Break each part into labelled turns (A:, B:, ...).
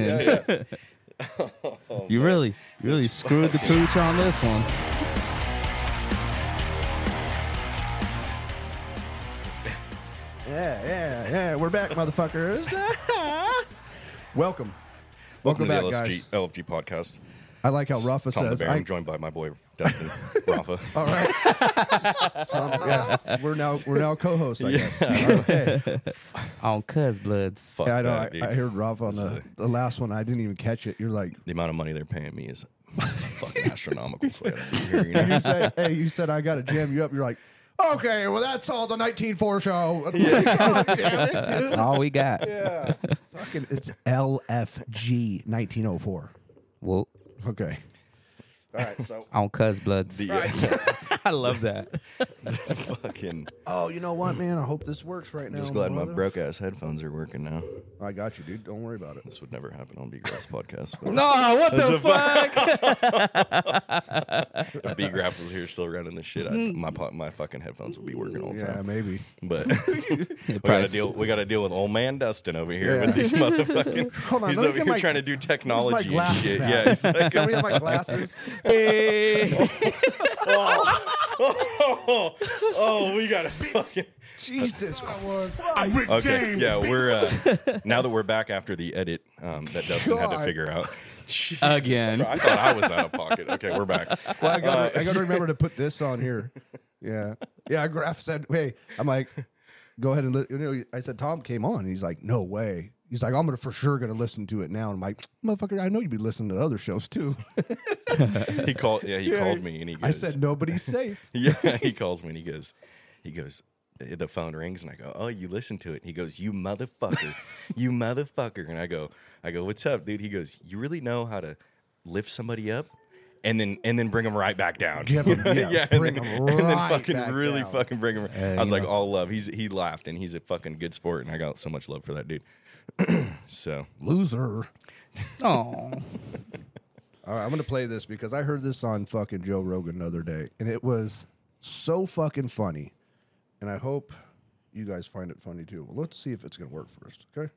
A: yeah, yeah. Oh,
B: You
A: man.
B: really, really screwed the pooch on this one.
C: Yeah, yeah, yeah. We're back, motherfuckers. Welcome. Welcome,
A: Welcome
C: back,
A: to the
C: guys.
A: LFG, LFG podcast.
C: I like how Rafa
A: Tom the
C: says.
A: Bear.
C: I,
A: I'm joined by my boy Dustin Rafa.
C: all right. Tom, yeah, we're now we're now co-hosts. I guess. Okay.
B: On Cuz Bloods.
A: Fuck
C: Yeah, I know.
A: that, dude.
C: I, I heard Rafa on the, the last one. I didn't even catch it. You're like,
A: the amount of money they're paying me is fucking astronomical. so I gotta be here, you know?
C: you say, hey, you said I got to jam you up. You're like, okay, well that's all the 19-4 show. God damn it, dude.
B: That's all we got.
C: Yeah. Fucking, it's LFG 1904.
B: Whoop.
C: Okay. All right. So,
B: On Cuz Bloods.
A: The, uh,
B: I love that.
A: fucking.
C: oh, you know what, man? I hope this works right now.
A: Mm. Just glad my
C: mother-
A: broke ass headphones are working now.
C: I got you, dude. Don't worry about it.
A: This would never happen on Big Grass podcast. But
B: No, what the fuck?
A: if Big Grass was here still running this shit, I, my po- my fucking headphones would be working all the
C: Mm. Yeah,
A: time.
C: maybe.
A: But we gotta
B: price.
A: deal. We gotta deal with old man Dustin over here
C: Yeah.
A: with these motherfucking.
C: Hold on,
A: he's
C: let me
A: over
C: get
A: here
C: my-
A: trying to do
C: my
A: technology and
C: glasses
A: shit.
C: out.
A: Yeah, he's like,
C: Somebody have my glasses.
B: Hey.
A: oh, oh, we gotta fucking.
C: Jesus Christ.
D: I'm Rick
A: Okay,
D: James.
A: yeah, we're uh, now that we're back after the edit um, that Dustin had
C: God.
A: to figure out.
B: Again.
A: I thought I was out of pocket. Okay, we're back. Uh,
C: Well, I got to I got to remember to put this on here. Yeah, yeah. Graf said, "Hey, I'm like, go ahead and li-. you know." I said, "Tom came on." He's like, "No way." He's like, "I'm gonna for sure gonna listen to it now." And I'm like, "Motherfucker, I know you'd be listening to other shows too."
A: He called. Yeah, he called me and he. Goes,
C: I said, "Nobody's safe."
A: Yeah, he calls me and he goes, he goes, the phone rings and I go, oh, you listen to it. And he goes, you motherfucker, you motherfucker. And I go, I go, what's up, dude? He goes, you really know how to lift somebody up and then and then bring them right back down.
C: Get 'em, yeah,
A: and
C: bring
A: then,
C: 'em
A: and then
C: right
A: fucking
C: back
A: really
C: down.
A: fucking bring him. I was
B: you
A: like,
B: know.
A: all love. He's he laughed and he's a fucking good sport and I got so much love for that dude. so
C: Loser.
B: Oh.
C: All right, I'm gonna play this because I heard this on fucking Joe Rogan the other day, and it was so fucking funny. And I hope you guys find it funny too. Well, let's see if it's gonna work first. Okay.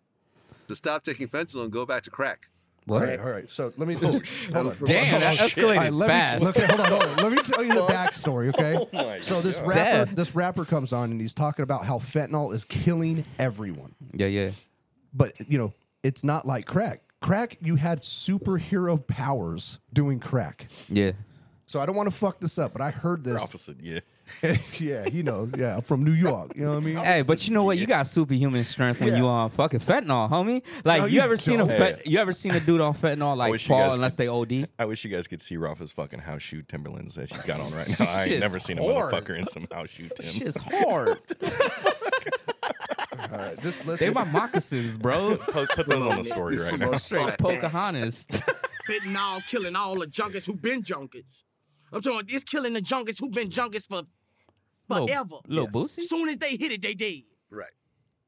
E: to stop taking fentanyl and go back to crack.
B: What? Oh,
C: All right, all right. So let me just hold on.
B: Damn, that escalated
C: All right, let
B: fast. Oh
C: Me, let me, hold on, hold on. Let me tell you the backstory, okay?
A: my
C: so this
A: God.
C: rapper,
B: Dad.
C: this rapper comes on and he's talking about how fentanyl is killing everyone,
B: yeah, yeah.
C: but you know it's not like crack. Crack, you had superhero powers doing crack.
B: Yeah.
C: So I don't want to fuck this up, but I heard this.
A: opposite, yeah.
C: yeah, you know, yeah, from New York. You know what I mean?
B: Hey, but you know what? You got superhuman strength when you on fucking fentanyl, homie. Like
C: No,
B: you,
C: you
B: ever seen a
C: don't.
B: fe- you ever seen a dude on fentanyl like
A: wish you guys
B: fall unless they OD?
A: I wish you guys could see Rafa's fucking house shoe Timberlands that she's got on right now. I ain't
B: Shit's
A: never seen a
B: hard.
A: motherfucker in some house shoe Timbs.
B: Shit's hard.
C: All right, just
B: they
C: listen.
B: my moccasins, bro.
A: Put, put those on the story right now.
B: Straight Pocahontas.
F: fitting all, killing all the junkies who been junkies. I'm talking, it's killing the junkies who been junkies for
B: Lil-
F: forever.
B: Lil Boosie?
F: Soon as they hit it, they dead.
E: Right.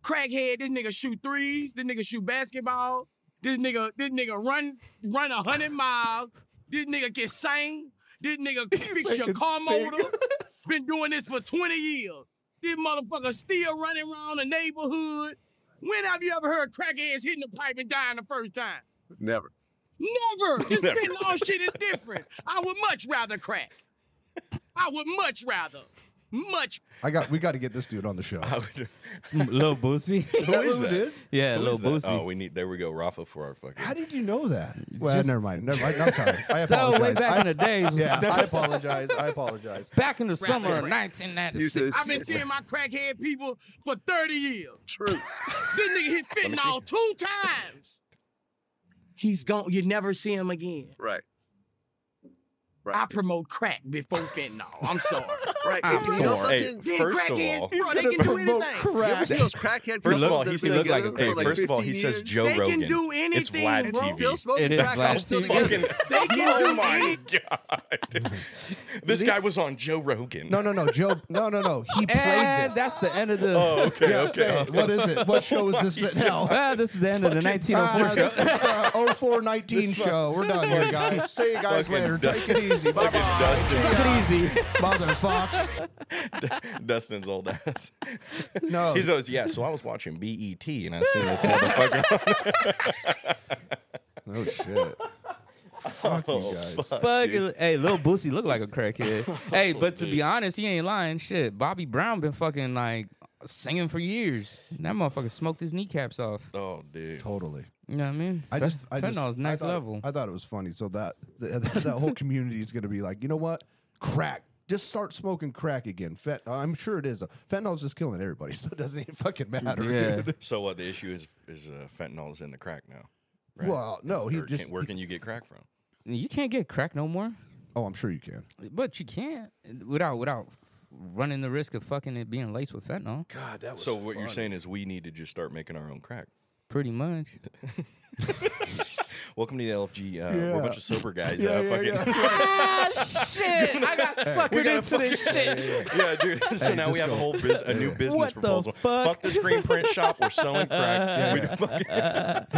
F: Crackhead, this nigga shoot threes, this nigga shoot basketball, this nigga, this nigga run run a hundred miles, this nigga get sane, this nigga fix your car motor. Been doing this for 20 years. This motherfucker still running around the neighborhood. When have you ever heard crackheads hitting the pipe and dying the first time?
E: Never.
F: Never. This fentanyl shit is different. I would much rather crack. I would much rather. Much.
C: I got. We got to get this dude on the show.
A: I would-
B: Lil Boosie.
A: Who is that?
B: yeah,
A: Who
B: Lil
A: is that? Oh,
B: Boosie.
A: we need. There we go, Rafa for our
C: How
A: fucking.
C: did you know that? Well, never mind. Never mind. I'm sorry. I apologize.
B: so way back
C: I-
B: in the days, was
C: yeah, I apologize. I apologize.
B: back in the summer of
F: rap.
E: You
B: 1996.
E: said
F: I've been seeing my crackhead people for 30 years.
E: true.
F: This nigga hit
A: me
F: fentanyl two times. He's gone. You never see him again.
E: Right. Right.
F: I promote crack before fentanyl. I'm sorry.
E: right.
C: I'm
E: you know
A: sorry.
E: something?
F: Then
A: First of
F: crackheads,
A: all-
F: bro, they can do anything.
E: You ever see those crackhead
A: First of
E: couples
A: all,
E: that
A: he
E: have been
A: looks like.
E: together
A: Hey,
E: for, like,
A: first of all, he
E: 15
A: says
E: years?
A: Joe
F: They
A: Rogan.
F: can do
A: It's
F: anything,
A: Vlad
F: bro.
A: TV.
E: Still smoking
B: It is
E: crack.
B: Vlad
E: they're still
B: TV.
E: together.
A: Fucking-
F: They can
A: oh
F: do
A: my
F: anything.
A: god! This guy was on Joe Rogan.
C: No, no, no, Joe. No, no, no. He played
B: and
C: this.
B: that's the end of the.
A: Oh, okay,
C: Yeah,
A: okay.
C: say, What is it? What show is this that now?
B: Well, this is the end of the
D: oh
C: Uh,
B: 1904
C: this is uh, 0419 show. We're done here, guys. See you guys
A: Fucking
C: later.
A: du-
C: Take it easy. Bye bye.
A: Dustin.
B: show. Easy.
C: Mother Fox.
A: Dustin's old ass.
C: No.
A: He's E always yeah. So I was watching BET and I seen this motherfucker.
C: Oh shit.
A: Oh,
C: Fuck you guys.
D: Fuck, it- hey, little Boosie look like a crackhead. hey, but to be
A: dude.
D: honest, he ain't lying. Shit, Bobby Brown been fucking like singing for years. That motherfucker smoked his kneecaps off.
A: Oh, dude.
C: Totally.
D: You know what I mean?
C: I
D: Fent-
C: just, I just,
D: fentanyl's
C: I
D: next
C: thought-
D: level.
C: I thought it was funny. So that that, that whole community is going to be like, you know what? Crack. Just start smoking crack again. Fent- I'm sure it is. Fentanyl's just killing everybody, so it doesn't even fucking matter.
D: Yeah.
C: dude.
A: So what? the issue is is uh, fentanyl is in the crack now. Right?
C: Well, no, he
A: Or can,
C: just.
A: where can you get crack from?
D: you can't get crack no more,
C: Oh, I'm sure you can.
D: but you can't without without running the risk of fucking it being laced with fentanyl.
C: God, that was
A: So what you're saying is we need to just start making our own crack.
D: Pretty much.
A: Welcome to the LFG. Uh, We're
C: Yeah.
A: a bunch of sober guys.
C: Yeah,
A: uh,
C: yeah,
A: fucking, yeah.
D: ah, shit! I got suckered into this shit.
A: dude. So now we
C: just
A: have a
C: go.
A: whole bus- a new business
D: What the
A: proposal.
D: fuck?
A: the screen print shop. We're selling crack. We
C: yeah.
A: fucking-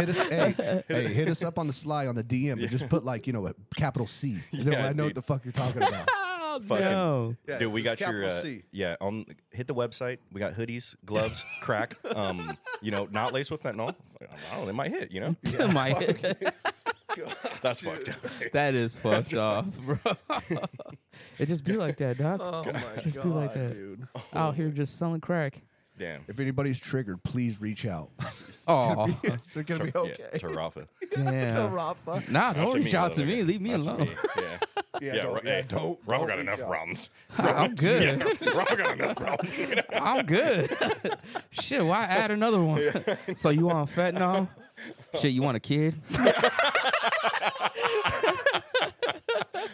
C: Hit us, hey, hey, hit us up on the sly on the DM and just put like you know a capital C. And then
A: Yeah,
C: I know
A: dude.
C: what the fuck you're talking about.
D: Oh
A: Fucking-
D: no!
A: Dude, we
C: just
A: got your
C: capital
A: uh,
C: C.
A: yeah. On hit the website. We got hoodies, gloves, crack. Um, you know, not laced with fentanyl. I don't. know, It might hit. You know,
D: My-
A: that's fucked up. dude.
D: that is fucked off, bro. it just be like that, doc.
C: Oh my
D: Just be like that.
C: dude. Oh.
D: Out here just selling crack.
A: Damn.
C: If anybody's triggered, please reach out.
D: Oh
C: it's gonna be okay.
A: Yeah, Tarafa.
D: damn!
C: Rafa.
D: Nah,
A: Not
D: don't
A: to
D: reach
A: me,
D: out to
A: though,
D: me.
A: yeah.
D: Leave me
A: Not to
D: alone.
A: me, Yeah.
C: Yeah,
A: Yeah,
C: don't,
A: right, yeah,
C: don't.
A: Rafa
C: don't
A: got
C: reach
A: enough
C: out.
A: problems.
D: I'm good.
A: Rafa got enough problems.
D: I'm good. Shit, why add another one? So you on fentanyl? Shit, you want a kid?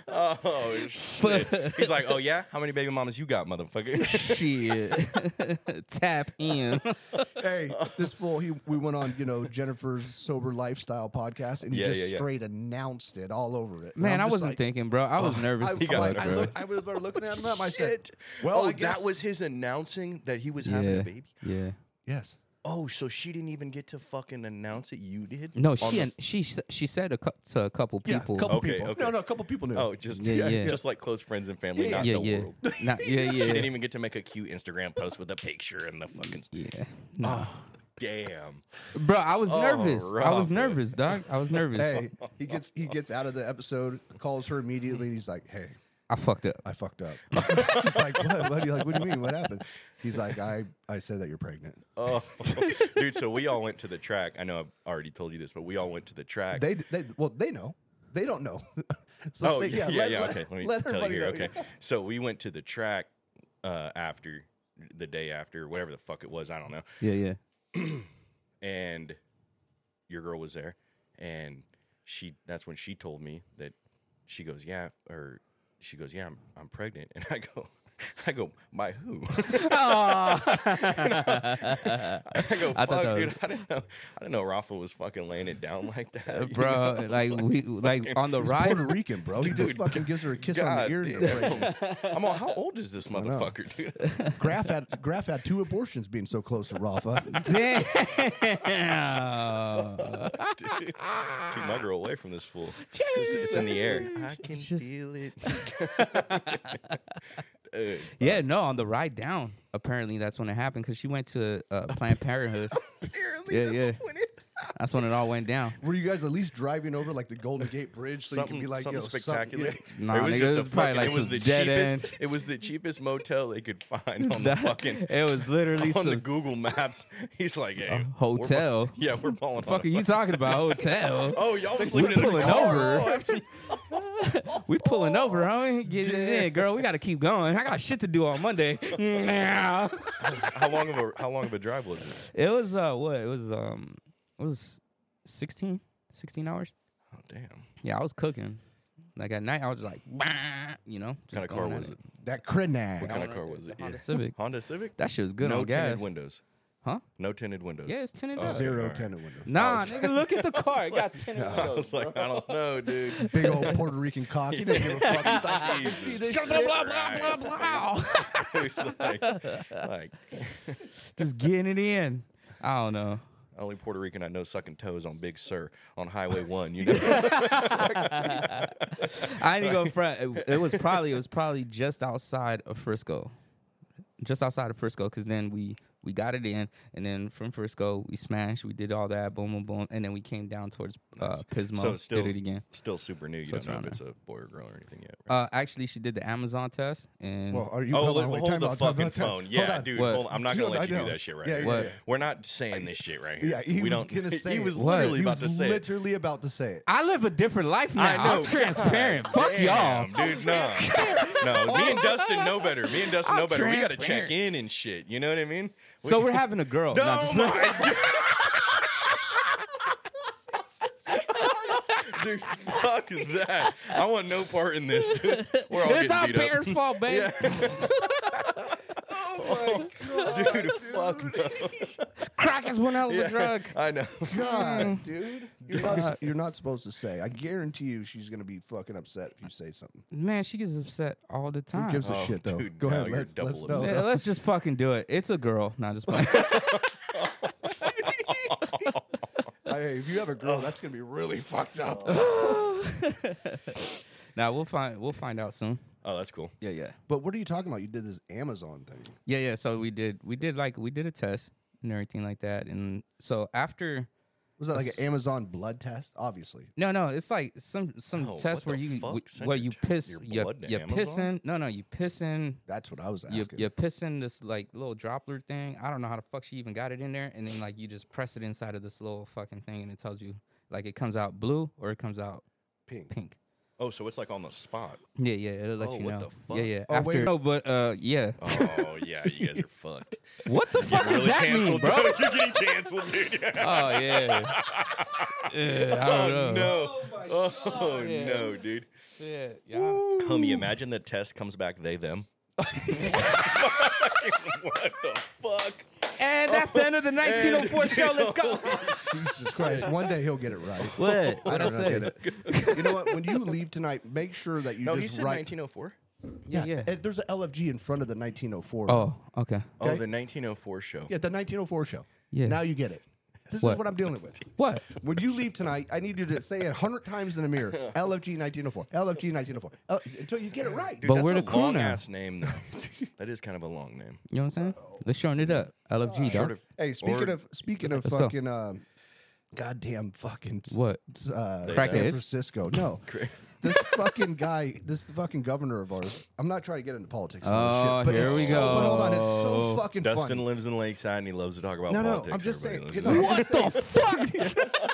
A: oh shit. He's like, oh yeah, how many baby mamas you got, motherfucker?
D: Shit. Tap in.
C: Hey,
A: Uh,
C: this fool. He we went on, you know, Jennifer's sober lifestyle podcast, and he
A: Yeah,
C: just
A: yeah, yeah.
C: straight announced it all over it. And
D: Man,
C: I'm
D: I
C: just
D: wasn't
C: like-
D: thinking, bro. I was nervous.
C: I,
D: as
C: I'm
A: got
D: fuck,
C: like,
A: it,
C: I,
D: bro.
C: looked, I was looking at him. I said,
A: Well,
C: "Well,
A: oh,
C: I guess-
A: that was his announcing that he was having
D: Yeah.
A: a baby.
D: Yeah.
C: yes."
A: Oh, so she didn't even get to fucking announce it. You did?
D: No,
A: On
D: she
A: the-
D: and she s- she said a cou- to a couple
C: Yeah,
D: people.
C: a couple
A: Okay,
C: people.
A: okay.
C: No, no, a couple people knew.
A: Oh, just
D: Yeah,
A: yeah,
D: yeah.
A: just like close friends and family, not
D: Oh, yeah,
A: the
D: yeah.
A: world.
D: Not, yeah,
A: She
D: yeah,
A: didn't even get to make a cute Instagram post with a picture and the fucking Ah,
D: yeah. No.
A: damn.
D: Bro, I was
A: Oh,
D: nervous. I was
A: Robert.
D: nervous, dog. I was nervous.
C: hey, he gets he gets out of the episode, calls her immediately, and he's like, "Hey,
D: I fucked up.
C: I fucked up." She's like, "What?" what? He's like, "What do you mean? What happened?" He's like, "I I said that you're pregnant."
A: Oh, dude. So we all went to the track. I know I've already told you this, but we all went to the track.
C: They they well they know. They don't know. so
A: oh
C: say-
A: yeah, yeah,
C: let-
A: yeah,
C: let-
A: okay. Let me
C: let
A: tell you
C: everybody
A: here.
C: know.
A: Okay, so we went to the track uh, after the day after, whatever the fuck it was. I don't know.
D: Yeah, yeah.
A: and your girl was there and she that's when she told me that she goes yeah or she goes yeah i'm, I'm pregnant and i go i go by who i go
D: I
A: fuck
D: thought that
A: dude
D: was-
A: i didn't know i didn't know rafa was fucking laying it down like that you know?
D: Uh, Bro, like we like on the ride.
C: Puerto Rican, bro. He just
A: Dude.
C: fucking gives her a kiss on
A: God
C: the ear.
A: damn.
C: And they're pregnant.
A: i'm all how old is this
C: know.
A: motherfucker dude
C: Graf had Graf had two abortions being so close to Rafa.
D: Damn.
A: Dude, keep my girl away from this fool. It's, it's in the air. I can
D: Just-
A: feel it.
D: yeah, no, on the ride down. Apparently, that's when it happened because she went to uh, Planned Parenthood.
C: Apparently,
D: Yeah, yeah. That's when it all went down.
C: Were you guys at least driving over like the Golden Gate Bridge so
A: something,
C: you could be like, yo,
A: something
C: something-
A: spectacular.
C: yeah.
D: Nah,
A: it was
D: nigga,
A: just
D: it was
A: a
D: probably
A: fucking,
D: like
A: it was
D: some
A: the
D: dead
A: cheapest.
D: end.
A: It was the cheapest motel they could find on the fucking
D: it was literally
A: on the
D: some
A: Google Maps. He's like, hey, we're-
D: hotel.
A: yeah, we're balling.
D: Fuck are
A: on a-
D: you talking about hotel?
A: Oh, y'all
D: We
A: sleeping in the
D: pulling
A: car.
D: over.
A: Oh, abs-
D: We pulling over,
A: oh,
D: homie. Get it in,
C: Damn.
D: girl. We gotta keep going. I got shit to do on Monday. Nah.
A: how long of a how long of a drive was it?
D: it was uh what? It was um it was 16, 16 hours.
A: Oh, damn.
D: Yeah, I was cooking. Like at night, I was like, bah, you know. just
A: kinda car
D: going at
A: was it?
C: that crenag.
A: What kind of
D: one
A: car
D: right
A: was
D: there,
A: it?
D: the Honda Civic.
A: Honda Civic.
D: That shit was good
A: no
D: on
A: tinted
D: gas.
A: windows.
D: Huh?
A: No tinted windows.
D: Yeah, it's tinted
A: Oh,
D: up.
A: okay,
C: Zero
A: alright.
C: tenant window.
D: Nah,
A: was-
D: nigga, look at the car. It got tinted
A: I
D: windows.
A: was like, I don't know, dude.
C: Big old Puerto Rican cock. He didn't give a fuck. He's like, "I can
A: Jesus
C: see this
A: Christ.
C: shit."
A: It's like, like,
D: Just getting it in. I don't know.
A: only Puerto Rican I know sucking toes on Big Sur on Highway One. You know,
D: I ain't gonna front. It, it was probably it was probably just outside of Frisco, just outside of Frisco, because then we We got it in, and then from Frisco, we smashed. We did all that, boom, boom, boom, and then we came down towards uh, Pismo.
A: So it's still
D: did it again.
A: Still super new. You
D: So it's
A: don't know if
D: around
A: it's a boy or girl or anything yet. Right?
D: Uh, actually, she did the Amazon test, and
C: Well, are you?
A: oh,
C: hold
A: let-
C: on, wait,
A: hold
C: time
A: the
C: out, time
A: fucking
C: out, time-
A: phone.
C: hold
A: Yeah,
C: on.
A: dude.
D: What?
A: Hold on. I'm not
C: You
A: gonna
C: know,
A: let you
C: I
A: do
C: know.
A: that shit right
C: Yeah,
A: here.
C: yeah,
D: yeah.
A: We're not saying this shit right here.
C: Yeah, he
A: we
C: was
A: don't,
C: gonna say
A: He
C: it.
A: was
C: What?
A: literally
C: he
A: about
C: was
A: to say. it.
C: literally about to say it.
D: I live a different life now.
A: I know.
D: I'm transparent.
A: God
D: Fuck y'all.
A: damn, dude. No, no. Me and Dustin know better. Me and Dustin
D: I'm
A: know better. We gotta check
D: transparent.
A: in and shit. You know what I mean? We-
D: So we're having a girl. No, I'm
A: No,
D: just-
A: my God. Dude, fuck that. I want no part in this, dude. We're all
D: it's our
A: getting beat up.
D: parents' fault, babe.
A: Yeah. oh my god, dude, fuck no.
D: Crack is one hell of a drug.
A: I know.
C: God, dude, you're not, you're not supposed to say. I guarantee you, she's gonna be fucking upset if you say something.
D: Man, she gets upset all the
C: Who
D: time.
C: gives a
A: Oh,
C: shit though?
A: dude,
C: Go
A: now
C: ahead,
A: you're
C: let's, let's
A: double
C: know.
D: Yeah, let's just fucking do it. It's a girl. Not just playing.
C: Hey, if you have a girl, that's gonna be really fucked up.
D: now we'll find we'll find out soon.
A: Oh, that's cool.
D: Yeah, yeah.
C: But what are you talking about? You did this Amazon thing.
D: Yeah, yeah. So we did we did like we did a test and everything like that. And so after
C: Was that like
D: That's-
C: an Amazon blood test? Obviously.
D: no no, it's like some some
A: Oh,
D: test
A: what
D: where
A: the
D: you
A: fuck?
D: w-
A: Send
D: where
A: your
D: you
A: t-
D: piss
A: your
D: you
A: blood to
D: you
A: Amazon?
D: pissing no no you pissing
C: That's what I was
D: you
C: asking.
D: you pissing this like little droplet thing. I don't know how the fuck she even got it in there. And then like you just press it inside of this little fucking thing and it tells you like it comes out blue or it comes out
C: Pink.
D: pink.
A: Oh, so it's like on the spot.
D: Yeah, yeah, it'll let
A: Oh,
D: you know.
A: what the fuck?
D: Yeah, yeah.
C: Oh,
D: After
C: wait.
D: no, but uh, yeah.
A: Oh yeah, you guys are fucked.
D: What the fuck does
A: Really
D: that mean,
A: canceled,
D: bro?
A: dude. You're getting canceled, dude.
D: Oh yeah. yeah, I don't
A: Oh
D: know.
A: no. Oh,
D: Yeah.
A: no, dude.
D: Shit, y'all.
A: Homie, imagine the test comes back they them. what the fuck?
D: And that's the end of the 1904 show. Let's go.
C: Jesus Christ! One day he'll get it right.
D: What?
C: I
D: What
C: don't know,
D: say?
C: get it. You know what? When you leave tonight, make sure that you
A: No, he
C: just
A: said
C: write.
A: 1904.
D: Yeah, yeah.
C: and There's an LFG in front of the 1904.
D: Oh, okay.
A: Oh, the
C: Okay.
A: 1904 show.
C: Yeah, the 1904 show.
D: Yeah.
C: Now you get it. This is
D: What?
C: what I'm dealing with.
D: What?
C: When you leave tonight, I need you to say it 100 times in the mirror LFG 1904, LFG 1904, L- until you get it right.
A: Dude,
D: But
A: that's
D: we're
A: a
D: the crew now.
A: long ass name though. that is kind of a long name.
D: You know what I'm saying? Let's shorten it up. LFG,
A: Short
D: dog.
A: of-
C: Hey, speaking
A: or-
C: of speaking of
D: Let's go.
C: fucking um, goddamn fucking s-
D: What?
C: s- uh,
A: They
C: San
D: said.
C: Francisco. No. this fucking guy, this fucking governor of ours. I'm not trying to get into politics. and all this
D: Oh,
C: shit, but
D: here
C: it's
D: we
C: so, But hold on, it's so
D: go.
C: fucking
A: Dustin
C: funny.
A: lives in Lakeside and he loves to talk about
C: No, no,
A: politics.
C: I'm just
A: Everybody
C: saying,
A: loves to-
C: you know,
D: What the fuck?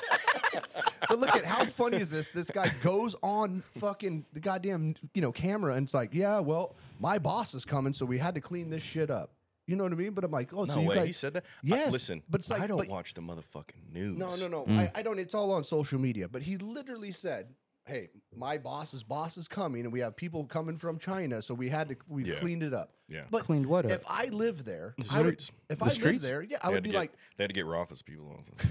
C: But look at how funny is this? This guy goes on fucking the goddamn you know camera and it's like, yeah, well, my boss is coming, so we had to clean this shit up. You know what I mean? But I'm like, oh,
A: No
C: so you
A: way.
C: guys,
A: he said that. I-
C: Yes,
A: listen,
C: but it's like-
A: I don't
C: but-
A: watch the motherfucking news. Mm.
C: No, no, no. I, I don't. It's all on social media. But he literally said, "Hey, my boss's boss is coming, and we have people coming from China, so we had to we
A: Yeah.
C: cleaned it up."
A: Yeah.
C: But
D: Cleaned what up?
C: If I lived there,
A: The
C: I would,
A: streets.
C: if
D: The
C: I lived
D: streets?
C: there, yeah, I
A: They had
C: would
A: to
C: be
A: get-
C: like,
A: they had to get Roth's people off.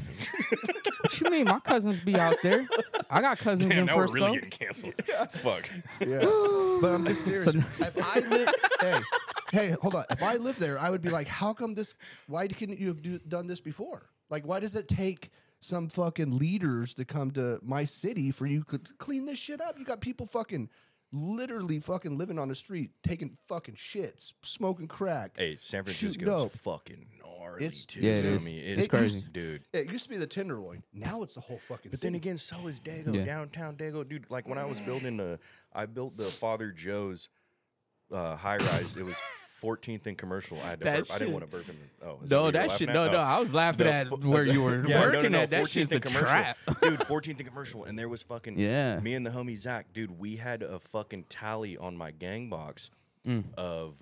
D: What you mean? My cousins be out there. I got cousins
A: Damn,
D: in
A: now we're
D: Frisco.
A: really getting canceled. Fuck.
C: yeah. but I'm just serious.
D: So now-
C: if I live, hey, hey, hold on. If I lived there, I would be like, "How come this? Why couldn't you have do, done this before? Like, why does it take?" Some fucking leaders to come to my city for you could clean this shit up. You got people fucking literally fucking living on the street, taking fucking shits, smoking crack.
A: Hey, San
C: Shoot
A: Francisco's
C: dope.
A: fucking gnarly
C: It's-
A: too.
D: Yeah, it
A: you know
D: is.
A: what I mean?
D: It's crazy.
A: used- dude.
C: It used to be the tenderloin. Now it's the whole fucking.
A: But then again, so is Dago,
D: Yeah.
A: downtown Dago, dude. Like when I was building the, I built the Father Joe's uh, high rise. it was 14th and commercial. I had to
D: That
A: burp. I didn't
D: shit-
A: want to burp in. The, oh, is
D: No,
A: what you're
D: that
A: laughing
D: shit.
A: at?
D: No,
A: Oh.
D: no. I was laughing
A: The
D: at
A: fu-
D: where you were
A: Yeah, no, no,
D: working
A: no,
D: at. That shit's
A: 14th
D: a
A: and commercial.
D: trap.
A: dude. 14th and commercial, and there was fucking
D: Yeah.
A: Me and the homie Zach, dude, we had a fucking tally on my gang box
D: Mm.
A: of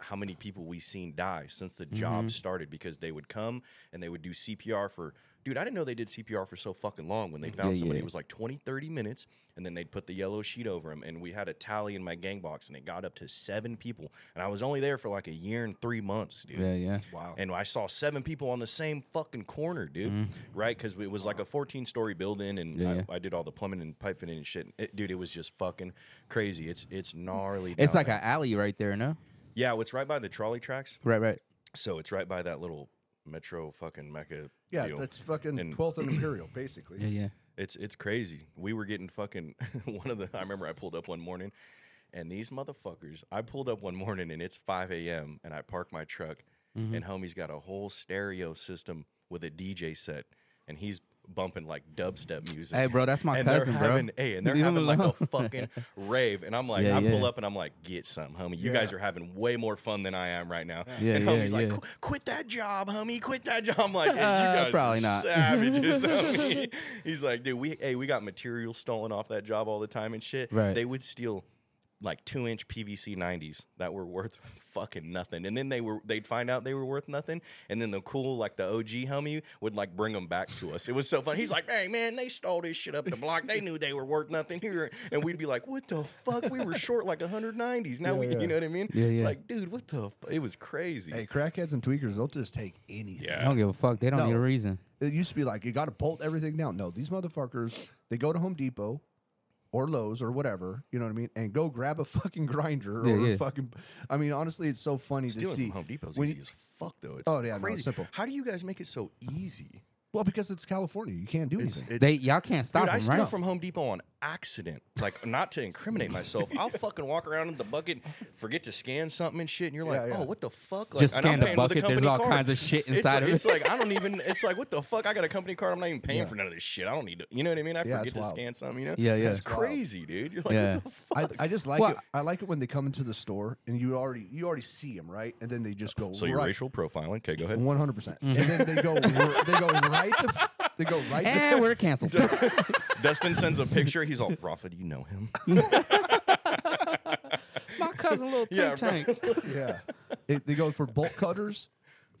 A: how many people we seen die since the
D: Mm-hmm.
A: job started because they would come and they would do CPR for. Dude, I didn't know they did CPR for so fucking long when they found
D: Yeah,
A: somebody.
D: yeah.
A: It was like 20, 30 minutes, and then they'd put the yellow sheet over them. And we had a tally in my gang box, and it got up to seven people. And I was only there for like a year and three months, dude.
D: Yeah, yeah.
C: wow,
A: And I saw seven people on the same fucking corner, dude. Right? Because it was like a 14 story building, and
D: Mm-hmm. Yeah,
A: I,
D: yeah.
A: I did all the plumbing and pipe fitting and shit. It- dude, it was just fucking crazy. It's it's gnarly.
D: It's
A: down
D: like an alley right there, no?
A: there. yeah. It's right by the trolley tracks,
D: Right, right.
A: so it's right by that little metro fucking mecca.
C: yeah,
A: deal.
C: that's fucking
A: And-
C: twelfth and imperial, basically.
D: Yeah, yeah.
A: It's it's crazy. We were getting fucking one of the. I remember I pulled up one morning, and these motherfuckers. I pulled up one morning and it's 5 a.m. and I park my truck,
D: Mhm.
A: and homie's got a whole stereo system with a DJ set, and he's bumping like dubstep music.
D: Hey, bro, that's my
A: and
D: cousin,
A: they're
D: bro.
A: having, Hey, and they're
D: Leave him
A: having like a
D: alone.
A: fucking rave, and I'm like,
D: Yeah,
A: I pull
D: yeah.
A: up and I'm like, get some, homie. You
C: Yeah.
A: guys are having way more fun than I am right now.
D: Yeah,
A: and
D: yeah,
A: homie's like,
D: yeah.
A: "Qu- quit that job, homie, quit that job. I'm like, hey, you
D: Uh,
A: guys
D: probably
A: are
D: not.
A: savages, homie. He's like, dude, we hey, we got material stolen off that job all the time and shit.
D: Right.
A: They would steal like two inch PVC nineties that were worth fucking nothing, and then they were they'd find out they were worth nothing, and then the cool like the OG homie would like bring them back to us. It was so fun. He's like, "Hey man, they stole this shit up the block. They knew they were worth nothing here," and we'd be like, "What the fuck? We were short like hundred nineties. Now we,
C: yeah.
A: you know what I mean?
D: Yeah,
A: It's
D: yeah.
A: like, dude, what the? Fu-? It was crazy.
C: Hey, crackheads and tweakers, they'll just take anything.
D: I
A: yeah,
D: don't give a fuck. They don't
C: No.
D: need a reason.
C: It used to be like you got to bolt everything down. No, these motherfuckers, they go to Home Depot or Lowe's or whatever, you know what I mean, and go grab a fucking grinder
D: Yeah,
C: or
D: yeah.
C: a fucking. I mean, honestly, it's so funny to
A: stealing
C: see.
A: from Home Depot's
C: when
A: easy
C: you-
A: as fuck though. It's
C: Oh, yeah, no, it's
A: crazy.
C: simple.
A: How do you guys make it so easy?
C: well, because it's California, you can't do
A: It's,
C: anything.
A: it's
D: They y'all can't stop
A: Dude, I
D: them,
A: steal
D: right?
A: from Home Depot on accident. Like, not to incriminate myself. I'll fucking walk around in the bucket, forget to scan something and shit, and you're like,
C: Yeah, yeah.
A: oh, what the fuck? Like,
D: Just
A: and I'm
D: scan the
A: paying with a
D: bucket. There's
A: company
D: all
A: card.
D: kinds of shit
A: It's
D: inside
A: like-
D: of it.
A: It's like, I don't even, it's like, what the fuck? I got a company card. I'm not even paying for none of this shit. I don't need to, you know what I mean? I
C: Yeah,
A: forget
C: it's
A: to
C: wild.
A: scan something, you know?
D: Yeah, yeah.
A: It's
D: It's
C: wild.
A: crazy, dude. You're like,
D: Yeah.
A: what the fuck?
C: I, I just like
D: Well,
C: it. I like it when they come into the store and you already you already see them right, and then they just go
A: So you're
C: right,
A: racial profiling. Okay, go ahead.
C: one hundred percent,
D: Mm-hmm.
C: and then they go r- they go right to f- they go right to
D: And we're canceled.
A: Dustin sends a picture. He's all, Rafa, do you know him?
D: My cousin, little Tim
A: Yeah, right.
D: Tank.
C: Yeah. It, they go for bolt cutters,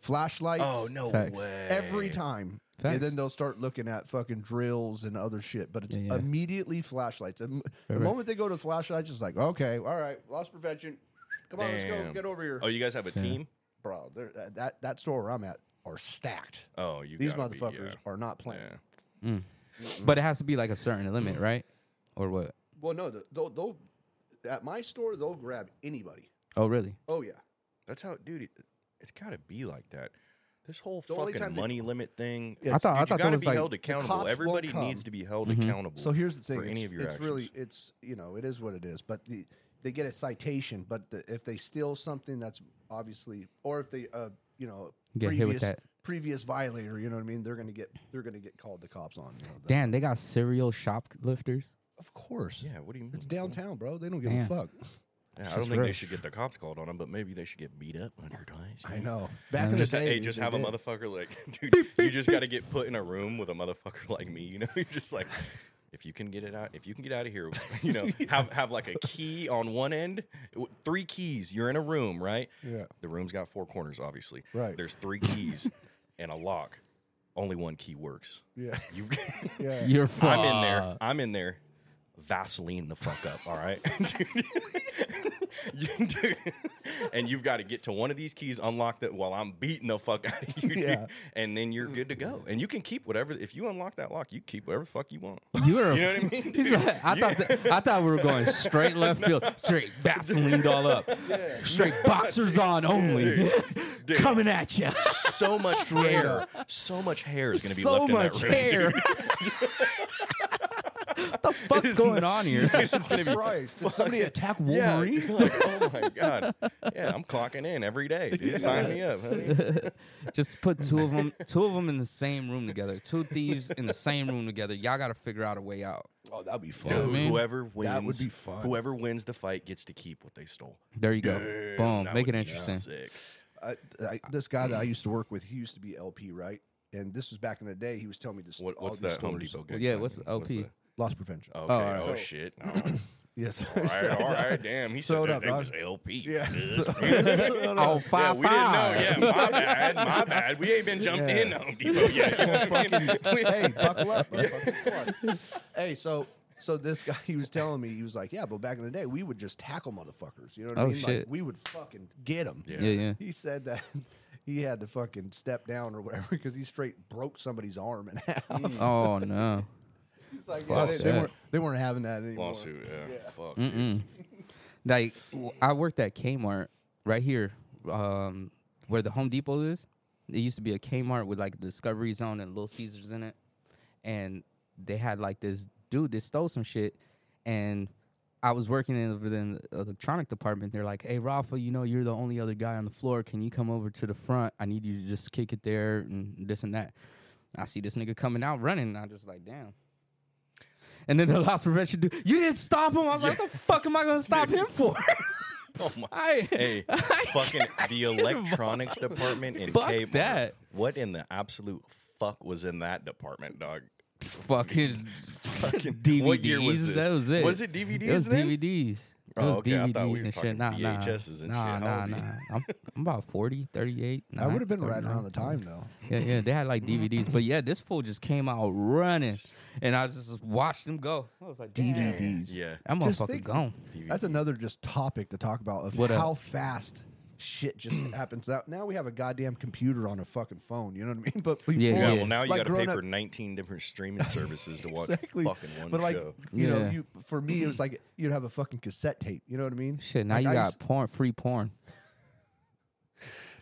C: flashlights.
A: Oh, no
D: Facts.
A: way.
C: Every time.
D: Thanks.
C: And then they'll start looking at fucking drills and other shit, but it's
D: Yeah, yeah.
C: immediately flashlights. And the
D: right.
C: moment they go to flashlights, it's like, okay, all right, loss prevention. Come on, let's go.
A: Damn.
C: Get over here.
A: Oh, you guys have a team?
C: Bro, they're- that, that, that store where I'm at are stacked.
A: Oh, you
C: These
A: gotta be-
C: motherfuckers
A: yeah.
C: are not playing.
A: Yeah.
D: But it has to be like a certain limit, right? Or what?
C: Well, no, th- they'll, they'll, at my store, they'll grab anybody.
D: Oh, really?
C: Oh, yeah.
A: That's how, dude. It, it's got to be like that. This whole
C: The only time
A: fucking
C: they-
A: money limit thing.
C: Yeah,
D: I thought I
A: dude, you
D: thought
A: got
D: that
A: to
D: was
A: be
D: like
A: held accountable.
C: cops won't
A: Everybody
C: come.
A: needs to be held accountable.
C: So here's the thing:
A: for
C: it's,
A: any of your
C: it's
A: actions.
C: really it's you know it is what it is. But the, they get a citation, but the, if they steal something that's obviously, or if they uh you know
D: Get hit
C: previous
D: with that.
C: previous violator, you know what I mean? They're gonna get they're gonna get called the cops on. You know, the-
D: Damn, they got serial shoplifters.
C: of course,
A: yeah. What do you mean?
C: It's downtown, bro. They don't give
D: Damn.
C: a fuck.
A: Yeah, I
D: It's
A: don't
D: just
A: think they
D: rough.
A: should get the cops called on them, but maybe they should get beat up on your times.
C: I know. Back in
A: Just
C: the
A: ha-
C: day,
A: hey, just
C: they
A: have a
C: did.
A: motherfucker like, dude. You just got to get put in a room with a motherfucker like me. You know, you're just like. If you can get it out, if you can get out of here, you know, have have like a key on one end, w- three keys. You're in a room, right?
C: Yeah.
A: The room's got four corners, obviously.
C: Right.
A: There's three keys and a lock. Only one key works.
C: Yeah,
A: You,
C: yeah.
D: You're fucked.
A: I'm in there. I'm in there. Vaseline the fuck up, all right? Dude. You- dude. And you've got to get to one of these keys, unlock that while I'm beating the fuck out of you, dude.
C: Yeah.
A: And then you're good to go. And you can keep whatever, if you unlock that lock, you keep whatever the fuck you want.
D: You're.
A: You know what I mean?
D: He's
A: dude?
D: like, I
A: You-
D: thought that, I thought we were going straight left field, straight Vaseline all up, straight boxers on only,
A: dude.
D: coming at you.
A: so much hair. So much hair is going to be
D: so
A: left
D: much
A: in that room.
D: hair.
A: dude.
D: what the fuck's
A: It's
D: going
A: n-
D: on here?
A: It's gonna be
C: Christ, did somebody attack Wolverine?
A: Yeah, you're like, oh my god. Yeah, I'm clocking in every day. Dude. Sign me up, honey.
D: Just put two of them, two of them in the same room together. Two thieves in the same room together. Y'all got to figure out a way out.
C: Oh, that'd be fun.
A: Dude,
D: I mean,
A: whoever wins,
C: that would be fun.
A: Whoever wins the fight gets to keep what they stole.
D: There you go. Boom.
A: That
D: Make it
A: would be
D: interesting.
A: Sick.
C: I, I, this guy that I used to work with, he used to be LP, right? And this was back in the day. He was telling me this.
A: What,
C: all
A: what's
C: these
A: that Home
C: stories.
A: Depot
D: Well,
A: gang
D: yeah,
A: sign?
D: what's LP?
A: the-
C: Loss prevention.
A: Okay.
D: all right.
A: Oh
C: So-
A: shit. No. all
C: Yes.
A: right. All right. Damn. He
C: So
A: said
C: it
A: that
C: up,
A: they
C: dog.
A: was LP.
C: Yeah.
D: Oh,
A: Yeah,
D: five,
A: we didn't know. Yeah, my bad. My bad. We ain't been jumped
C: Yeah.
A: in Home Depot yet. You know what I mean? We-
C: hey, buckle up. motherfucker. Come on. hey, so so this guy, he was telling me, he was like, yeah, but back in the day, we would just tackle motherfuckers. You know what I
D: Oh,
C: mean?
D: shit.
C: Like, we would fucking get them.
A: Yeah.
D: Yeah, yeah.
C: He said that he had to fucking step down or whatever because he straight broke somebody's arm in half.
A: Hmm.
D: Oh no.
C: He's like, yeah, they, they
D: Fuck.
C: weren't, they weren't having that anymore.
A: Lawsuit. Yeah. Fuck.
D: Mm-mm. Like w- I worked at Kmart right here, um, where the Home Depot is. It used to be a Kmart with like Discovery Zone and Little Caesars in it, and they had like this dude that stole some shit, and I was working in over the electronic department. They're like, "Hey, Rafa, you know you're the only other guy on the floor. Can you come over to the front? I need you to just kick it there and this and that." I see this nigga coming out running, and I'm just like, "Damn." And then the loss prevention dude, you didn't stop him. I was like, "What the fuck am I gonna stop him for?"
A: Oh my.
D: I,
A: Hey, fucking the electronics department in
D: Fuck
A: Kmart.
D: that.
A: What in the absolute fuck was in that department, dog?
D: fucking,
A: Fucking-
D: DVDs.
A: what year was this?
D: That was it.
A: Was it DVDs
D: It was
A: then?
D: DVDs. It
A: Oh,
D: was
A: okay, I thought
D: DVDs
A: we was
D: and shit.
A: talking
D: Nah, nah,
A: VHSs and
D: nah,
A: shit. How
D: Nah,
A: old are you?
D: nah. I'm, I'm about 40, 38.
C: I would have been right
D: riding
C: around the time though.
D: Yeah, yeah. They had like DVDs, but yeah, this fool just came out running, and I just watched him go. I was like, damn,
C: DVDs.
A: Yeah.
D: that
C: Just
D: motherfucker
C: think-
D: gone.
C: That's another just topic to talk about of
D: What up?
C: how fast shit just happens. Now, now we have a goddamn computer on a fucking phone. You know what I mean? But before,
A: Yeah,
D: Yeah.
A: well, now you
C: like,
A: got to pay
C: growing up-
A: for 19 different streaming services to watch
C: exactly.
A: fucking one
C: but like
A: show.
C: you know,
D: Yeah.
C: you for me it was like you'd have a fucking cassette tape. You know what I mean?
D: Shit, now
C: Like,
D: you
C: I
D: got
C: used-
D: porn, free porn.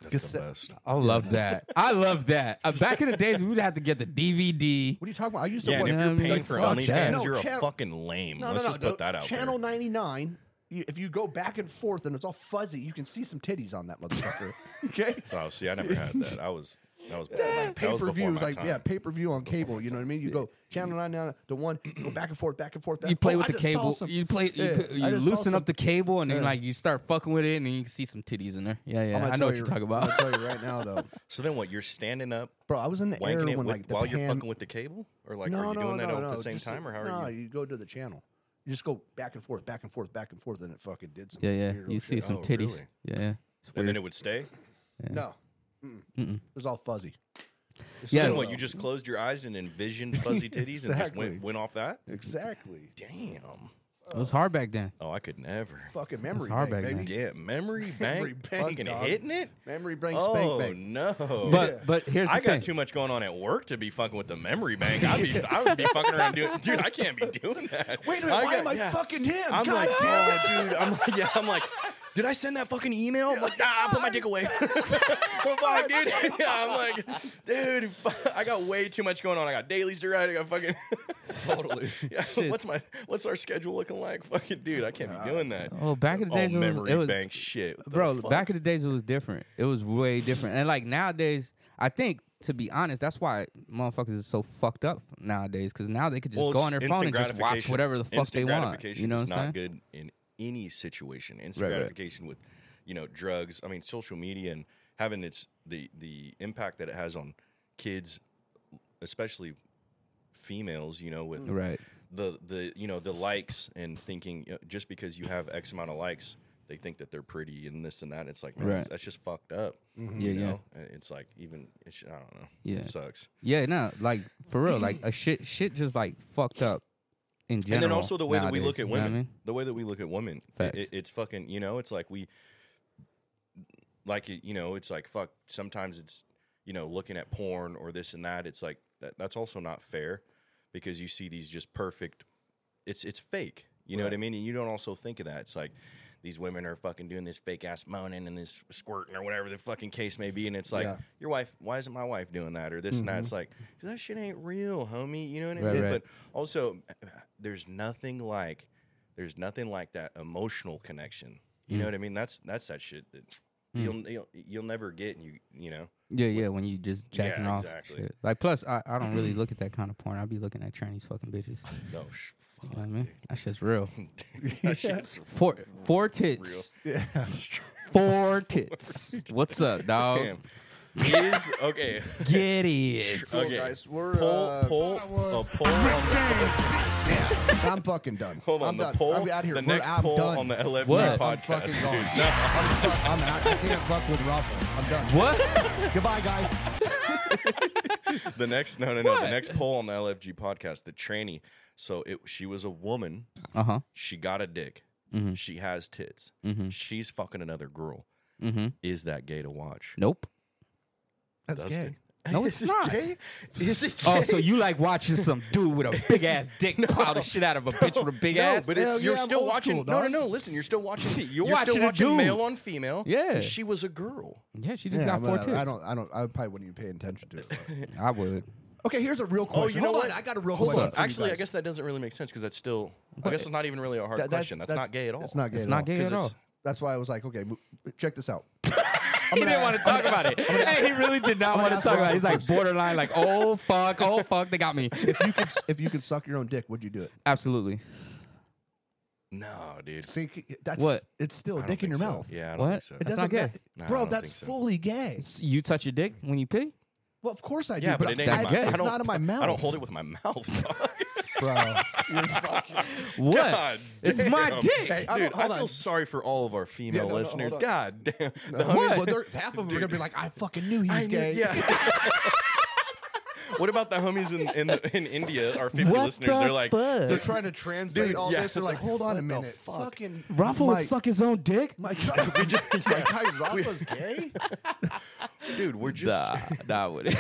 A: That's the
C: cassette-
A: best.
D: I love that. I love that. Uh, back in the days, we would have to get the DVD.
C: What are you talking about? I used to
A: Yeah, and
C: want
A: if you're
D: um,
A: paying
D: like,
A: for
D: fuck
A: OnlyFans,
D: that.
A: you're a
C: channel-
A: fucking lame.
C: No,
A: Let's
C: no, no,
A: just
C: no.
A: put that out
C: Channel
A: there.
C: 99. You, if you go back and forth and it's all fuzzy, you can see some titties on that motherfucker. okay.
A: So Oh, see, I never had that. I was that was
C: That was like
A: that
C: pay
A: was
C: per view.
A: before
C: It was
A: my
C: like,
A: time.
C: yeah, pay per view on cable. You know what I mean? You go channel 99 to one, you go back and forth, back and forth. Back.
D: You play
C: Oh,
D: with
C: I
D: the
C: just saw
D: cable.
C: some-
D: you play. You,
C: yeah,
D: put- you
C: I just saw
D: loosen
C: some-
D: up the cable, and then
C: Yeah.
D: like you start fucking with it, and then you can see some titties in there. Yeah, yeah.
C: I'm gonna
D: I know
C: tell
D: what you're talking about.
C: I'm gonna tell you right now, though,
A: So then what? You're standing up,
C: bro. I was in the air
A: wanking it
C: when
A: with,
C: like the
A: while
C: pan.
A: you're fucking with the cable, or like
C: no,
A: are you
C: no,
A: doing
C: no,
A: that
C: no,
A: at the same
C: just-
A: time, or how
C: no,
A: are you?
C: you go to the channel. You just go back and forth, back and forth, back and forth, and it fucking did some.
D: Yeah, yeah.
C: weird
D: You
C: old
D: see
C: shit.
D: some
A: Oh,
D: titties.
A: really?
D: Yeah, yeah. It's
A: And
D: weird.
A: then it would stay.
C: No, Mm-mm. it was all fuzzy.
A: So
D: Yeah.
A: then what? You just closed your eyes and envisioned fuzzy titties and just
C: Exactly.
A: went went off that.
C: Exactly.
A: Damn.
D: it was hard back then.
A: Oh, I could never.
C: Fucking memory
D: hard
C: bank,
D: back
C: baby.
D: then.
A: Damn, memory
C: Memory
A: bank,
C: bank,
A: fucking
C: dog.
A: hitting it.
C: Memory bank,
A: Oh
C: spank bank.
A: no!
D: But but here's the
A: I
D: thing.
A: got too much going on at work to be fucking with the memory bank. I'd be, I would be fucking around doing, dude. I can't be doing that.
C: Wait a minute,
A: I
C: why
A: got-
C: am I
A: yeah.
C: fucking him?
A: I'm
C: God
A: like,
C: damn it.
A: oh, dude. I'm like, yeah. I'm like, did I send that fucking email? I'm like, nah, I put my dick away. Well, fuck, dude. Yeah, I'm like, dude. fu- I got way too much going on. I got dailies to write. I got fucking. totally. Yeah, what's my What's our schedule looking like? Fucking dude, I
C: Uh,
A: can't be doing that.
D: Oh, back in the days,
A: oh,
D: it was-
A: memory
D: it was-
A: bank shit, What the
D: bro
A: fuck?
D: back in the days it was different it was way different and like nowadays i think to be honest that's why motherfuckers is so fucked up nowadays because now they could just
A: Well,
D: go
A: it's
D: on their phone
A: instant
D: and just watch
A: gratification.
D: whatever the fuck they
A: Instant
D: want
A: gratification
D: you know
A: is
D: what i'm
A: not
D: saying
A: good in any situation. Instant
D: Right, right.
A: gratification with you know drugs. I mean, social media and having its the the impact that it has on kids, especially females. You know, with
D: right
A: the the you know the likes and thinking you know, just because you have X amount of likes, they think that they're pretty and this and that. It's like man,
D: Right.
A: that's just fucked up.
D: Yeah,
A: you
D: yeah.
A: know? And It's like even it's, I don't know.
D: Yeah.
A: it sucks.
D: yeah no like for real like a shit shit just like fucked up in general
A: and then also the way that we
D: nowadays,
A: look at
D: you know what
A: women,
D: I mean?
A: the way that we look at women, it-
D: Facts.
A: it- it's fucking. You know, it's like we, like you know, it's like fuck. Sometimes it's you know looking at porn or this and that. It's like that, that's also not fair because you see these just perfect. It's it's fake. You know what I mean? And you don't also think of that. It's like these women are fucking doing this fake ass moaning and this squirting or whatever the fucking case may be. And it's like
C: Yeah.
A: your wife. Why isn't my wife doing that or this and
D: Mm-hmm.
A: that? It's like 'cause that shit ain't real, homie. You know what I
D: Right,
A: mean?
D: right.
A: But also there's nothing like there's nothing like that emotional connection you know
D: Mm.
A: what i mean that's that's that shit that you'll, you'll you'll never get and you you know
D: yeah yeah when you just jacking off and
A: exactly.
D: shit. like plus I, I don't really look at that kind of porn i'll be looking at chinese fucking bitches you
A: no sh-
D: know what i mean that's just real
A: that shit's
D: four four tits four tits what's up dog
A: damn is okay
D: Get it.
A: okay
C: guys, we're,
A: pull
C: uh,
A: pull a poll on the,
C: I'm fucking done.
A: hold on
C: I'm
A: the
C: done.
A: poll
C: I'm out here.
A: the
C: We're-
A: next
C: I'm
A: poll
C: done.
A: on the LFG
D: What?
C: I'm
A: podcast
C: fucking
A: dude.
C: gone.
A: No.
C: I'm, fuck, I'm out. I can't fuck with Ruffle. I'm done.
D: What?
C: Goodbye, guys.
A: The next no no no the next poll on the LFG podcast the tranny so it she was a woman
D: Uh huh.
A: she got a dick she has tits she's fucking another girl
D: Mm-hmm.
A: is that gay to watch
D: Nope.
C: That's
A: That's
C: gay.
D: No, it's not.
A: Is it?
D: Oh, so you like watching some dude with a big ass dick plow the shit out of a bitch with a big
A: no,
D: ass?
A: but it's,
C: Hell
A: you're
C: Oh, yeah, I'm
A: still
C: old
A: watching.
C: school,
A: no, no,
C: dog.
A: no. Listen, you're still watching.
D: You're
A: you're
D: watching
A: still
D: a
A: watching
D: dude.
A: male on female.
D: Yeah.
A: and she was a girl.
D: yeah, she just
C: Yeah,
D: got four
C: whatever.
D: tits.
C: I don't. I don't. I probably wouldn't even pay attention to it.
D: I would.
C: Okay, here's a real question.
A: Oh, you know
C: Hold on,
A: what?
C: I got a real
A: Hold
C: question.
A: on.
C: for you
A: Actually, I
C: guys.
A: guess that doesn't really make sense because that's still. I guess it's not even really a hard
C: That-
A: question. That's, not gay at all.
C: It's not gay.
D: It's
C: at all.
D: not gay
A: 'cause
D: at all.
A: it's-
C: That's why I was like, okay, mo- check this out.
D: He didn't want to talk about it. Hey, he really did not want to
C: ask
D: talk
C: Rob
D: about it. He's like borderline, like, oh fuck, oh fuck, they got me.
C: If you could, if you could suck your own dick, would you do it?
D: Absolutely.
A: No, dude.
C: See, c- that's
D: What?
C: It's still
A: I
C: a
A: don't
C: dick in your
A: think so.
C: mouth.
A: Yeah, I don't
D: What?
A: think so.
C: It
D: That's not
C: doesn't
D: gay.
C: ma-
A: No, I
C: bro.
A: don't
C: that's
A: think so.
C: fully gay.
D: You touch your dick when you pee?
C: Well, of course I do.
A: Yeah, but
C: I-
A: it ain't
D: That's
A: in my,
D: gay.
A: I
C: It's
A: don't-
C: not in my mouth.
A: I don't hold it with my mouth. dog.
C: bro.
D: What?
A: God
D: it's my
A: damn.
D: dick.
C: Hey, I
A: Dude,
C: don't,
A: I
C: hold
A: feel
C: on.
A: sorry for all of our female
C: no, no,
A: listeners.
C: hold on.
A: God damn. The
C: No,
A: homies-
C: well, they're- half of them are gonna be like, I fucking knew he was
A: I knew-
C: gay.
A: yeah. what about the homies in in, the, in India? Our 50
D: What
A: listeners,
D: the
A: they're like,
D: fuck?
C: They're trying to translate
A: Dude,
C: all
A: yeah.
C: this. They're like, hold on a minute.
A: fuck?
C: Fucking
D: Rafa
C: my,
D: would suck his own dick?
C: My guy, my guy Rafa's gay.
A: dude, we're just.
D: nah, I wouldn't.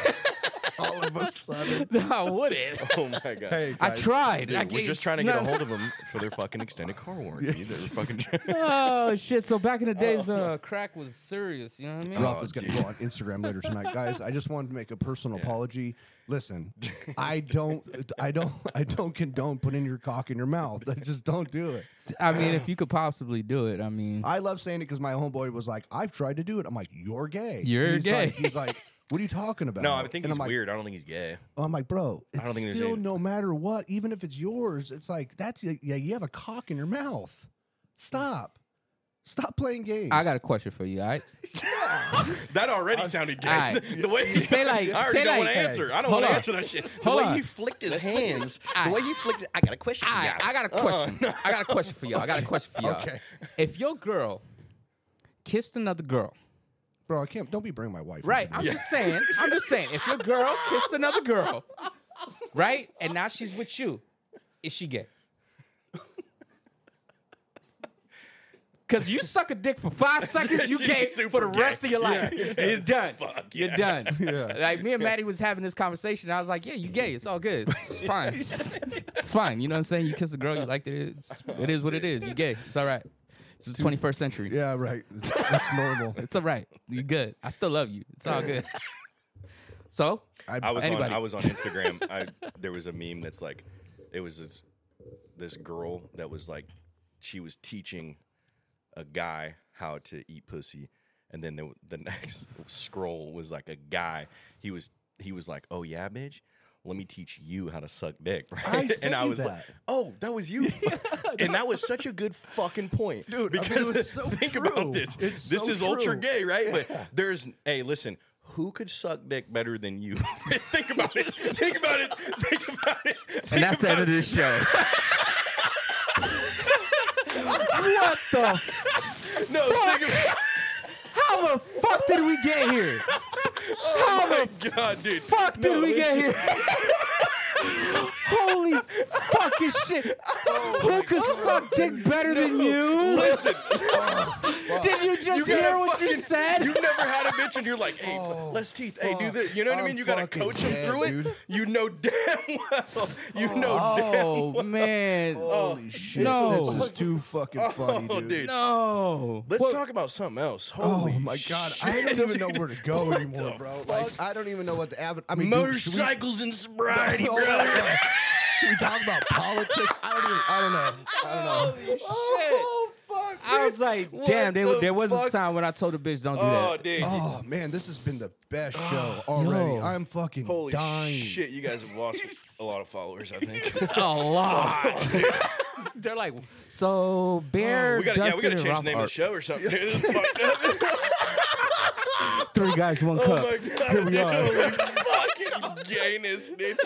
C: All of a sudden.
D: nah, I wouldn't.
A: Oh my god.
C: Hey,
D: I
C: guys.
D: tried.
A: Dude,
D: I
A: we're
D: can't-
A: just trying to get a
D: no.
A: hold of them for their fucking extended car warranty. They're fucking trying-
D: Oh shit! So back in the days, uh, crack was serious. You know what I mean?
A: Oh,
C: Rafa's gonna go on Instagram later tonight, guys. I just wanted to make a personal apology. Listen, I don't, I don't, I don't condone putting your cock in your mouth. I just don't do it.
D: I mean, if you could possibly do it, I mean,
C: I love saying it because my homeboy was like, "I've tried to do it." I'm like, "You're gay."
D: You're
C: And he's
D: gay.
C: Like, he's like, "What are you talking about?"
A: No, I think
C: And
A: he's
C: I'm like, "Oh,
A: weird. I don't think he's gay.
C: I'm like, "Bro, it's
A: don't think there's
C: still
A: any-
C: no matter what, even if it's yours, it's like that's yeah, you have a cock in your mouth. Stop, stop playing games."
D: I got a question for you. All right.
A: That already sounded gay.
D: Alright.
A: The way he
D: Say like-
A: I already
D: say like-
A: don't want to answer. I don't
D: Hold
A: want to
D: on.
A: answer that shit. The
D: Hold
A: way
D: on.
A: he flicked his hands. The
D: Alright.
A: way he flicked. it- I got a question.
D: All right,
A: Yeah.
D: I got a question. I got a question for y'all. I got a question for y'all.
C: Okay.
D: If your girl kissed another girl,
C: bro. I can't. Don't be bringing my wife. into
D: right?
C: this.
D: I'm just saying. I'm just saying. If your girl kissed another girl, right? And now she's with you, is she gay? Cause you suck a dick for five seconds, you
A: She's
D: gay for
A: super
D: the rest
A: gay.
D: of your life.
A: Yeah,
D: It's done.
A: Fuck,
D: You're
A: yeah.
D: done. Like me and Maddie was having this conversation. I was like, "Yeah, you gay. It's all good. It's, it's fine. it's fine. You know what I'm saying? You kiss a girl, you like it. It's, it is what it is. You gay. It's all right. It's the 21st century.
C: Yeah, right. It's, that's normal.
D: It's all right. You good. I still love you. It's all good. So
A: I was on,
D: Anybody.
A: I was on Instagram. I, there was a meme that's like, it was this this girl that was like, she was teaching a guy how to eat pussy, and then the, the next scroll was like a guy. He was he was like, oh yeah, bitch. Let me teach you how to suck dick, right?
C: I sent
A: and I
C: you
A: was like,
C: that.
A: "Oh, that was you," and that was such a good fucking point, dude.
C: I mean, it
A: Because
C: was so
A: think
C: true.
A: about this:
C: It's
A: this
C: so
A: is ultra
C: true.
A: gay, right? But there's, hey, listen, who could suck dick better than you? think about it. Think about it. Think about it.
D: and that's the end of this show. what the?
A: No, think about
D: How the fuck did we get here? How the
A: it. God, dude.
D: fuck did
A: No,
D: we get
A: it's-
D: here? Holy fucking shit! Who could suck dick better than you?
A: Listen,
D: Did you just
A: gotta
D: hear what you
A: fucking-
D: said?
A: You never had a bitch, and you're like, "Hey, less teeth. Hey, do this." You know what I
C: Oh, I'm
A: mean? You gotta
C: fucking
A: coach him
C: dead,
A: through
C: dude.
A: it. You know damn well. You know
D: oh man!
C: Holy shit!
D: no.
C: This is too fucking funny,
A: damn,
C: dude.
A: Oh, dude.
D: No.
A: Let's talk about something else.
C: Oh
A: Holy
C: my god! I don't even know where to go anymore, bro. Like I don't even know what the avenue. I mean, dude, should we-
A: motorcycles and sobriety,
C: Oh,
A: brother.
C: yeah. Should we talk about politics? I don't even. I don't know. I don't know.
D: Holy shit!
A: Oh fuck!
D: I was like, damn, they,
A: the
D: there was a
A: fuck?
D: time when I told a bitch, don't do
A: Oh,
D: that.
A: dude.
C: Oh man, this has been the best show already.
D: Yo.
C: I'm fucking
A: Ah, Holy
C: dying.
A: shit, you guys have lost a lot of followers, I think.
D: A lot. They're like, so Bear,
A: Oh, we gotta, yeah, we
D: Dustin,
A: gotta
D: and uh,
A: change the
D: Ralph
A: name of
D: are
A: the show or something. Dude. This is fucked up.
D: Three guys, one cup.
A: oh my god.
D: Here we
A: dude.
D: are.
A: Holy fucking gayness, dude.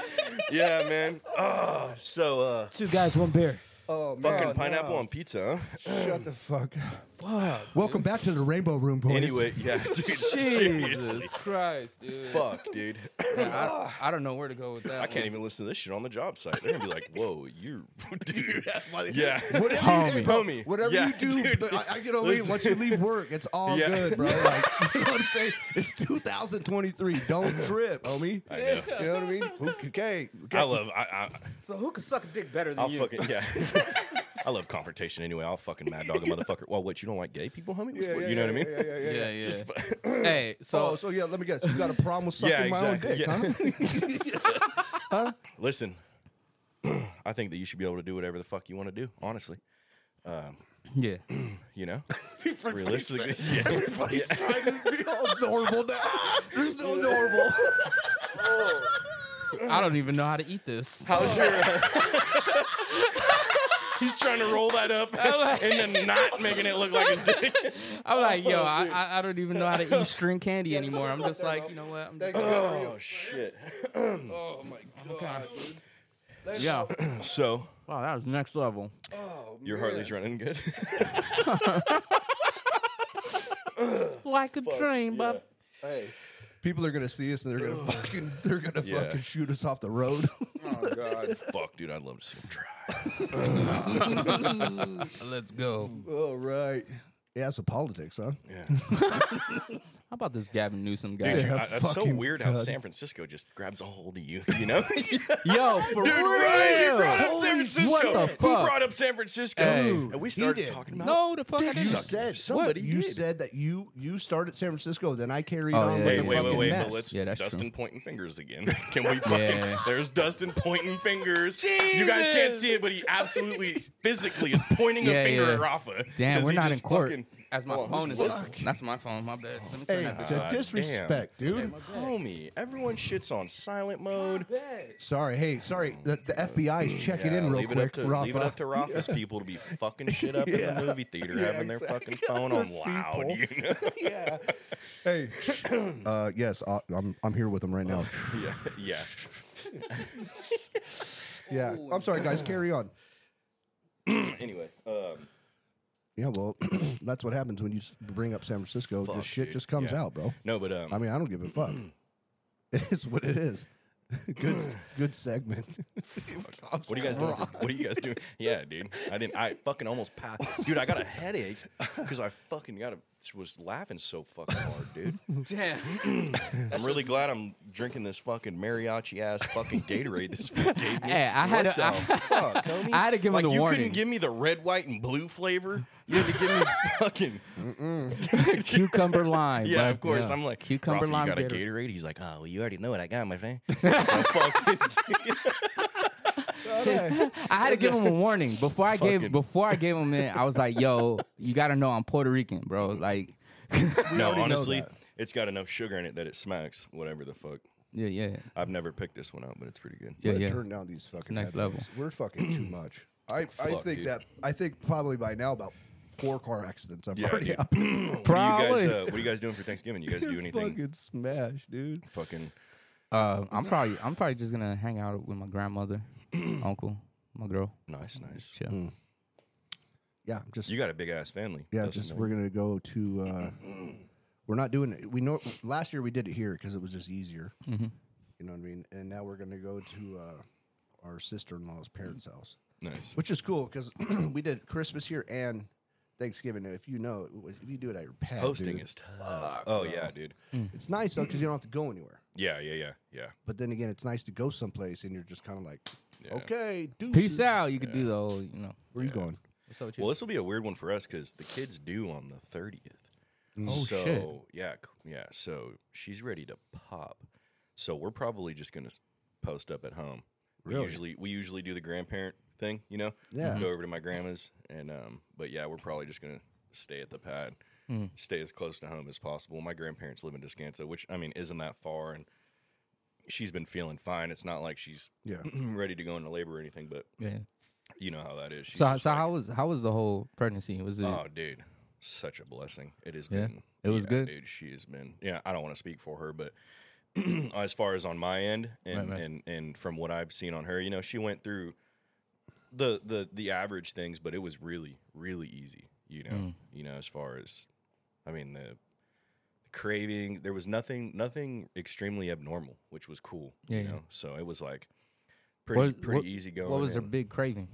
A: Yeah, man. Oh, so uh
D: Two guys, one bear.
C: Oh man,
A: fucking pineapple on pizza, huh?
C: shut the fuck. up. Welcome back to the Rainbow Room, boys.
A: Anyway, yeah, dude. seriously.
D: Christ, dude.
A: Fuck, dude.
D: I, I don't know where to go with that.
A: I can't even listen to this shit on the job site. They're gonna be like, "Whoa, you're, dude, yeah,
C: Whatever you do,
D: Homie.
C: bro,
A: Homie.
C: whatever
A: Yeah,
C: you do,
A: dude.
C: but I, I get over it. Once you leave work, it's all
A: Yeah.
C: good, bro. Like, you know what I'm saying? It's 2023. Don't trip, homie.
A: I know.
C: You know what I mean? Okay, okay.
A: I love. I, I,
D: So who could suck a dick better than
A: I'll
D: you?
A: fucking yeah. I I love confrontation anyway. I'll fucking mad dog a motherfucker. Well, what you don't like gay people, homie? What's- what- you know what I mean?
C: Yeah, yeah, yeah. yeah.
D: yeah, yeah. hey, so,
C: oh, so yeah, let me guess. You got a problem with sucking
A: Yeah,
C: my own
A: exactly.
C: dick, huh?
A: Listen, I think that you should be able to do whatever the fuck you want to do. Honestly,
D: yeah,
A: you know, realistically, yeah.
C: Everybody's trying to be all normal now. There's no normal.
D: I don't even know how to eat this.
A: How's your? He's trying to roll that up
D: like-
A: and then not making it look like his dick.
D: I'm like,
A: Oh,
D: yo, I, I, I don't even know how to eat string candy anymore. I'm just like, you know what? I'm just,
A: oh shit!
C: Oh my god. dude. That's-
D: yo,
A: So
D: wow, that was next level.
C: oh,
A: your
C: man.
A: Harley's running good.
D: Like a dream, but
C: Hey. People are gonna see us and they're gonna fucking they're gonna
A: Yeah.
C: fucking shoot us off the road.
D: oh god,
A: Fuck, dude, I'd love to see him try.
D: let's go.
C: All right. Yeah, so politics, huh?
A: Yeah.
D: How about this Gavin Newsom guy?
A: Dude,
C: Yeah,
A: I- that's so
C: fucking
A: weird how
C: God.
A: San Francisco just grabs a hold of you. You know,
D: Yo, for
A: Dude,
D: real.
A: right? You brought up San
D: Holy-
A: Francisco.
D: What the
A: Who
D: fuck?
A: brought up San Francisco?
D: Hey,
A: and we started talking about
D: no, the fuck I
A: you
D: didn't.
A: suck. said- somebody
C: you
A: did.
C: said that you you started San Francisco, then I carried
D: Oh,
C: on
D: yeah,
C: with
A: Wait,
C: the
A: wait, wait,
C: fucking
A: wait,
C: mess.
A: but let's
D: Yeah, that's true.
A: Dustin pointing fingers again. Can we fucking
D: Yeah.
A: there's Dustin pointing fingers. You guys can't
D: Jesus.
A: see it, but he absolutely physically is pointing
D: Yeah,
A: a finger
D: yeah.
A: at Rafa.
D: Damn,
A: 'cause
D: we're
A: he
D: not in
A: just
D: court.
A: fucking-
D: As my
A: Oh,
D: phone is
A: who's-
D: just, that's my phone. My bad. Let me turn
C: Hey,
D: that back.
C: the
A: God
C: disrespect, dude.
A: Homie, everyone shits on silent mode.
C: Sorry, hey, sorry. The, the FBI is checking in
A: Mm. Yeah,
C: real
A: leave
C: quick.
A: It up to, Leave it
C: Rafa.
A: up to Rafa's people to be fucking shit up in the movie theater, having their
C: exactly.
A: fucking phone
C: Other
A: on loud.
C: people.
A: You know?
C: yeah. Hey. uh, yes, uh, I'm I'm here with him right now.
A: yeah, yeah.
C: yeah. I'm sorry, guys. Carry on.
A: Anyway, um,
C: Yeah. Well, that's what happens when you s- bring up San Francisco.
A: Fuck,
C: just shit
A: dude.
C: just comes
A: Yeah.
C: out, bro.
A: no, but um,
C: I mean, I don't give a fuck. it is what it is. good, s- good segment. I'm
A: What are you guys
C: sorry.
A: doing? for- what are you guys doing? Yeah, dude. I didn't. I fucking almost passed. Dude, I got a headache because I fucking got a was laughing so fucking hard, dude. I'm really glad I'm drinking this fucking mariachi ass fucking Gatorade. This fool gave me.
D: Hey, I had
A: What
D: to-
A: the
D: I-
A: fuck, homie?
D: I had to give him
A: like,
D: the
A: you
D: warning.
A: couldn't give me the red, white, and blue flavor. You had to give me fucking.
D: Cucumber lime.
A: Yeah,
D: bro.
A: of course. I'm like,
D: Cucumber
A: Rafa, you
D: lime
A: got a
D: Gatorade.
A: Gatorade? He's like, oh, well, you already know what I got, my friend. I fucking-
D: I had to give him a warning before I gave
A: Fucking-
D: before I gave him it. I was like, "Yo, you gotta know I'm Puerto Rican, bro." Like,
A: no,
C: already know
A: honestly,
C: that.
A: it's got enough sugar in it that it smacks whatever the fuck.
D: yeah, yeah,
A: I've never picked this one out, but it's pretty good.
D: yeah,
C: Gotta
D: yeah.
C: Turn down these fucking
D: next
C: headphones. We're fucking too much. I, I
A: Fuck,
C: think
A: dude.
C: that I think probably by now about four car accidents. I've
A: Yeah,
C: already
A: dude.
C: up.
A: What are you guys?
D: Probably.
A: Uh, what are you guys doing for Thanksgiving? You guys do anything?
C: Fucking smash, dude.
A: Fucking.
D: Uh, I'm probably I'm probably just gonna hang out with my grandmother, uncle, my girl.
A: nice, nice.
D: Chill.
C: Yeah, just
A: You got a big ass family.
C: yeah,
A: Dustin,
C: just
A: don't
C: we're gonna go to. Uh, we're not doing it. We know last year we did it here because it was just easier.
D: Mm-hmm.
C: You know what I mean. And now we're gonna go to uh, our sister in law's parents' house,
A: you? Nice.
C: which is cool because we did Christmas here and Thanksgiving. And if you know, if you do it at your pad,
A: Hosting
C: dude,
A: is tough. Oh yeah, dude.
C: it's nice though because you don't have to go anywhere.
A: Yeah, yeah, yeah, yeah.
C: But then again, it's nice to go someplace and you're just kind of like,
A: Yeah.
C: okay,
D: Peace
C: deuces.
D: out. You could do the whole, you know.
C: Where you going?
D: What's up with you?
A: Well, this will be a weird one for us because the kids due on the thirtieth.
D: Oh,
A: so,
D: shit.
A: Yeah, c- yeah. So she's ready to pop. So we're probably just gonna s- post up at home.
C: Really?
A: We usually we usually do the grandparent thing, you know.
C: Yeah.
A: Go over to my grandma's, and um, but yeah, we're probably just gonna stay at the pad,
D: Hmm.
A: stay as close to home as possible. My grandparents live in Descanso, which I mean isn't that far, and she's been feeling fine. It's not like she's
C: Yeah.
A: ready to go into labor or anything, but
D: yeah.
A: you know how that is. She's
D: So
A: just
D: so
A: like,
D: how was how was the whole pregnancy? Was it?
A: Oh, dude, such a blessing. It has
D: Yeah?
A: been.
D: It was
A: yeah,
D: good?
A: dude. She has been. Yeah, I don't want to speak for her, but as far as on my end, and
D: right.
A: and and from what I've seen on her, you know, she went through the the the average things, but it was really really easy. You know,
D: Mm.
A: you know, as far as I mean the. Craving, there was nothing, nothing extremely abnormal, which was cool.
D: Yeah,
A: you
D: yeah.
A: know, so it was like pretty,
D: what-
A: pretty
D: what-
A: easy going.
D: What was her
A: and
D: big craving?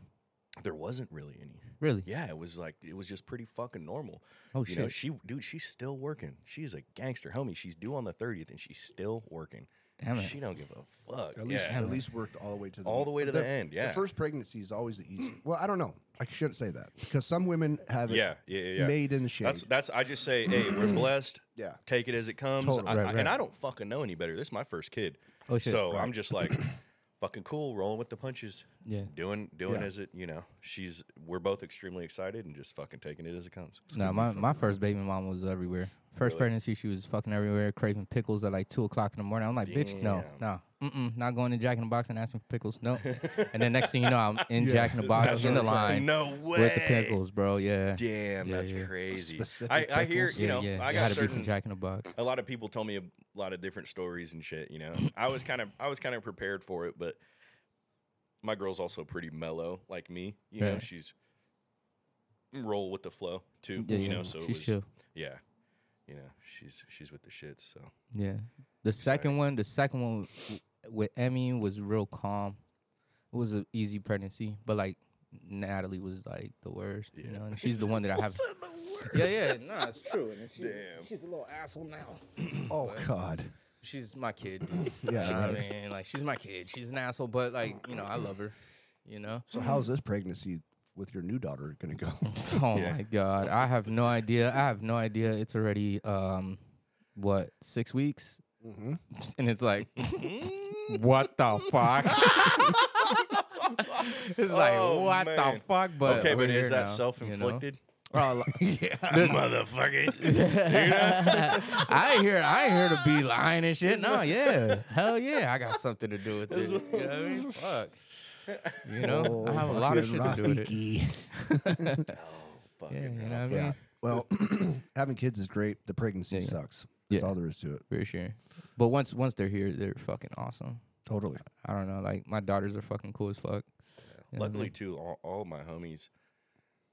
A: There wasn't really any.
D: Really?
A: Yeah, it was like it was just pretty fucking normal.
D: Oh,
A: you know,
D: shit.
A: she dude, she's still working. She's a gangster, homie. She's due on the thirtieth, and she's still working.
D: Damn it.
A: She don't give a fuck.
C: At least,
A: yeah.
C: at least worked all the way to the
A: All the way to the end, yeah.
C: the first pregnancy is always the easiest. Well, I don't know. I shouldn't say that because some women have it
A: yeah, yeah, yeah, yeah.
C: made in the shade.
A: That's that's. I just say, hey, we're blessed.
C: Yeah.
A: take it as it comes.
C: Totally.
A: I,
D: Right,
A: I-
D: right.
A: And I don't fucking know any better. This is my first kid.
D: Oh, shit.
A: So I'm just like, fucking cool, rolling with the punches.
D: Yeah.
A: Doing doing
C: Yeah.
A: as it you know. She's we're both extremely excited and just fucking taking it as it comes.
D: No, my, my first baby mom was everywhere. First pregnancy, she was fucking everywhere, craving pickles at like two o'clock in the morning. I'm like, bitch, no, no, mm-mm, not going to Jack in the Box and asking for pickles. No. and then next thing you know, I'm in Jack in the Box
A: That's
D: in
A: what
D: the
A: I'm
D: line
A: saying. No
D: with the
A: way.
D: pickles, bro. Yeah.
A: Damn,
D: Yeah,
A: that's
D: yeah.
A: crazy.
C: Specific
A: I, I hear
C: pickles?
A: you
D: yeah,
A: know.
D: yeah.
A: I
D: It
A: got
D: had to be from
A: certain. Uh,
D: Jack in the Box.
A: a lot of people told me a lot of different stories and shit. You know, I was kind of I was kind of prepared for it, but my girl's also pretty mellow, like me. You know,
D: Right.
A: she's roll with the flow too.
D: Yeah,
A: you
D: yeah.
A: know, so it
D: She's
A: was,
D: chill.
A: yeah, you know, she's she's with the shit. So
D: Yeah. The second one, the second one w- with Emmy was real calm. It was an easy pregnancy, but like Natalie was like the worst. You know, and she's the one that I have. Yeah, yeah, no, it's true. And she's, she's a little asshole now.
C: oh God.
D: She's my kid. dude.
C: Yeah.
D: Like, I mean, like she's my kid. She's an asshole, but like you know, I love her. You know.
C: So how's this pregnancy with your new daughter going to go?
D: Oh my god, I have no idea. I have no idea. It's already um, what six weeks,
A: Mm-hmm.
D: and it's like, what the fuck? it's like
A: Oh,
D: what the
A: man.
D: fuck? But
A: okay,
D: we're
A: but is
D: here now, you
A: that
D: know? Oh,
A: self inflicted?
D: This-
A: Motherfucker.
D: I ain't here. I ain't here to be lying and shit. No, yeah, hell yeah, I got something to do with it. You know what I mean? Fuck. You know, I
A: Oh,
D: have a lot of shit to do with it.
A: Fucking
D: Yeah, you know
A: hell.
D: what I mean?
C: Yeah. Well, having kids is great. The pregnancy
D: Yeah, yeah.
C: sucks. That's
D: Yeah.
C: all there is to it.
D: For sure. But once once they're here, they're fucking awesome.
C: Totally.
D: I don't know, like my daughters are fucking cool as fuck. You know what I
A: Luckily,
D: mean?
A: too, all, all my homies.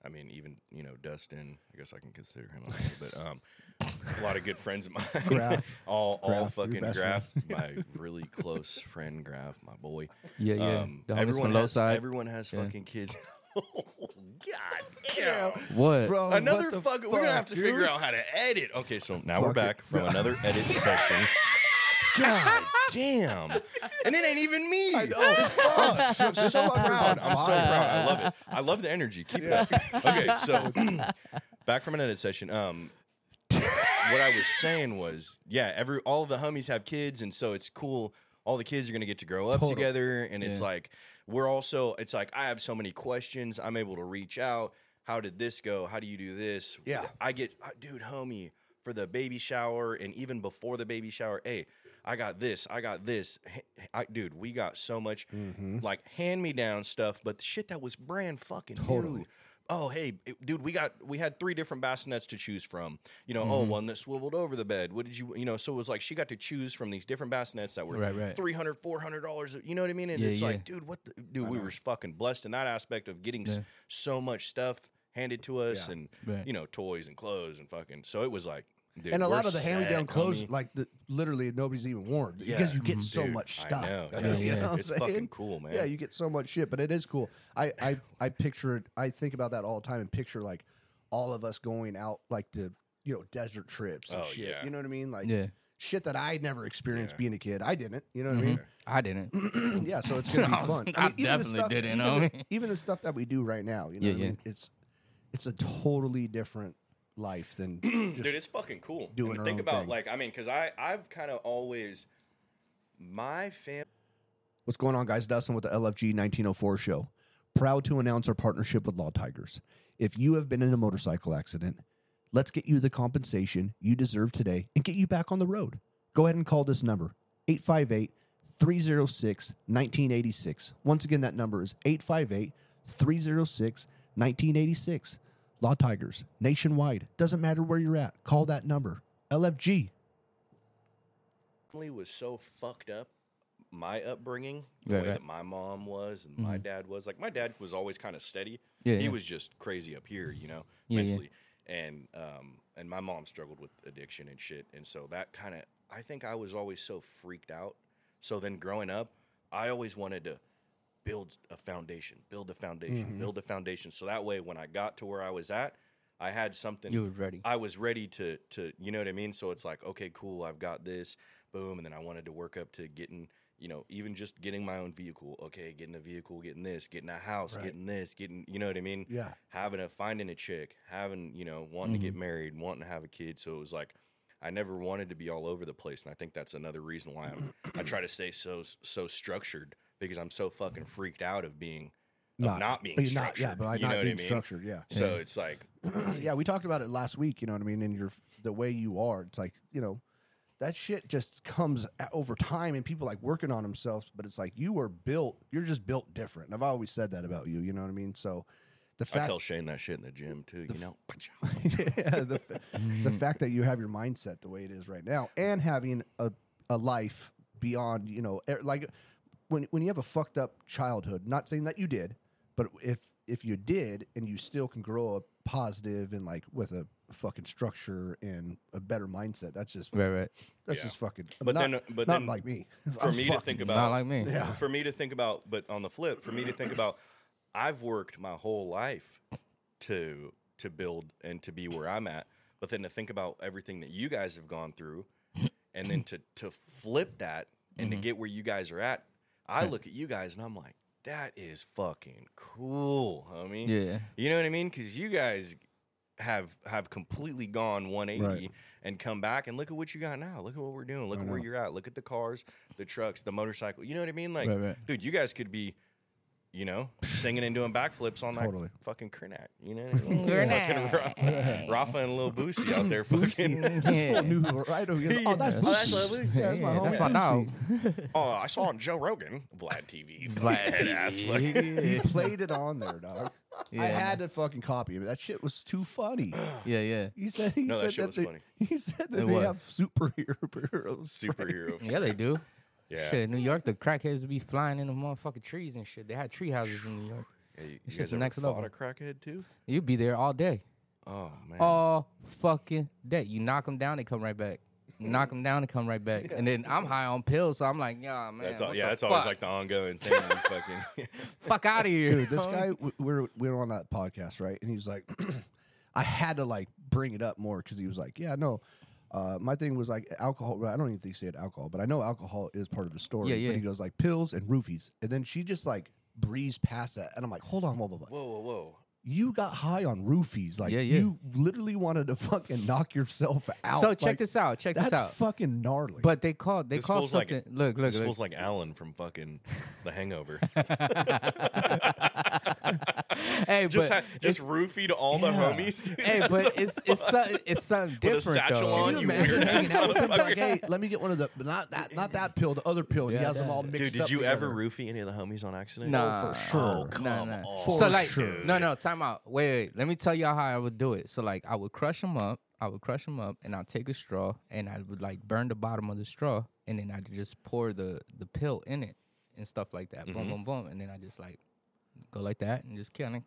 A: I mean, even you know Dustin. I guess I can consider him, a homie, but um, a lot of good friends of mine.
C: Graph.
A: all all
C: Graph, your
A: fucking
C: best
A: Graph, my really close friend Graph, my boy.
D: yeah, yeah.
A: Um,
D: the homies
A: everyone
D: from low
A: has,
D: side.
A: Everyone has
D: Yeah.
A: fucking kids. oh, God damn.
D: Oh, what?
A: Another fucking. we're gonna have to figure out how to edit. Okay, so now we're back from another edit session. God damn! And it ain't even me. oh, I'm so proud. I'm so proud. I love it. I love the energy. Keep it up. Okay, so back from an edit session. Um, what I was saying was, yeah, every all of the homies have kids, and so it's cool. All the kids are gonna get to grow up together, and it's
D: Yeah.
A: like we're also. It's like I have so many questions. I'm able to reach out. How did this go? How do you do this?
C: Yeah.
A: I get, uh, dude, homie, for the baby shower, and even before the baby shower, hey, I got this. I got this. H- I, dude, we got so much
C: Mm-hmm.
A: like hand me down stuff, but the shit that was brand fucking totally. New. Oh hey, it- dude, we got we had three different bassinets to choose from. You know,
C: Mm-hmm.
A: oh one that swiveled over the bed. What did you you know? So it was like she got to choose from these different bassinets that were
D: Right, right.
A: three hundred, four hundred dollars. You know what I mean? And
D: Yeah,
A: it's like,
D: yeah.
A: dude, what the dude? We were fucking blessed in that aspect of getting s-
D: Yeah.
A: so much stuff handed to us, and
D: Right.
A: you know, toys and clothes and fucking. So it was like, dude,
C: And a
A: we're
C: lot of the
A: set,
C: hand-me-down clothes,
A: homie.
C: like the, literally nobody's even worn because
A: Yeah. Mm-hmm.
C: you get so
A: Dude,
C: much
A: I
C: stuff.
A: know.
C: I
A: Yeah,
C: mean, you
D: yeah.
C: know what I'm
A: It's fucking
C: saying?
A: cool, man.
C: Yeah, you get so much shit, but it is cool. I, I, I picture it. I think about that all the time and picture like all of us going out like the you know desert trips and
A: Oh,
C: shit.
A: yeah.
C: You know what I mean? Like
D: Yeah.
C: shit that I never experienced
A: Yeah.
C: being a kid. I didn't. You know what
D: mm-hmm. I didn't.
C: I mean? yeah. So it's gonna
D: I
C: be
D: was-
C: fun.
D: I
C: mean, even the
D: definitely didn't,
C: Even,
D: homie.
C: the- even the stuff that we do right now. You know,
D: Yeah,
C: what I
D: yeah.
C: mean? it's it's a totally different life than just
A: dude it's fucking cool
C: doing
A: And
C: her
A: think
C: own
A: about
C: thing.
A: like i mean because i i've kind of always my family
C: What's going on, guys? Dustin with the LFG 1904 show. Proud to announce our partnership with Law Tigers. If you have been in a motorcycle accident, let's get you the compensation you deserve today and get you back on the road. Go ahead and call this number 858 306 1986. Once again, that number is 858 306 1986. Law Tigers, nationwide. Doesn't matter where you're at. Call that number. LFG.
A: was so fucked up my upbringing the
D: Right,
A: way
D: right.
A: that my mom was and
C: Mm-hmm.
A: my dad was like my dad was always kind of steady
D: Yeah,
A: he
D: yeah.
A: was just crazy up here you know
D: Yeah, yeah.
A: mentally and um and my mom struggled with addiction and shit and so that kind of i think i was always so freaked out so then growing up i always wanted to build a foundation build a foundation
D: Mm-hmm.
A: build a foundation so that way when i got to where i was at i had something
D: You were ready.
A: I was ready to to you know what I mean. So it's like okay, cool, I've got this. boom, and then I wanted to work up to getting, you know, even just getting my own vehicle. Okay, getting a vehicle, getting this, getting a house,
C: Right.
A: getting this, getting, you know what I mean?
C: Yeah.
A: Having a finding a chick, having, you know, wanting
C: Mm-hmm.
A: to get married, wanting to have a kid. So it was like I never wanted to be all over the place, and I think that's another reason why I'm, I try to stay so so structured because I'm so fucking freaked out of being of not, being
C: you're
A: structured.
C: yeah, but I
A: you know
C: not
A: what I
C: being
A: mean?
C: structured. Yeah.
A: So it's like
C: yeah, we talked about it last week. You know what I mean? And your the way you are, it's like you know that shit just comes a- over time, and people like working on themselves. But it's like you are built. You're just built different. And I've always said that about you. You know what I mean? So the
A: I
C: fact,
A: tell Shane that shit in the gym too. You know,
C: yeah, the, fa-
D: Mm-hmm.
C: the fact that you have your mindset the way it is right now, and having a a life beyond, you know, e- like when when you have a fucked up childhood. Not saying that you did, but if if you did, and you still can grow up positive and like with a fucking structure and a better mindset, that's just
D: Right, right.
C: that's
A: Mm, Yeah.
C: just fucking.
A: But
C: not,
A: then- uh, but
C: not
A: then
C: like me.
A: for me to think about
D: Not like me.
A: Yeah. For me to think about, but on the flip, for me to think about, I've worked my whole life to to build and to be where I'm at. But then to think about everything that you guys have gone through, and then to to flip that and
C: Mm-hmm.
A: to get where you guys are at, I look at you guys and I'm like, that is fucking cool, homie.
D: Yeah.
A: You know what I mean? Because you guys have have completely gone 180 and come back and look at what you got now. Look at what we're doing. Look at where you're at. Look at the cars, the trucks, the motorcycle. You know what I mean? Like,
D: Right, right.
A: dude, you guys could be, you know, singing and doing backflips on
C: Totally.
A: that fucking Kernak. You know what I mean? Fucking Rafa, Rafa and Lil Boosie out there fucking.
D: Yeah.
C: New, right over here. Oh, that's
A: Oh, that's
C: Boosie.
A: what I lose.
C: Yeah, that's my,
D: Yeah, that's
C: homie
D: my
C: Boosie.
D: dog.
A: Oh, I saw on Joe Rogan, Vlad TV.
D: Vlad
A: Headass
D: TV.
A: fucking-
C: He played it on there, dog. I
D: Yeah.
C: had to fucking copy him. That shit was too funny.
D: Yeah, yeah.
C: He said he
A: No, that
C: said
A: shit was
C: they,
A: funny.
C: He said that
D: It
C: they
D: was.
C: have superheroes.
A: Superhero.
D: Yeah, they do.
A: Yeah.
D: Shit, New York, the crackheads would be flying in the motherfucking trees and shit. They had tree houses in New York.
A: Hey, you
D: shit's
A: guys
D: the
A: ever
D: next
A: fought
D: level.
A: a crackhead too?
D: You'd be there all day.
A: Oh man.
D: all fucking day. You knock them down, they come right back. Knock them down, they come right back. And then I'm high on pills, so I'm like, yeah, man.
A: That's all,
D: what
A: yeah,
D: the
A: that's
D: fuck?
A: always like the ongoing thing. I'm fucking,
D: fuck out of here,
C: Dude, this guy, we we were, we were on that podcast, right? And he was like, I had to like bring it up more because he was like, yeah, no. Uh, my thing was like alcohol. well, I don't even think he said alcohol, but I know alcohol is part of the story.
D: Yeah, yeah.
C: But he goes like pills and roofies, and then she just like breezed past that, and I'm like, hold on, blah blah blah.
A: whoa, whoa, whoa.
C: You got high on roofies, like
D: Yeah, yeah.
C: you literally wanted to fucking knock yourself out.
D: So check
C: Like,
D: this out. Check
C: That's
D: this out.
C: fucking gnarly.
D: but they called. They
A: This
D: called
A: fool's like
D: something.
A: a-
D: look, look,
A: This
D: look.
A: feels like Alan from fucking The Hangover.
D: hey,
A: just
D: but
A: ha- just roofied all the
C: Yeah.
A: homies. dude.
D: hey, but it's it's something it's something
A: a
D: different
A: satchel
D: though.
C: Can
A: on, you
C: you imagine
A: weird
C: hanging out with him? Like,
A: motherfucker.
C: hey, let me get one of the not that not that pill, the other pill. And he
D: Yeah,
C: has them
D: that-
C: all mixed
A: Dude, did
C: up
A: you ever
C: together.
A: roofie any of the homies on accident?
D: Nah.
A: Oh, for sure.
C: Oh,
A: come
D: No, no.
A: on.
C: For
D: so like,
C: sure.
D: no, no, time out. Wait, wait. Let me tell y'all how I would do it. So like, I would crush them up. I would crush them up, and I'd take a straw, and I would like burn the bottom of the straw, and then I'd just pour the the pill in it and stuff like that.
A: Mm-hmm.
D: Boom, boom, boom, and then I just like go like that and just kind of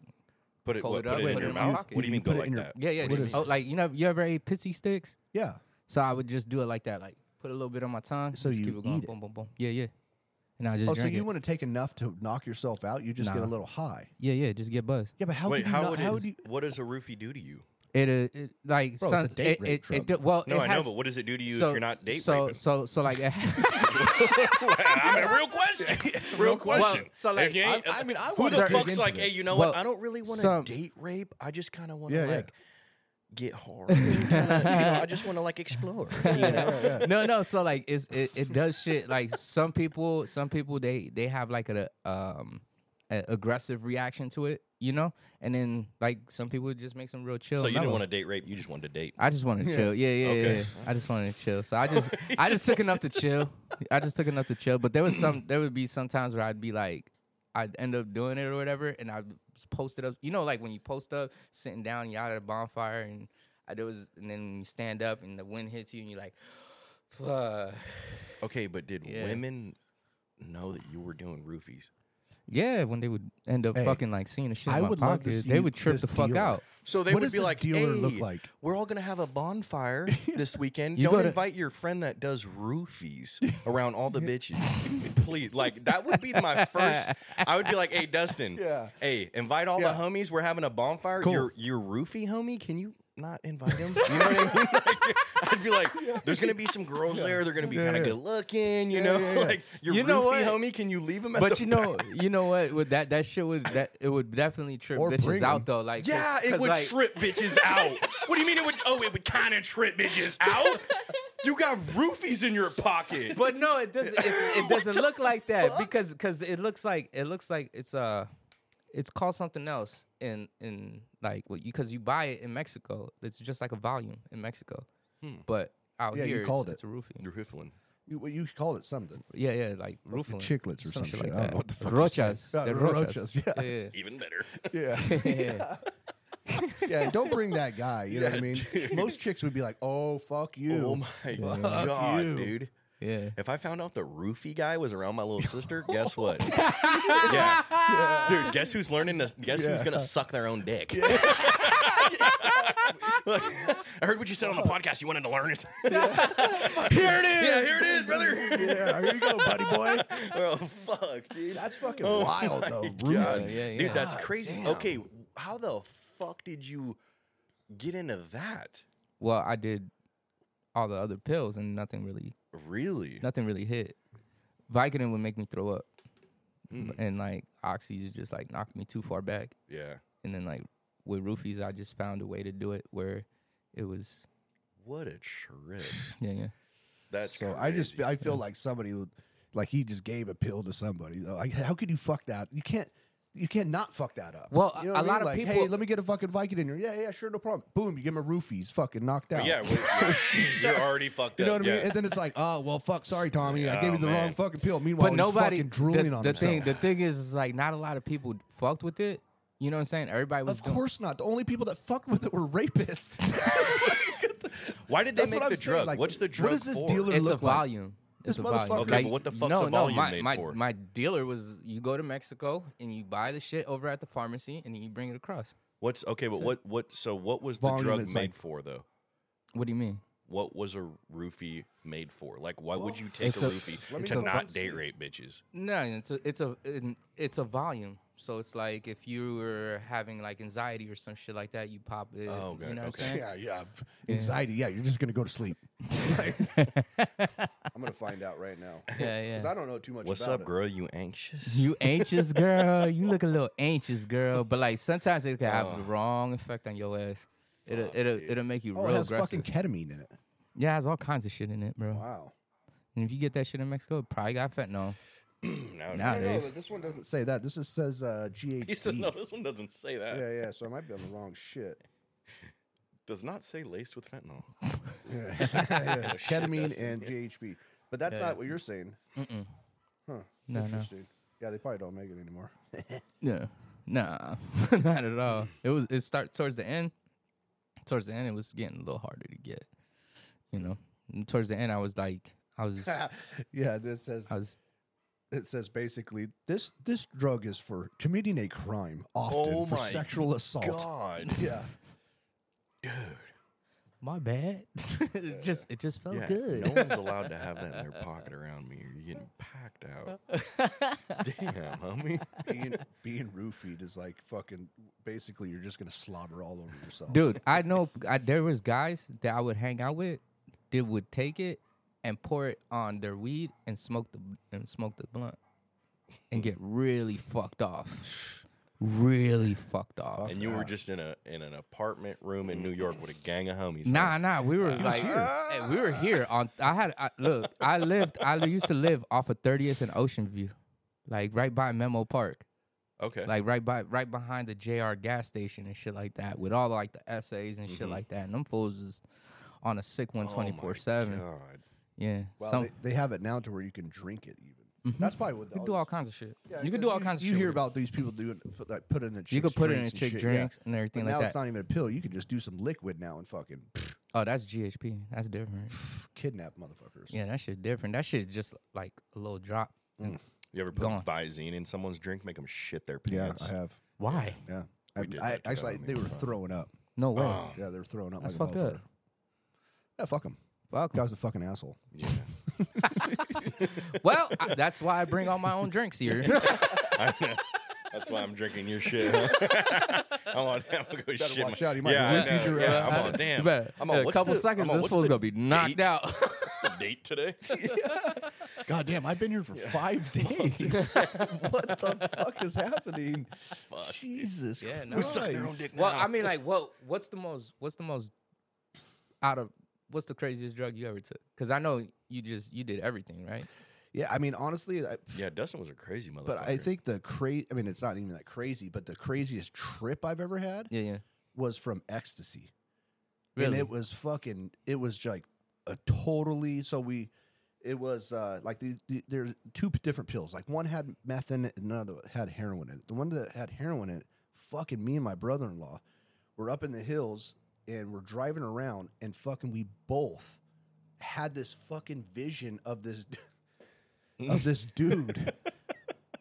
A: Put it,
D: Fold
A: what,
D: it up,
A: put it
D: put
A: in
D: it
A: your
D: in my
A: mouth?
D: pocket.
A: What do you mean
C: Put
A: go
C: it
A: like
C: in your-
A: that?
D: yeah, yeah.
C: What
D: Just
C: is-
D: oh, like you know, you ever ate pitsy sticks?
C: Yeah,
D: So I would just do it like that, like put a little bit on my tongue.
C: So
D: just
C: you
D: keep it going,
C: eat it.
D: boom, boom, boom. Yeah, yeah. And I just
C: Oh, so
D: drink
C: you
D: it.
C: want to take enough to knock yourself out? You just get a
D: Nah.
C: little high.
D: yeah, yeah. Just get buzzed.
C: Yeah, but how
A: Wait,
C: could you
A: how
C: not-
A: would
C: how
A: it,
C: do you?
A: what does a roofie do to you?
D: It, uh, it like
C: Bro, it's
D: some,
C: a date
D: it,
C: rape
D: it,
C: drug.
D: it, do- well,
A: No,
D: it
A: I know,
D: has-
A: but what does it do to you
D: so,
A: if you're not date
D: so,
A: raping?
D: So, so like,
A: I mean, real question. It's a real question.
D: well, so, like,
A: If you ain't-
C: I- I mean, I
A: uh, who
C: wanna
A: the
C: dig
A: fuck's
C: into
A: like, hey,
C: this.
A: you know
D: Well,
A: what? I don't really want to
D: some-
A: date rape. I just kind of want to
C: Yeah, yeah.
A: like get hard. you know, I just want to like explore. You know?
D: no, no. So like, it's, it it does shit. Like some people, some people they they have like a um a aggressive reaction to it, you know. And then like some people just make some real chill.
A: So you didn't want to date rape. You just wanted to date.
D: I just wanted to chill. Yeah, yeah,
A: Okay.
D: yeah. I just wanted to chill. So I just, I just took enough to chill. I just took enough to chill. But there was some, there would be some times where I'd be like, I'd end up doing it or whatever, and I posted up. You know, like when you post up, sitting down, y'all at a bonfire, and I there was, and then you stand up, and the wind hits you, and you're like, fuck.
A: Okay, but did
D: Yeah.
A: women know that you were doing roofies?
D: Yeah, when they would end up
C: Hey,
D: fucking like seeing the shit
C: I
D: in my
C: would love to
D: pocket,
C: see
D: they would trip
C: this
D: the fuck
C: dealer.
D: out.
A: So they
C: What
A: would
C: does
A: be
C: this
A: like,
C: dealer
A: "Hey,
C: look like?"
A: we're all gonna have a bonfire this weekend.
D: You go
A: Don't
D: to-
A: invite your friend that does roofies around all the bitches, please." Like that would be my first. I would be like, "Hey, Dustin,
C: Yeah.
A: hey, invite all
C: Yeah.
A: the homies. We're having a bonfire.
C: Cool.
A: Your your roofie homie, can you not invite him? You know what I mean? Like, I'd be like, there's gonna be some girls there. They're gonna be
C: Yeah,
A: kind of
C: yeah.
A: good looking. You
C: Yeah,
A: know,
C: yeah, yeah.
A: like your
D: You
A: roofie
D: know what?
A: homie. Can you leave him? At
D: But
A: the
D: you know, you know what? With that, that shit would that it would definitely trip
C: Or
D: bitches
C: bring them.
D: out though. Like, 'cause-
A: Yeah, it
D: 'cause,
A: would
D: like,
A: trip bitches out. what do you mean it would? Oh, it would kind of trip bitches out. you got roofies in your pocket.
D: But no, it doesn't. It's, it doesn't look like that because because it looks like it looks like it's uh it's called something else in in like what you because you buy it in Mexico. It's just like a volume in Mexico, but out
C: Yeah, you
D: here
C: called
D: it's, it's a roofie.
A: You're hiffling.
C: You, well, you called it something.
D: Yeah, yeah, like roofing.
C: Chiclets or some shit. I don't know what the fuck you said.
D: Rochas.
C: Yeah,
D: They're
C: ro-
D: rochas.
C: rochas, yeah.
D: yeah.
A: Even better.
C: Yeah. yeah. yeah, don't bring that guy. You know what I mean? Most chicks would be like, oh, fuck you.
A: Oh my god,
C: you.
A: dude.
D: yeah.
A: If I found out the roofie guy was around my little sister, guess what? yeah. Dude, guess who's learning to guess who's
C: Yeah.
A: gonna suck their own dick? Look, I heard what you said on the podcast. You wanted to learn.
D: Here it is.
A: yeah, here it is, brother.
C: yeah, here you go, buddy boy.
A: oh fuck, dude.
C: That's fucking
A: Oh
C: wild,
A: my
C: though.
A: God.
C: Roofies.
D: Yeah, yeah.
A: Dude, that's crazy. Okay, how the fuck did you get into that?
D: Well, I did all the other pills and nothing really
A: Really?
D: nothing really hit. Vicodin would make me throw up, and like oxys just like knocked me too far back.
A: Yeah.
D: And then like with roofies, I just found a way to do it where it was
A: What a trip.
D: yeah yeah.
A: That's
C: So I just
A: crazy.
C: I feel like somebody would- like he just gave a pill to somebody. Like, how could you fuck that? You can't you can't not fuck that up.
D: Well,
C: you
D: a-
C: what
D: a lot of
C: like, Hey,
D: people-
C: let me get a fucking Viking in here. Yeah, yeah, sure, no problem. Boom, you give him a roofie. He's fucking knocked out.
A: Yeah, well, you're already fucked
C: You
A: up.
C: know what I mean?
A: yeah.
C: And then it's like, oh well, fuck, sorry, Tommy, I gave you
A: Oh,
C: the
A: man.
C: wrong fucking pill. Meanwhile,
D: but
C: he's
D: nobody
C: fucking drooling
D: the,
C: on
D: the
C: himself.
D: thing. The thing is, is like not a lot of people fucked with it. You know what I'm saying? Everybody was
C: of
D: doing-
C: course not. The only people that fucked with it were rapists.
A: Why did they
C: That's
A: make
C: what I'm
A: the
C: saying,
A: drug?
C: like,
A: What's the
C: what
A: drug
C: does this
A: for?
C: dealer-
D: It's a
C: look like?
D: volume. It's
C: This
D: a volume.
C: motherfucker- Okay,
A: but what the fuck's
D: no,
A: a volume
D: No, my,
A: made
D: my,
A: for?
D: my dealer was you go to Mexico and you buy the shit over at the pharmacy and you bring it across.
A: What's okay? But what what? So what was the
C: Volume,
A: drug
C: it's
A: made
C: like-
A: for though?
D: What do you mean?
A: What was a roofie made for? Like, why would you take
D: it's
A: a,
D: a-
A: roofie to not date rape bitches?
D: No, it's a it's a an- it's a volume. So it's like if you were having like anxiety or some shit like that, you pop it.
A: Oh,
D: you know
A: God,
D: what I'm
A: okay.
D: saying?
C: yeah, yeah. Anxiety. Yeah, you're just gonna go to sleep. I'm gonna find out right now.
D: Yeah, yeah.
C: I don't know too much.
A: What's
C: about
A: up,
C: it.
A: girl? You anxious?
D: You anxious girl. You look a little anxious girl. But like sometimes it can
A: Oh.
D: have the wrong effect on your ass. It'll it'll it'll make you
C: Oh, it
D: real
C: has
D: aggressive.
C: fucking ketamine in it.
D: yeah, it has all kinds of shit in it, bro.
C: Wow.
D: And if you get that shit in Mexico, it probably got fentanyl
A: no,
C: No,
D: nowadays.
C: but this one doesn't say that. This is, says uh, GHB.
A: he says no. This one doesn't say that.
C: Yeah, yeah. So I might be on the wrong shit.
A: Does not say laced with fentanyl.
C: Yeah. Yeah, Ketamine and GHB. But that's not what you're saying. Huh.
D: No, no.
C: Interesting. Yeah, they probably don't make it anymore.
D: No, nah, not at all. It was it start towards the end. Towards the end, it was getting a little harder to get. You know, And towards the end, I was like, I was, I
C: yeah, this says
D: was,
C: it says basically this this drug is for committing a crime often
A: Oh
C: for
A: my
C: sexual assault.
A: God.
C: Yeah.
D: my bad. it just it just felt
A: Yeah,
D: good.
A: No one's allowed to have that in their pocket around me, or you're getting packed out. Damn, homie.
C: being being roofied is like fucking basically you're just gonna slobber all over yourself.
D: Dude, I know I, there was guys that I would hang out with that would take it and pour it on their weed and smoke the and smoke the blunt and get really fucked off. Really fucked off.
A: And you were just in a in an apartment room in New York with a gang of homies.
D: Nah,
A: huh?
D: nah, we were like, hey, we were here on. I had I, look, I lived, I used to live off of 30th and Ocean View, like right by Memo Park,
A: Okay.
D: like right by, right behind the JR gas station and shit like that, with all like the essays and
C: Mm-hmm.
D: shit like that. And them fools was on a sick one
A: Oh my
D: 24 seven.
A: God.
D: Yeah,
C: Well,
D: some Mm-hmm.
C: they, they have it now to where you can drink it. Even that's probably what
D: you
C: they'll
D: do all
C: just-
D: kinds of shit.
C: Yeah,
D: you can
C: 'cause
D: do all kinds. of
C: You
D: shit
C: hear
D: with it.
C: about these people doing put, like put it in the
D: You could put it in
C: drinks
D: chick
C: shit,
D: drinks and
C: But
D: everything
C: now
D: like that.
C: it's not even a pill. You can just do some liquid now and fucking
D: oh, that's GHP. That's different.
C: kidnap motherfuckers.
D: Yeah, that shit different. That shit just like a little drop.
A: You ever put
D: Gone.
A: Visine in someone's drink, make them shit their
C: Yeah,
A: pants?
C: I have.
D: Why?
C: Yeah,
A: We did
C: I, I
A: that to
C: actually
A: that
C: they
A: homie.
C: were throwing up.
D: No way.
C: Yeah, they were throwing up.
D: that's
C: like a
D: fucked up.
C: motherfucker. Yeah, fuck him.
D: Fuck 'em.
C: Guy's a fucking asshole.
D: Well, I, that's why I bring all my own drinks here.
A: I know. That's why I'm drinking your shit. huh? I'm on. I'm gonna go shit.
C: watch
A: my-
C: out, you might
A: yeah,
C: lose
A: I know.
C: your
A: yeah,
C: ass.
A: I'm on.
D: uh,
A: Damn.
D: You better-
A: I'm
D: in
A: on.
D: a
A: what's
D: couple
A: the-
D: seconds,
A: I'm on,
D: this
A: what's
D: fool's
A: the
D: gonna be knocked
A: date?
D: out.
A: What's the date today?
C: God damn, I've been here for five days. what the fuck is happening? Jesus
D: Yeah, no.
A: Who's sucking their own
C: Christ.
A: dick
D: Well,
A: now?
D: I mean, like, what? What's the most? What's the most out of? What's the craziest drug you ever took? Because I know you just you did everything, right?
C: Yeah, I mean, honestly, I,
A: yeah, Dustin was a crazy motherfucker.
C: but I think the crazy, I mean, it's not even that crazy, but the craziest trip I've ever had
D: Yeah, yeah.
C: was from ecstasy. And
D: Really?
C: it was fucking, it was like a totally, so we, it was uh, like the, the, there's two p- different pills. Like one had meth in it and another had heroin in it. The one that had heroin in it, fucking me and my brother in law were up in the hills and we're driving around and fucking we both had this fucking vision of this of this dude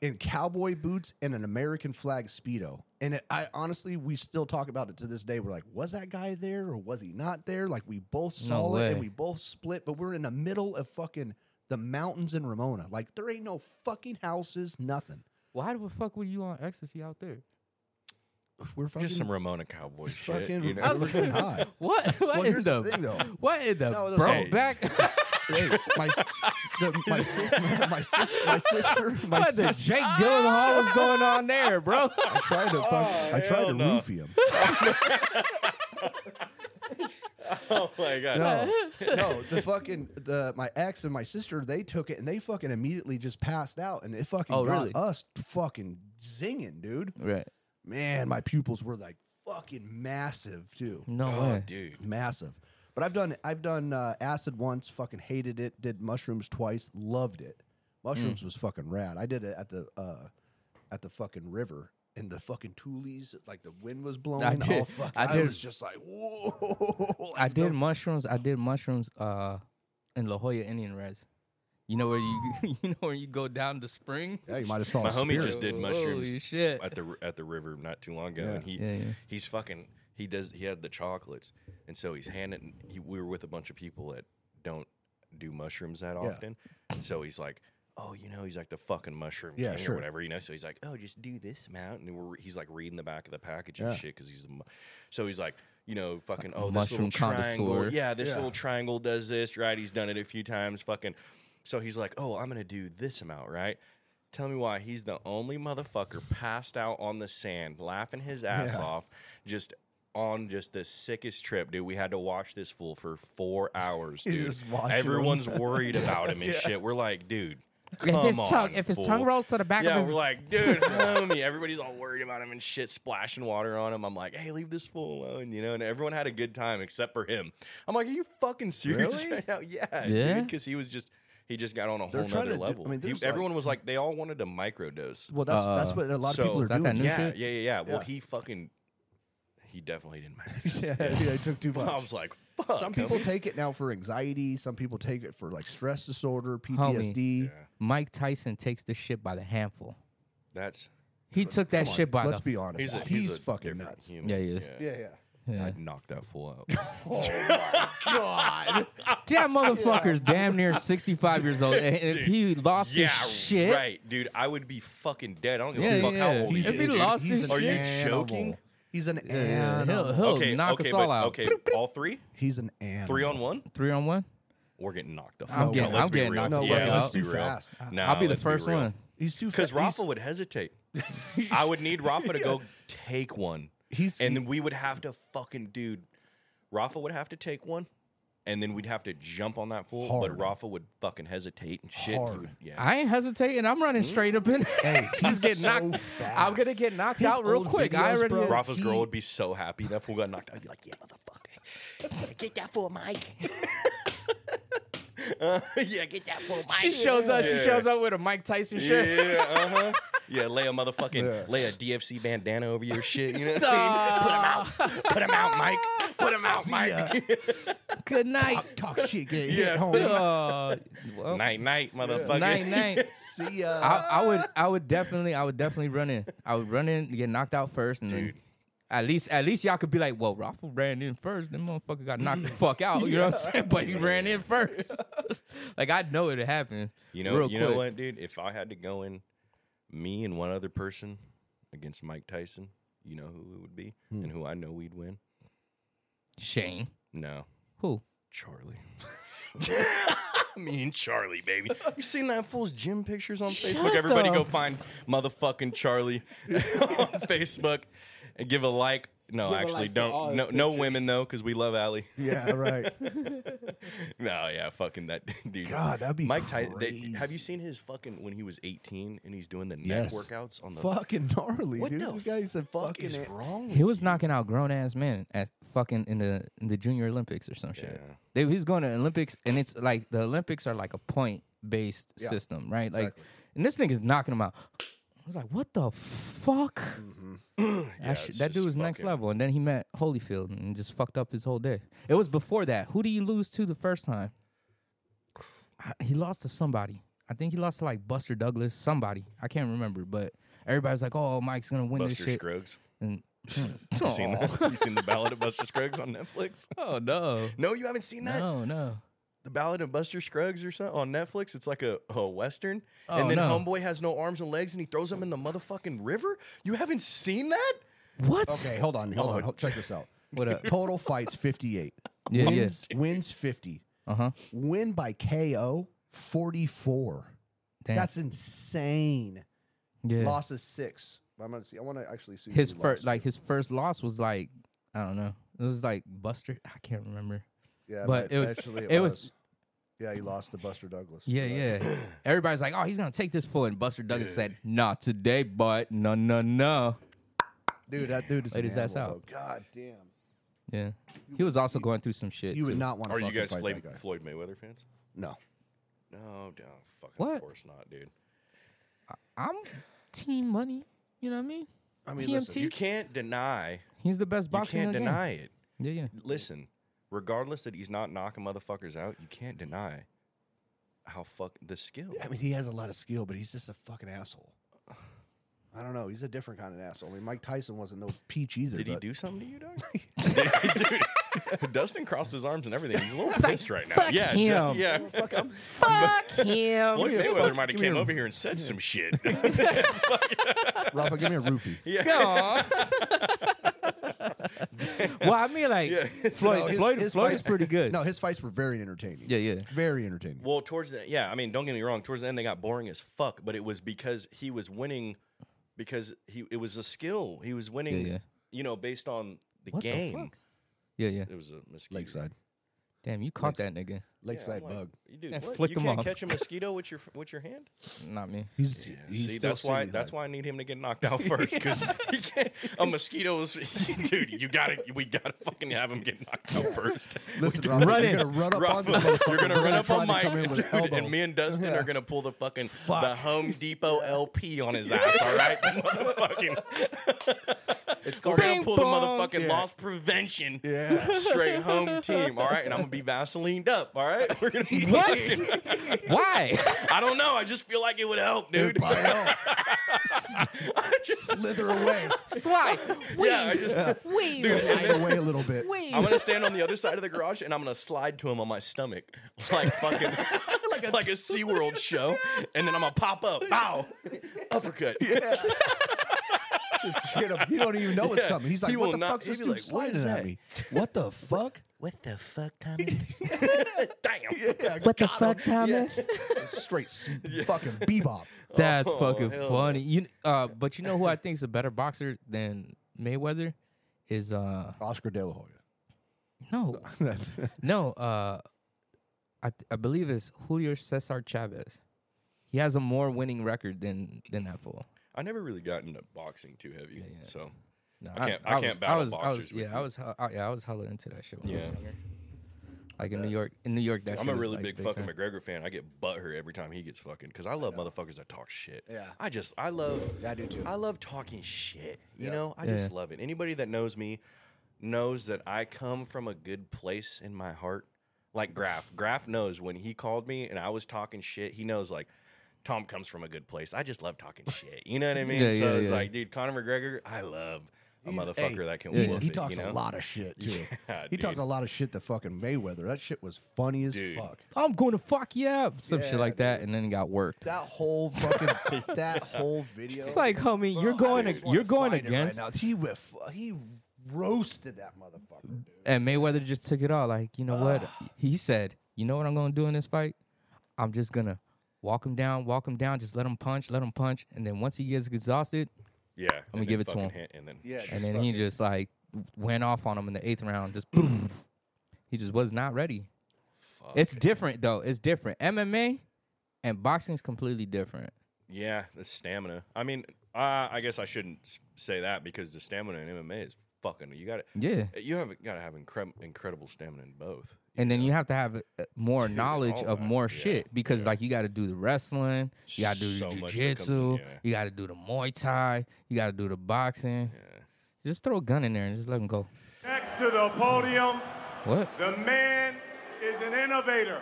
C: in cowboy boots and an American flag speedo. And it, I honestly, we still talk about it to this day. We're like, was that guy there or was he not there? Like we both saw it and
D: way.
C: we both split, but we're in the middle of fucking the mountains in Ramona. Like there ain't no fucking houses, nothing.
D: Why the fuck were you on ecstasy out there?
C: We're fucking
A: just some Ramona cowboy
C: just
A: shit.
C: fucking
A: you know?
C: American high.
D: What? What in
C: here's the
D: the?
C: thing, though.
D: What in the?
C: No, that's
D: bro,
A: okay.
D: back.
C: Hey, my s- the, my, sis- my, my, sis, my sister, my
D: what the
C: sister.
D: Jake Gyllenhaal was going on there, bro?
C: I tried to, fuck,
D: Oh,
C: I tried
A: hell
C: to
A: no.
C: roofie him.
A: oh my god.
C: No, no, the fucking the my ex and my sister they took it and they fucking immediately just passed out and it fucking
D: Oh,
C: got
D: really?
C: us fucking zinging, dude.
D: right.
C: Man, my pupils were like fucking massive too,
D: No
A: Oh,
D: way.
A: dude.
C: massive. But I've done I've done uh, acid once, fucking hated it. Did mushrooms twice, loved it. Mushrooms was fucking rad. I did it at the uh, at the fucking river. And the fucking toolies, like the wind was blowing. I
D: did-
C: All fuck,
D: I
C: I,
D: did-
C: was just like, whoa.
D: I did mushrooms. I did mushrooms uh, in La Jolla Indian Res. You know where you you know where you go down the spring.
C: Yeah, you might have saw
A: My
C: a
A: homie
C: spirit.
A: just did
D: Holy
A: mushrooms
D: shit.
A: at the at the river not too long ago,
C: Yeah.
A: and he
D: Yeah, yeah.
A: he's fucking he does he had the chocolates, and so he's handing. He, we were with a bunch of people that don't do mushrooms that often, and so he's like. Oh, you know, he's like the fucking mushroom
C: Yeah,
A: king
C: sure.
A: or whatever, you know. So he's like, "Oh, just do this amount," and we're, he's like reading the back of the package and
C: Yeah.
A: shit because he's, a mu- so he's like, you know, fucking, oh,
D: mushroom
A: this little triangle,
D: connoisseur.
A: yeah, this
C: Yeah.
A: little triangle does this, right? He's done it a few times, fucking. So he's like, oh, I'm gonna do this amount, right? Tell me why he's the only motherfucker passed out on the sand, laughing his ass
C: Yeah.
A: off, just on just the sickest trip, dude. We had to watch this fool for four hours,
C: He's
A: dude.
C: just watching him.
A: Everyone's worried about him and shit. We're like, dude. Come
D: if his
A: on,
D: tongue if his tongue
A: fool."
D: rolls to the back
A: yeah,
D: of his
A: we're like, dude, homie. Everybody's all worried about him and shit, splashing water on him. I'm like, hey, leave this fool alone, you know. And everyone had a good time except for him. I'm like, are you fucking serious
C: Really?
A: right now? Yeah,
D: Yeah?
A: because he was just, he just got on a
C: They're
A: whole
C: trying
A: nother
C: to do-
A: level.
C: I mean,
A: He-
C: there's like-
A: everyone was like, they all wanted to microdose.
C: Well, that's that's
D: Uh,
C: what a lot of
A: so-
C: people are
A: Is
D: that that
C: doing.
D: new
A: Yeah, yeah,
D: shit?
A: yeah, yeah. Well,
C: Yeah.
A: he fucking, he definitely didn't microdose.
C: yeah, yeah, I took too much.
A: I was like, fuck.
C: some people
A: homie.
C: take it now for anxiety. Some people take it for like stress disorder,
D: Homie.
C: PTSD.
A: Yeah.
D: Mike Tyson takes this shit by the handful.
A: That's
D: He took that
C: Come on,
D: shit by
C: Let's
D: the
C: be honest.
A: he's
C: He's,
A: a, he's, a
C: fucking
A: different
C: nuts.
A: Human.
D: Yeah, he is.
C: Yeah, yeah.
D: yeah.
A: I'd knock that fool out.
C: God,
D: that motherfucker's damn near 65 years old. And if he lost
A: yeah,
D: his shit,
A: right, dude. I would be fucking dead. I don't give
D: Yeah,
A: a fuck
D: yeah.
A: how old
D: He's-
A: he
D: if he
A: is, dude.
D: lost
C: he's
D: his
C: an
A: Are you
C: animal.
A: joking?
C: He's an
D: yeah, he'll,
C: animal.
D: he'll
A: Okay,
D: knock
A: okay,
D: us
A: but,
D: all out.
A: Okay, all three,
C: He's an animal.
A: three on one.
D: Three on one?
A: We're getting knocked the fuck
D: I'm
A: out.
D: getting-
A: let's
D: I'm
A: be
D: getting
A: real.
D: knocked
C: No
D: the
A: yeah,
D: fuck
A: let's
D: out.
A: be
C: Too
A: real.
C: fast.
A: Nah,
D: I'll be the
A: let's
D: first
A: real.
D: one.
C: He's too. fa-
A: Because Rafa
C: he's-
A: would hesitate. I would need Rafa to go take one.
C: He's-
A: and then we would have to fucking dude. Rafa would have to take one, and then we'd have to jump on that fool. But
C: Hard.
A: Rafa would fucking hesitate and shit.
C: Hard.
A: Yeah.
D: I ain't hesitating. I'm running straight up in there.
C: Hey, he's
D: getting
C: so
D: knocked-
C: Fast.
D: Mm. I'm gonna get knocked out real
C: old
D: quick. I already-
C: bro,
A: Rafa's
C: he-
A: girl would be so happy that fool got knocked out. I'd be like, yeah, motherfucker. Yeah, get that fool, Mike. Uh, yeah, get that fool, Mike.
D: She shows up. She
A: Yeah.
D: shows up with a Mike Tyson shirt.
A: Yeah, uh huh. Yeah, lay a motherfucking, lay a DFC bandana over your shit. You know what I mean? Put him out. Put him out, Mike. Put him out, Mike.
D: Good night.
C: talk shit. Get
A: Yeah.
C: hit home.
D: Uh, well,
A: night, night, motherfucker.
D: night, night.
C: See ya.
D: I, I would, I would definitely, I would definitely run in. I would run in, get knocked out first, and then
A: Dude.
D: at least, at least y'all could be like, "Well, Rafa ran in first. Then motherfucker got knocked the fuck out." You know what I'm saying? But he ran in first. like I know it happened.
A: You know,
D: real
A: you
D: quick.
A: know what, dude? If I had to go in, me and one other person, against Mike Tyson, you know who it would be
D: Hmm.
A: and who I know we'd win?
D: Shane.
A: No.
B: Who?
A: Charlie. Me and Charlie, baby. You seen that fool's gym pictures on Facebook? Everybody go find motherfucking Charlie on Facebook and give a like. No,
G: a
A: actually
G: like to all
A: don't.
G: his
A: No, no women though, because we love Allie.
C: Yeah, right.
A: No, yeah, fucking that dude.
C: God, that'd be
A: Mike Tyson.
C: crazy.
A: Have you seen his fucking when he was 18 and he's doing the neck
C: Yes.
A: workouts on the
C: fucking gnarly,
A: What
C: dude.
A: the
C: this guy's a
A: fuck
C: fucking
A: is wrong?
D: He
A: with
D: was knocking out grown ass men at fucking in the in the junior Olympics or some shit.
A: Yeah.
D: They, he was going to Olympics and it's like the Olympics are like a point based system, right? Like, and this nigga's knocking him out. I was like, what the fuck?
A: Mm-hmm. Yeah,
D: that, shit-
A: it's
D: that dude
A: just
D: was next
A: fucking-
D: level. And then he met Holyfield and just fucked up his whole day. It was before that. Who did he lose to the first time? I- He lost to somebody. I think he lost to like Buster Douglas, somebody. I can't remember, but everybody's like, oh, Mike's going to win
A: Buster
D: this shit.
A: Scruggs.
D: And,
A: You seen that? You seen the Ballad of Buster Scruggs on Netflix?
D: Oh, no.
A: No, you haven't seen that.
D: No, no.
A: The Ballad of Buster Scruggs or something on Netflix. It's like a, a western,
D: Oh,
A: and then
D: no.
A: Homeboy has no arms and legs, and he throws him in the motherfucking river. You haven't seen that?
D: What?
C: Okay, hold on, hold
A: Oh.
C: on. Hold, check this out.
D: What up?
C: Total fights 58.
D: Yeah, yeah.
C: wins, wins 50.
D: Uh huh.
C: Win by KO 44.
D: Damn.
C: That's insane.
D: Yeah.
C: Losses six. I'm gonna see. I want to actually see
D: his
C: who
D: first,
C: lost.
D: like his first loss was like, I don't know. It was like Buster. I can't remember.
C: Yeah,
D: but
C: might-
D: it was-
C: actually
D: it was-
C: Yeah, he lost to Buster Douglas.
D: Yeah, yeah. Everybody's like, oh, he's gonna take this fool. And Buster Douglas said, not today, but no, no, no.
C: dude, that dude is
D: Laid
C: an
D: his ass
C: animal,
D: out.
C: though. God damn.
D: Yeah. He was also going through some shit.
C: You would
D: too.
C: not want to.
A: Are you guys
C: fight
A: Floyd,
C: that guy.
A: Floyd Mayweather fans?
C: No.
A: No, no, fucking of
D: What?
A: course not, dude.
D: I'm team money. You know what I mean?
C: I mean,
D: TMT.
C: listen,
A: You can't deny.
D: He's the best
A: You
D: boxer.
A: can't
D: in the
A: deny
D: Game.
A: it.
D: Yeah, yeah.
A: listen, regardless that he's not knocking motherfuckers out, you can't deny how fuck the skill.
C: I mean, he has a lot of skill, but he's just a fucking asshole. I don't know. He's a different kind of asshole. I mean, Mike Tyson wasn't no peach either.
A: Did he
C: but-
A: do something to you, dog? Dude, Dustin crossed his arms and everything. He's a little pissed right now.
D: "Fuck
A: yeah,
D: him."
A: yeah.
D: Fuck him.
A: Floyd Mayweather might have came over here and said some shit.
C: Rafa, give me a roofie.
D: well, I mean, like
A: Yeah.
D: Floyd.
C: No, his-
D: Floyd,
C: his
D: Floyd
C: fights-
D: is pretty good.
C: No, his fights were very entertaining.
D: Yeah, yeah.
C: Very entertaining.
A: well, towards the yeah, I mean, don't get me wrong. Towards the end, they got boring as fuck, but it was because he was winning because he it was a skill. He was winning,
D: yeah.
A: you know, based on the
D: What the
A: game.
D: fuck? Yeah, yeah.
A: it was a mosquito.
C: Lakeside.
D: Damn, you caught that nigga.
C: Lakeside bug.
A: You do.
D: Yeah,
A: what?
D: flicked
A: you
D: him
A: can't
D: off.
A: catch a mosquito with your with your hand.
D: Not me.
C: He's,
A: Yeah,
C: he's
A: see,
C: still
A: that's why
C: city
A: that's
C: high.
A: why I need him to get knocked out first because a mosquito is, dude. You got to We got to fucking have him get knocked out first.
C: Listen, Rafa,
D: Run
C: you're
D: in.
C: gonna run up on
A: Rafa,
C: this motherfucker.
A: you're gonna
C: We're
A: run up
C: try
A: on
C: to come
A: Mike,
C: in with
A: dude,
C: an elbow.
A: and me and Dustin
C: Yeah.
A: are gonna pull the fucking the Home Depot LP on his ass. All right, The motherfucking. It's We're gonna
D: Bing
A: pull the
D: bong.
A: motherfucking
C: Yeah.
A: loss prevention
C: Yeah.
A: straight home team. All right, and I'm gonna be Vaselined up. All right, we're gonna be
D: What? Why?
A: I don't know. I just feel like it would help, dude.
C: By hell, slither away,
D: Slide.
A: yeah, I just,
G: Wait.
A: dude, and
C: slide
A: then
C: away a little bit.
A: I'm gonna stand on the other side of the garage and I'm gonna slide to him on my stomach, like fucking, like a, like a SeaWorld show, and then I'm gonna pop up, bow, uppercut.
C: Just hit him. You don't even know what's
A: Yeah.
C: coming. He's like,
A: He
C: "What
A: will
C: the
A: not-
C: fuck's this
A: he'll be
C: dude
A: like, what is
C: sliding at
A: that?
C: me? What the fuck?"
A: What the fuck, Tommy? Damn.
C: what the fuck, Thomas? Straight s- fucking bebop.
D: That's
A: Oh,
D: fucking
A: hell no.
D: funny. You, kn- uh, but you know who I think is a better boxer than Mayweather is uh
C: Oscar De La Hoya.
D: no
C: That's
D: no uh I th- I believe it's Julio Cesar Chavez. He has a more winning record than than that fool.
A: I never really got into boxing too heavy, so
D: No,
A: I can't- I can't battle
D: was, I was,
A: boxers with
D: yeah, I
A: you.
D: was. hu- I, yeah, I was hella into that shit. When I was
A: Yeah.
D: younger. Like in New York, in New York, that
A: I'm
D: shit
A: a
D: was,
A: really
D: like,
A: big fucking
D: time.
A: McGregor fan. I get butthurt every time he gets fucking because I love motherfuckers that talk shit.
C: Yeah.
A: I just I love
C: Yeah, I do too.
A: I love talking shit. You
C: Yeah.
A: know, I just love it. Anybody that knows me knows that I come from a good place in my heart. Like Graf, Graf knows when he called me and I was talking shit. He knows like. Tom comes from a good place. I just love talking shit. You know what I mean?
D: Yeah,
A: so
D: yeah,
A: it's
D: yeah.
A: like, dude, Conor McGregor, I love a
C: He's-
A: motherfucker
C: hey,
A: that can
C: He,
A: whoop
C: he
A: it,
C: talks
A: you know?
C: a lot of shit too.
A: Yeah,
C: he talked
A: dude.
C: a lot of shit to fucking Mayweather. That shit was funny as
A: Dude.
C: fuck.
D: I'm going to fuck you up, some shit like that, and then he got worked.
C: That whole fucking that whole video.
D: It's like, homie, you're going, ag- you're going against,
C: now. He went, fu- he roasted that motherfucker. Dude.
D: and Mayweather just took it all. Like, you know what? He said, you know what I'm going to do in this fight? I'm just gonna walk him down, walk him down, just let him punch, let him punch, and then once he gets exhausted,
A: Yeah, I'm
D: gonna give it to him.
A: and then
C: Yeah,
D: and then he just like went off on him in the eighth round. Just boom. He just was not ready. It's different though. It's different. MMA and boxing's completely different.
A: yeah, the stamina. I mean, uh, I guess I shouldn't s- say that because the stamina in MMA is fucking. You got to
D: Yeah.
A: You have got to have incre- incredible stamina in both.
D: And then you have to have uh, more knowledge
A: all
D: of
A: that.
D: more
A: oh Yeah,
D: shit because like you got to do the wrestling, you got to do
A: So
D: the
A: much that comes in,
D: jujitsu,
A: yeah.
D: you got to do the Muay Thai, you got to do the boxing. Just throw a gun in there and just let him go.
G: Next to the podium,
D: What?
G: the man is an innovator.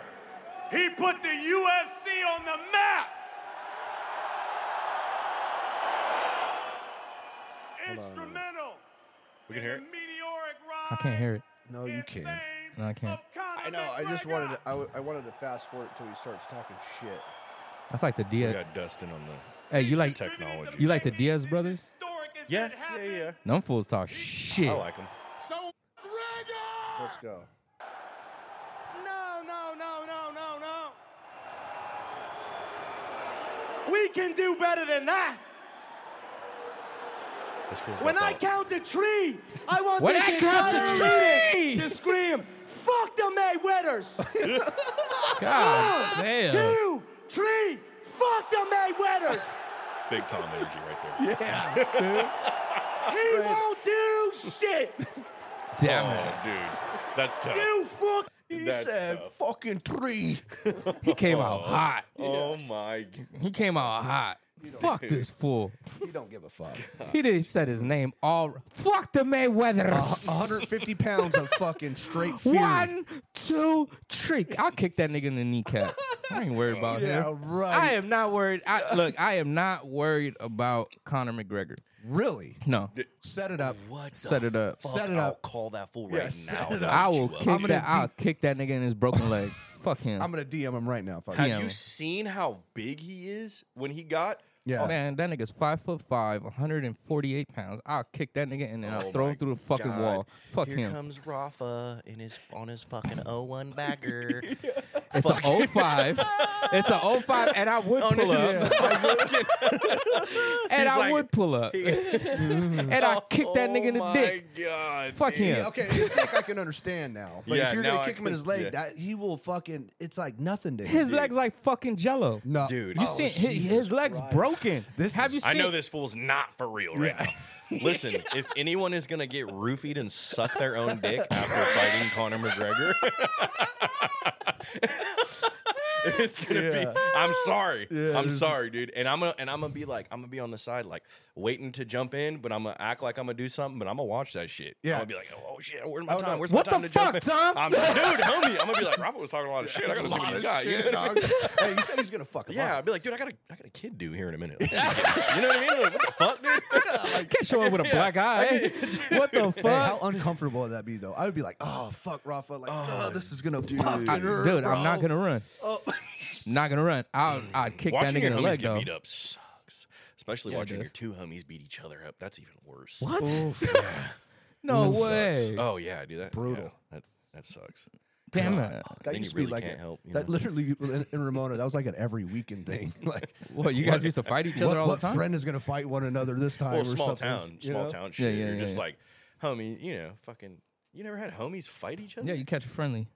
G: He put the UFC on the map. Instrumental.
A: We can hear it.
D: I can't hear it.
C: No, you can't.
D: No, I can't.
C: I know. I just wanted to, I, w- I wanted to fast forward until he starts talking shit.
D: That's like the
A: We
D: Diaz.
A: got Dustin on the.
D: Hey, you like
A: Technology.
D: You like the Diaz brothers?
A: Yeah, yeah, yeah.
D: Them fools talk shit.
A: I like him.
C: Let's go.
G: No, no, no, no, no, no. We can do better than that.
A: This fool's
G: When
A: got
G: I
A: thought.
G: count to three, I want
D: When
G: this
D: I count to
G: entire
D: three!
G: unit to scream, "Fuck the Mayweathers!"
D: God
G: One,
D: damn.
G: two, three, fuck the Mayweathers.
A: big Tom energy right there. Yeah,
G: He won't do shit.
D: Damn it.
A: oh, dude, that's tough.
G: You fuck.
C: He
A: That's
C: said,
A: tough.
C: "Fucking three.
D: He came out hot.
A: Oh my. g-
D: He came out hot. Fuck this fool.
C: You don't give a fuck.
D: He didn't said his name all. Fuck the
C: Uh-huh.
D: Mayweathers.
C: 150 pounds of fucking straight fury.
D: One, two, three. I'll kick that nigga in the kneecap. I ain't worried about
C: Yeah,
D: him.
C: right.
D: I am not worried. I, look, I am not worried about Conor McGregor.
C: really
D: No,
C: set it up.
A: What?
D: set it up.
C: Set it
A: I'll
C: up.
A: call that fool
C: Yeah,
A: right
C: set
A: now.
C: it
A: to
C: up.
D: I will
A: beat you up.
D: kick
C: gonna
D: that.
C: do-
D: I'll kick that nigga in his broken leg. Fuck him.
C: I'm gonna DM him right now. Fuck.
A: Have
D: Yeah.
A: you seen how big he is when he got?
C: Yeah.
D: Oh, Man, that nigga's five foot five, 148 pounds. I'll kick that nigga and then I'll
A: Oh
D: throw
A: my
D: him through the fucking wall. Fuck
A: Here
D: him.
A: comes Rafa in his on his fucking 01 bagger.
D: It's a 05. it's a 05, and I
A: Oh,
D: would pull up. and I
A: like-
D: would pull up. and I kick that nigga in the
A: oh
D: dick.
A: My God,
D: Fuck
A: dude.
D: him.
C: Yeah, okay, his dick I can understand now. But
A: Yeah,
C: if you're
A: now
C: gonna
A: I
C: kick him in
A: can-
C: his leg,
A: yeah.
C: that he will fucking. It's like nothing to him.
D: His legs like fucking jello.
C: no,
A: Dude.
D: You
A: Oh,
D: seen his, his
C: Jesus
D: legs
C: Christ.
D: broken.
C: This
D: Have
C: is-
D: you seen
A: I know this fool's not for real right now. Listen, if anyone is gonna get roofied and suck their own dick after fighting Conor McGregor, it's gonna be. I'm sorry. I'm sorry, dude. And I'm gonna and I'm gonna be like, I'm gonna be on the side, like waiting to jump in, but I'm gonna act like I'm gonna do something, but I'm gonna watch that shit.
C: Yeah.
A: I'm gonna be like, oh shit, where's my
C: Oh, no.
A: time? Where's
D: What
A: my time
D: the
A: to jump
D: fuck,
A: in?
F: Ah.
D: Tom?
A: I'm dude, homie. I'm gonna be like, Rafa was talking a lot of shit. I gotta
C: That's a
A: look
C: lot
A: at
C: of
A: this guy. You know
C: shit,
A: what I mean?
C: dog. hey, he said he's gonna fuck him
A: Yeah,
C: up.
A: I'd be like, dude, I got a, I got a kid due here in a minute. you know what I mean? Like, what the fuck, dude?
D: Can't show up with a black eye. what the fuck?
C: Hey, how uncomfortable would that be though? I would be like, oh fuck, Rafa, like, oh, this is gonna dude. fucking hurt,
D: Dude,
C: bro.
D: I'm not gonna run. not gonna run. I'll I'll kick
A: Watching
D: that nigga
A: your
D: in the
A: homies
D: leg
A: get
D: though.
A: beat up sucks. Especially
D: Yeah, it
A: watching your
D: does.
A: two homies beat each other up. That's even worse.
D: What? No way.
A: Oh yeah, dude, that
C: Brutal.
A: yeah, that that sucks.
D: Damn it.
C: That
A: Then
C: used to
A: you
C: be
A: really
C: like
A: can't
C: a-
A: help, you
C: that
A: know?
C: literally in, in Ramona. That was like an every weekend thing. Like,
D: What you guys used to fight each other
C: what,
D: all
C: what
D: the time?
C: friend is gonna fight one another this time?
A: Well,
C: or
A: small
C: something,
A: town,
C: you
A: small
C: know?
A: town shit.
D: yeah,
A: You're
D: yeah,
A: just
D: yeah.
A: like, homie, you know, fucking. You never had homies fight each other?
D: Yeah, you catch a friendly.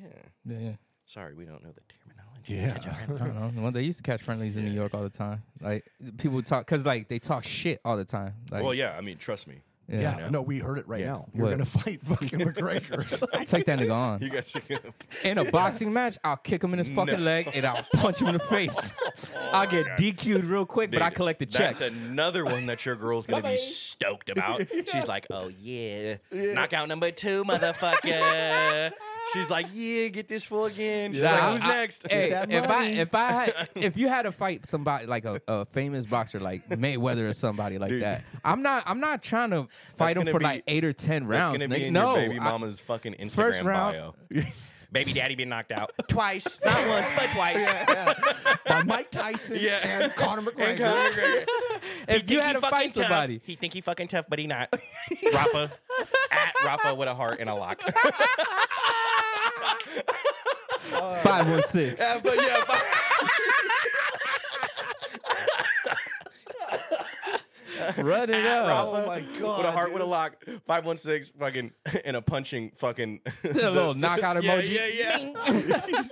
A: Yeah.
D: Yeah, yeah.
A: Sorry, we don't know the terminology. Yeah.
D: I don't know. Well, they used to catch friendlies in New York all the time. Like people would talk because like they talk shit all the time. Like
A: Well, yeah. I mean, trust me.
C: Yeah, no, we heard it right
A: Yeah.
C: now. You're
D: What?
C: gonna fight fucking McGregor.
D: I'll take that nigga on
A: You guys are gonna.
D: in a boxing match. I'll kick him in his fucking
A: No. Oh
D: leg and I'll punch him in the face. I'll get DQ'd real quick, but I
A: Dude,
D: collect the check.
A: That's another one that your girl's gonna be stoked about. She's like, "Oh yeah, knockout number two, motherfucker." She's like, "Yeah, get this fool again." She's
D: Nah,
A: like, "Who's
D: I-
A: next?"
D: Hey,
C: that
D: if I
C: money.
D: if I had if you had to fight somebody like a, a famous boxer like Mayweather or somebody like that, I'm not I'm not trying to fight him
A: gonna
D: for
A: be-
D: like eight or ten
A: That's
D: rounds.
A: gonna
D: nigga.
A: be in
D: no,
A: your baby
D: I-
A: mama's fucking Instagram
D: first round-
A: bio. baby daddy been knocked out twice, not once but twice.
C: by Mike Tyson
A: Yeah.
C: and Conor McGregor.
A: And Conor McGregor. He
D: if
A: think
D: you
A: he
D: had to
A: fucking
D: fight
A: tough.
D: somebody,
A: he think he fucking tough, but he not. Rafa at Rafa with a heart and a lock.
D: five one six.
A: but yeah, but-
D: Run it up.
C: Oh my god!
A: with a heart with a lock, five one six fucking and a punching fucking
D: A little knockout
A: yeah,
D: emoji.
A: yeah, yeah.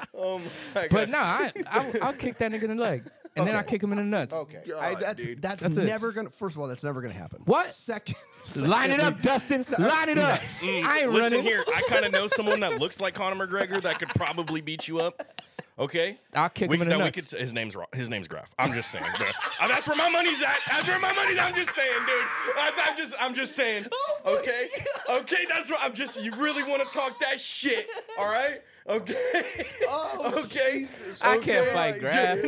A: oh my god.
D: But no, I, I I'll kick that nigga in the leg, and then I kick him in the nuts.
C: Okay,
A: God,
C: I, that's
A: dude.
C: that's,
D: That's it.
C: never gonna. First of all, that's never gonna happen.
D: What?
C: Second,
D: Line it up, Dustin. Line it up. I ain't
A: Listen
D: running.
A: here, I kind of know someone that looks like Conor McGregor that could probably beat you up. Okay,
D: I'll kick
A: we,
D: him in the
A: that we
D: nuts.
A: could- his name's Ra- his name's Graf. I'm just saying. bro. Uh, that's where my money's at. That's where my money's. I'm just saying, dude. That's, I'm just I'm just saying.
D: Oh
A: Okay, okay. That's what I'm just. You really want to talk that shit? All right. Okay. Oh, okay.
D: I can't fight Graf.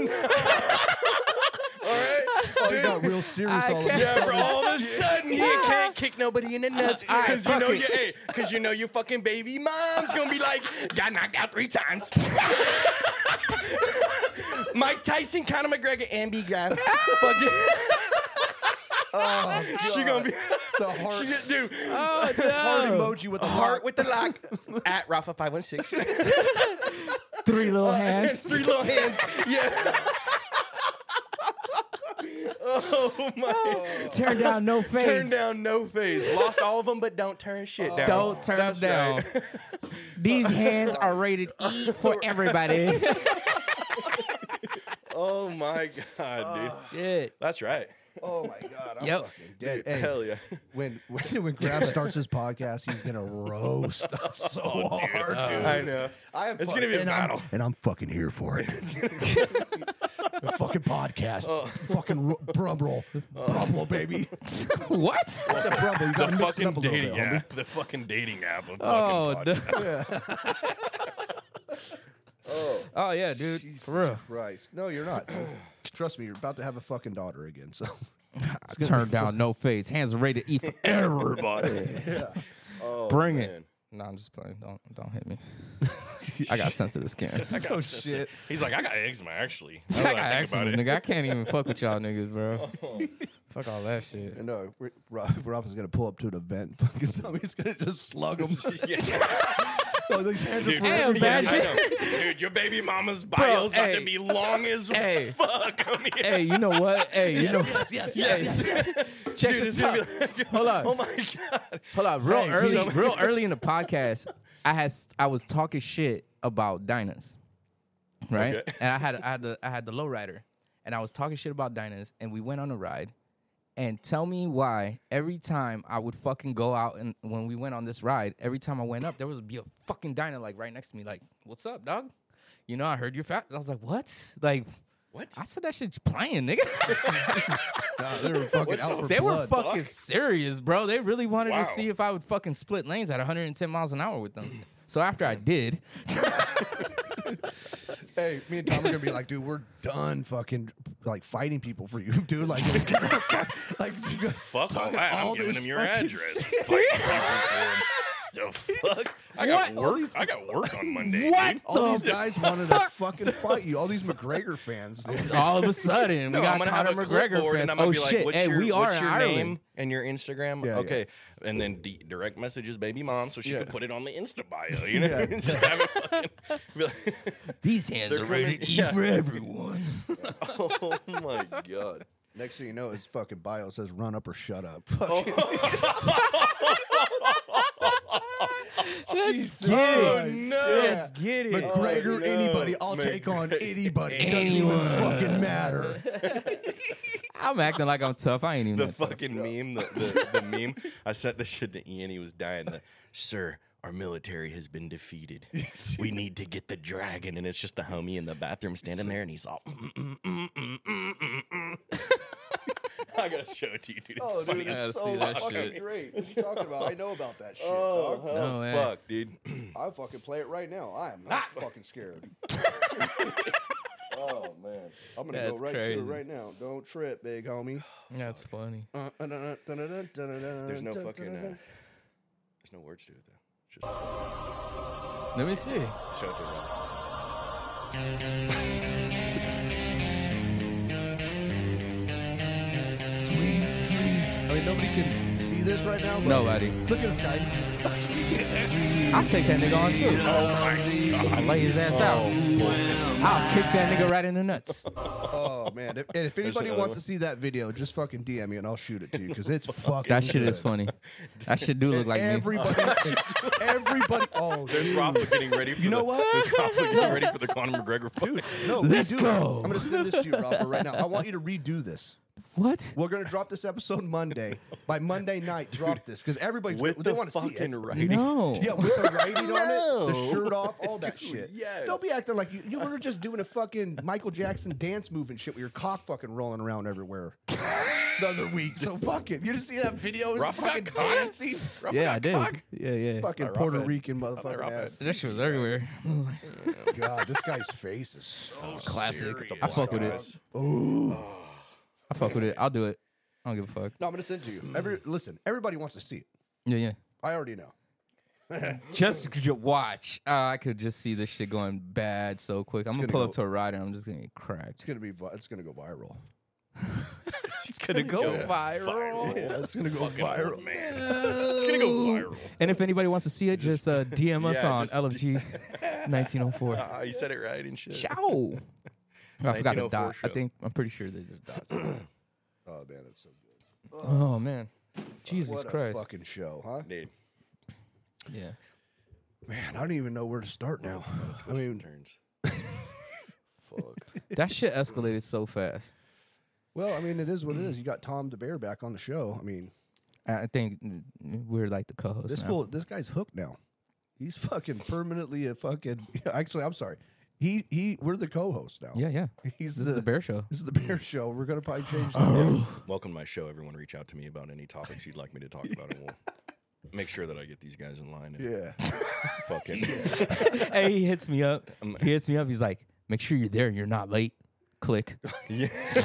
A: All right.
C: oh, it got real serious.
D: I
C: all of a
D: can't-
A: Yeah,
C: sudden.
A: bro. All of a sudden, you
D: Ah.
A: can't kick nobody in the nuts because you know
D: fuck
A: your, hey, because you know your fucking baby mom's gonna be like, got knocked out three times. Mike Tyson, Conor McGregor, and B. Graf. Fucking-
C: Oh,
A: she gonna be,
C: the heart,
A: she just do
D: Oh,
C: heart
D: no.
C: emoji with the
A: heart with the lock at Rafa five one six.
D: Three little
A: It's
D: hands.
A: three little hands. Yeah. Oh my.
D: Turn down no face. Oh.
A: Turn down no face. Lost all of them, but don't turn shit down.
D: Don't turn
A: That's
D: down.
A: right.
D: These hands are rated E for everybody.
A: Oh my god, dude.
D: Oh, Shit.
A: That's right.
C: Oh my god! I'm
D: Yep.
C: fucking dead.
A: Dude, Hell yeah.
C: When when when Grab starts his podcast, he's gonna roast us so
A: Oh,
C: hard.
A: I know.
C: I am
A: It's
C: fuck-
A: gonna be a
C: and I'm-
A: battle.
C: and I'm fucking here for it. the fucking podcast,
A: Oh.
C: fucking ro- brum roll, brum roll, baby. It's
D: What?
C: a brum roll. You gotta
A: The
C: mix it up
A: fucking
C: a little bit.
A: dating
C: homie.
A: app. The fucking dating app. Of fucking
D: Oh,
A: podcast.
D: Oh yeah, dude.
C: Jesus
D: for real.
C: Christ. No, you're not. Trust me, you're about to have a fucking daughter again. So
D: Turn down no face. Hands are rated E for everybody. Bring it.
A: man.
D: No, I'm just playing. Don't don't hit me. I got sensitive skin. I
A: Oh shit. He's like, I got eczema actually. Now that
D: got
A: I think
D: eczema,
A: about it.
D: nigga. I can't even fuck with y'all niggas, bro. Fuck all that shit.
C: no, Ro- Rob, Rob is gonna pull up to an event. Fucking somebody's gonna just slug him.
A: Yeah.
C: oh, these hands are
A: Dude,
C: free.
D: Hey,
A: yeah, I
D: imagine.
A: know. Dude, your baby mama's bio's about
D: hey.
A: to be long as
D: Hey.
A: fuck. I mean,
D: Hey, you know what? Hey, you know.
C: yes, yes, yes, yes.
D: Check
A: dude, it's
D: this
A: gonna
D: out.
A: be like,
D: Hold on.
A: Oh my god.
D: Hold on, real
C: Thanks.
D: early, real early in the podcast, I had I was talking shit about Dinas, right?
A: Okay.
D: And I had I had the I had the lowrider, and I was talking shit about Dinas, and we went on a ride. And tell me why every time I would fucking go out and when we went on this ride, every time I went up, there would be a fucking diner like right next to me, like, "What's up, dog?" You know, I heard you're fat. I was like, "What?" Like,
A: What?
D: I said that shit's playing, nigga.
C: Nah, they were fucking out for
D: They were
C: blood.
D: fucking serious, bro. They really wanted
A: Wow.
D: to see if I would fucking split lanes at 110 miles an hour with them. So after I did,
C: Hey, me and Tom are gonna be like, dude, we're done fucking like fighting people for you, dude. Like, just get the fuck- like just go-
A: Fuck all
C: talking
A: that. I'm
C: all
A: giving
C: this
A: him your
C: fucking
A: address.
C: shit.
A: Fuck you, people, dude. The fuck? I got
D: What?
A: work. I got work on Monday.
D: what?
A: dude.
C: All these guys wanted to fucking fight you. All these McGregor fans, dude.
D: All of a sudden,
A: No,
D: we
A: I'm
D: got
A: gonna have a
D: Conor McGregor
A: clipboard
D: fans.
A: and I'm gonna
D: Oh
A: be like,
D: shit!
A: "What's
D: hey,
A: your,
D: we are
A: what's
D: in
A: your
D: Ireland.
A: name and your Instagram?"
C: Yeah, yeah.
A: okay, and then d- direct messages baby mom so she
C: Yeah.
A: could put it on the Insta bio. You know, Just have it fucking- be like,
D: These hands
A: They're
D: are
A: coming-
D: rated E
A: yeah.
D: for everyone."
A: oh my god.
C: Next thing you know, his fucking bio says "run up or shut up."
A: Oh,
C: Fucking Jesus
A: Oh
C: Christ.
A: no.
D: Let's get it.
C: McGregor,
A: no.
C: anybody, I'll take on anybody. It doesn't even
D: Anyone.
C: fucking matter.
D: I'm acting like I'm tough. I ain't even.
A: The
D: that tough.
A: fucking meme, the, the, the meme. I sent this shit to Ian. He was dying. The, Sir, our military has been defeated. we need to get the dragon. And it's just the homie in the bathroom standing there, and he's all. "Mm, mm, mm, mm, mm, mm, mm." I gotta show it to you, Oh, dude. It's
C: Oh,
A: funny as fuck.
C: great. What you talking about? I know about that shit.
A: Oh,
C: dog.
A: hell
D: No, man.
A: fuck, dude.
C: I'll fucking play it right now. I am not fucking scared. Oh man, I'm gonna
B: That's
C: go right to
B: crazy.
C: it right now. Don't trip, big homie.
D: That's funny.
C: There's
A: There's no fucking. Uh, there's no words to it though. It's Just
D: Let me see.
A: show it to Rob. uh,
C: Sweet dreams. I mean, nobody can see this right now. But
D: Nobody.
C: Look at this guy.
D: I'll take that nigga on too.
A: Oh,
D: I'll lay his ass out. I'll kick that nigga right in the nuts.
C: Oh man! If- And if anybody
A: another
C: wants
A: one.
C: to see that video, just fucking DM me and I'll shoot it to you because it's fucking.
D: That shit is
C: good.
D: funny. That shit do look like me.
C: everybody, everybody. Oh,
A: There's
C: dude.
A: Rafa getting ready. For you
C: know
A: the,
C: what?
A: There's Rafa getting ready for the Conor McGregor fight.
C: No,
D: Let's
C: redo it.
D: go.
C: I'm gonna send this to you, Rafa, right now. I want you to redo this.
D: What?
C: We're gonna drop this episode Monday. By Monday night, drop this because everybody's
A: with
C: they
A: the
C: want to see
A: fucking
C: it.
A: writing.
D: No.
C: Yeah, with the writing on it, the
A: No.
C: shirt off, all that shit.
A: yes.
C: Don't be acting like you, you were just doing a fucking Michael Jackson dance move and shit with your cock fucking rolling around everywhere the other week. So fuck it. You just see that video? It's
A: Rafa
C: fucking
A: got cock?
C: dancing.
D: Yeah, I did. Yeah, yeah.
C: Fucking
A: Rafa.
C: Puerto Rican
A: Rafa.
C: motherfucking ass.
D: That shit was everywhere. I was like,
C: God, this guy's face is so
D: classic.
A: Serious.
D: I fuck with it.
A: Guys.
D: I fuck with it. I'll do it. I don't give a fuck.
C: No, I'm gonna send it to you.
A: Hmm.
C: Every listen, everybody wants to see it.
D: Yeah, yeah.
C: I already know.
D: Just j- watch. Uh, I could just see this shit going bad so quick. I'm gonna
C: gonna
D: pull
C: go-
D: up to a ride and I'm just gonna get cracked.
C: It's gonna be. vi- It's gonna go viral.
D: It's gonna go viral.
C: Yeah, it's gonna go viral.
A: It's gonna go viral.
D: And if anybody wants to see it, just uh, DM us
A: Yeah,
D: on
A: just
D: LFG 1904.
C: Uh,
A: Ah, you said it right and shit.
D: Ciao. I forgot a
A: 1904
D: dot. I
A: show.
D: think I'm pretty sure that there's dots.
C: Oh man, that's so good.
D: oh man, Jesus
C: What a
D: Christ.
C: fucking show, huh?
A: Dude,
D: Yeah.
C: Man, I don't even know where to start now. I mean,
A: turns.
D: That shit escalated so fast.
C: well, I mean, it is what it is. You got Tom the Bear back on the show. I mean,
D: I I think mm, we're like the co-host.
C: this
D: now.
C: fool, this guy's hooked now. He's fucking permanently a fucking. Actually, I'm sorry. He he. We're the co-host now.
D: Yeah, yeah.
C: He's
D: This
C: the,
D: is the bear Oh. show.
C: This is the Bear Show. We're gonna probably change. The name.
A: Welcome to my show. Everyone, reach out to me about any topics you'd like me to talk about, and we'll make sure that I get these guys in line. And
C: Yeah.
A: Fucking.
D: hey, he hits me up. He hits me up. He's like, make sure you're there and you're not late. Click.
A: Yeah.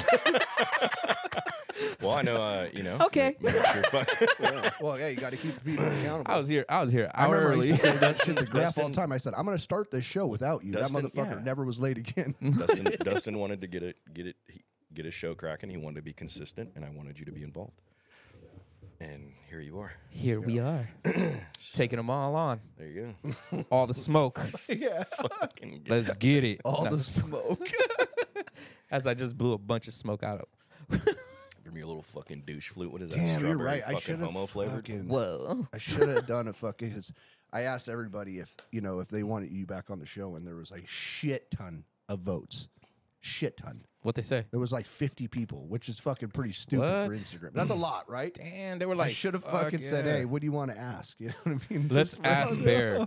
A: well, I know. Uh, you know.
D: Okay.
A: ma- make sure-
C: yeah. Well, yeah. You got to keep the people accountable.
D: I was here. I was here
C: I
D: hour
C: remember I
D: early.
C: used to say that shit to Graph all
A: Dustin-
C: the time. I said, I'm going to start this show without you.
A: Dustin,
C: that motherfucker
A: yeah.
C: never was late again.
A: Dustin, Dustin wanted to get it, get it, he- get his show cracking. He wanted to be consistent, and I wanted you to be involved. And here you are.
D: here we are, taking them all on.
A: There you go.
D: All the smoke.
C: yeah.
A: Fucking get-
D: Let's get it.
C: All
D: No,
C: the smoke.
D: as I just blew a bunch of smoke out of.
A: give me a little fucking douche flute. What is that?
C: Damn, you're
A: Strawberry
C: right. I
A: Fucking
C: should
A: homo
C: have
A: flavored.
C: fucking,
D: Whoa.
C: I should have done a fucking, because I asked everybody if, you know, if they wanted you back on the show, and there was a shit ton of votes. Shit ton.
D: What they say?
C: There was like 50 people, which is fucking pretty stupid for
D: What?
C: Instagram. That's a lot, right?
D: And they were
C: I
D: like,
C: should have
D: "Fuck
C: fucking said,
D: yeah."
C: hey, what do you want to ask? You know what I mean?
D: Let's
C: Just-
D: ask Bear.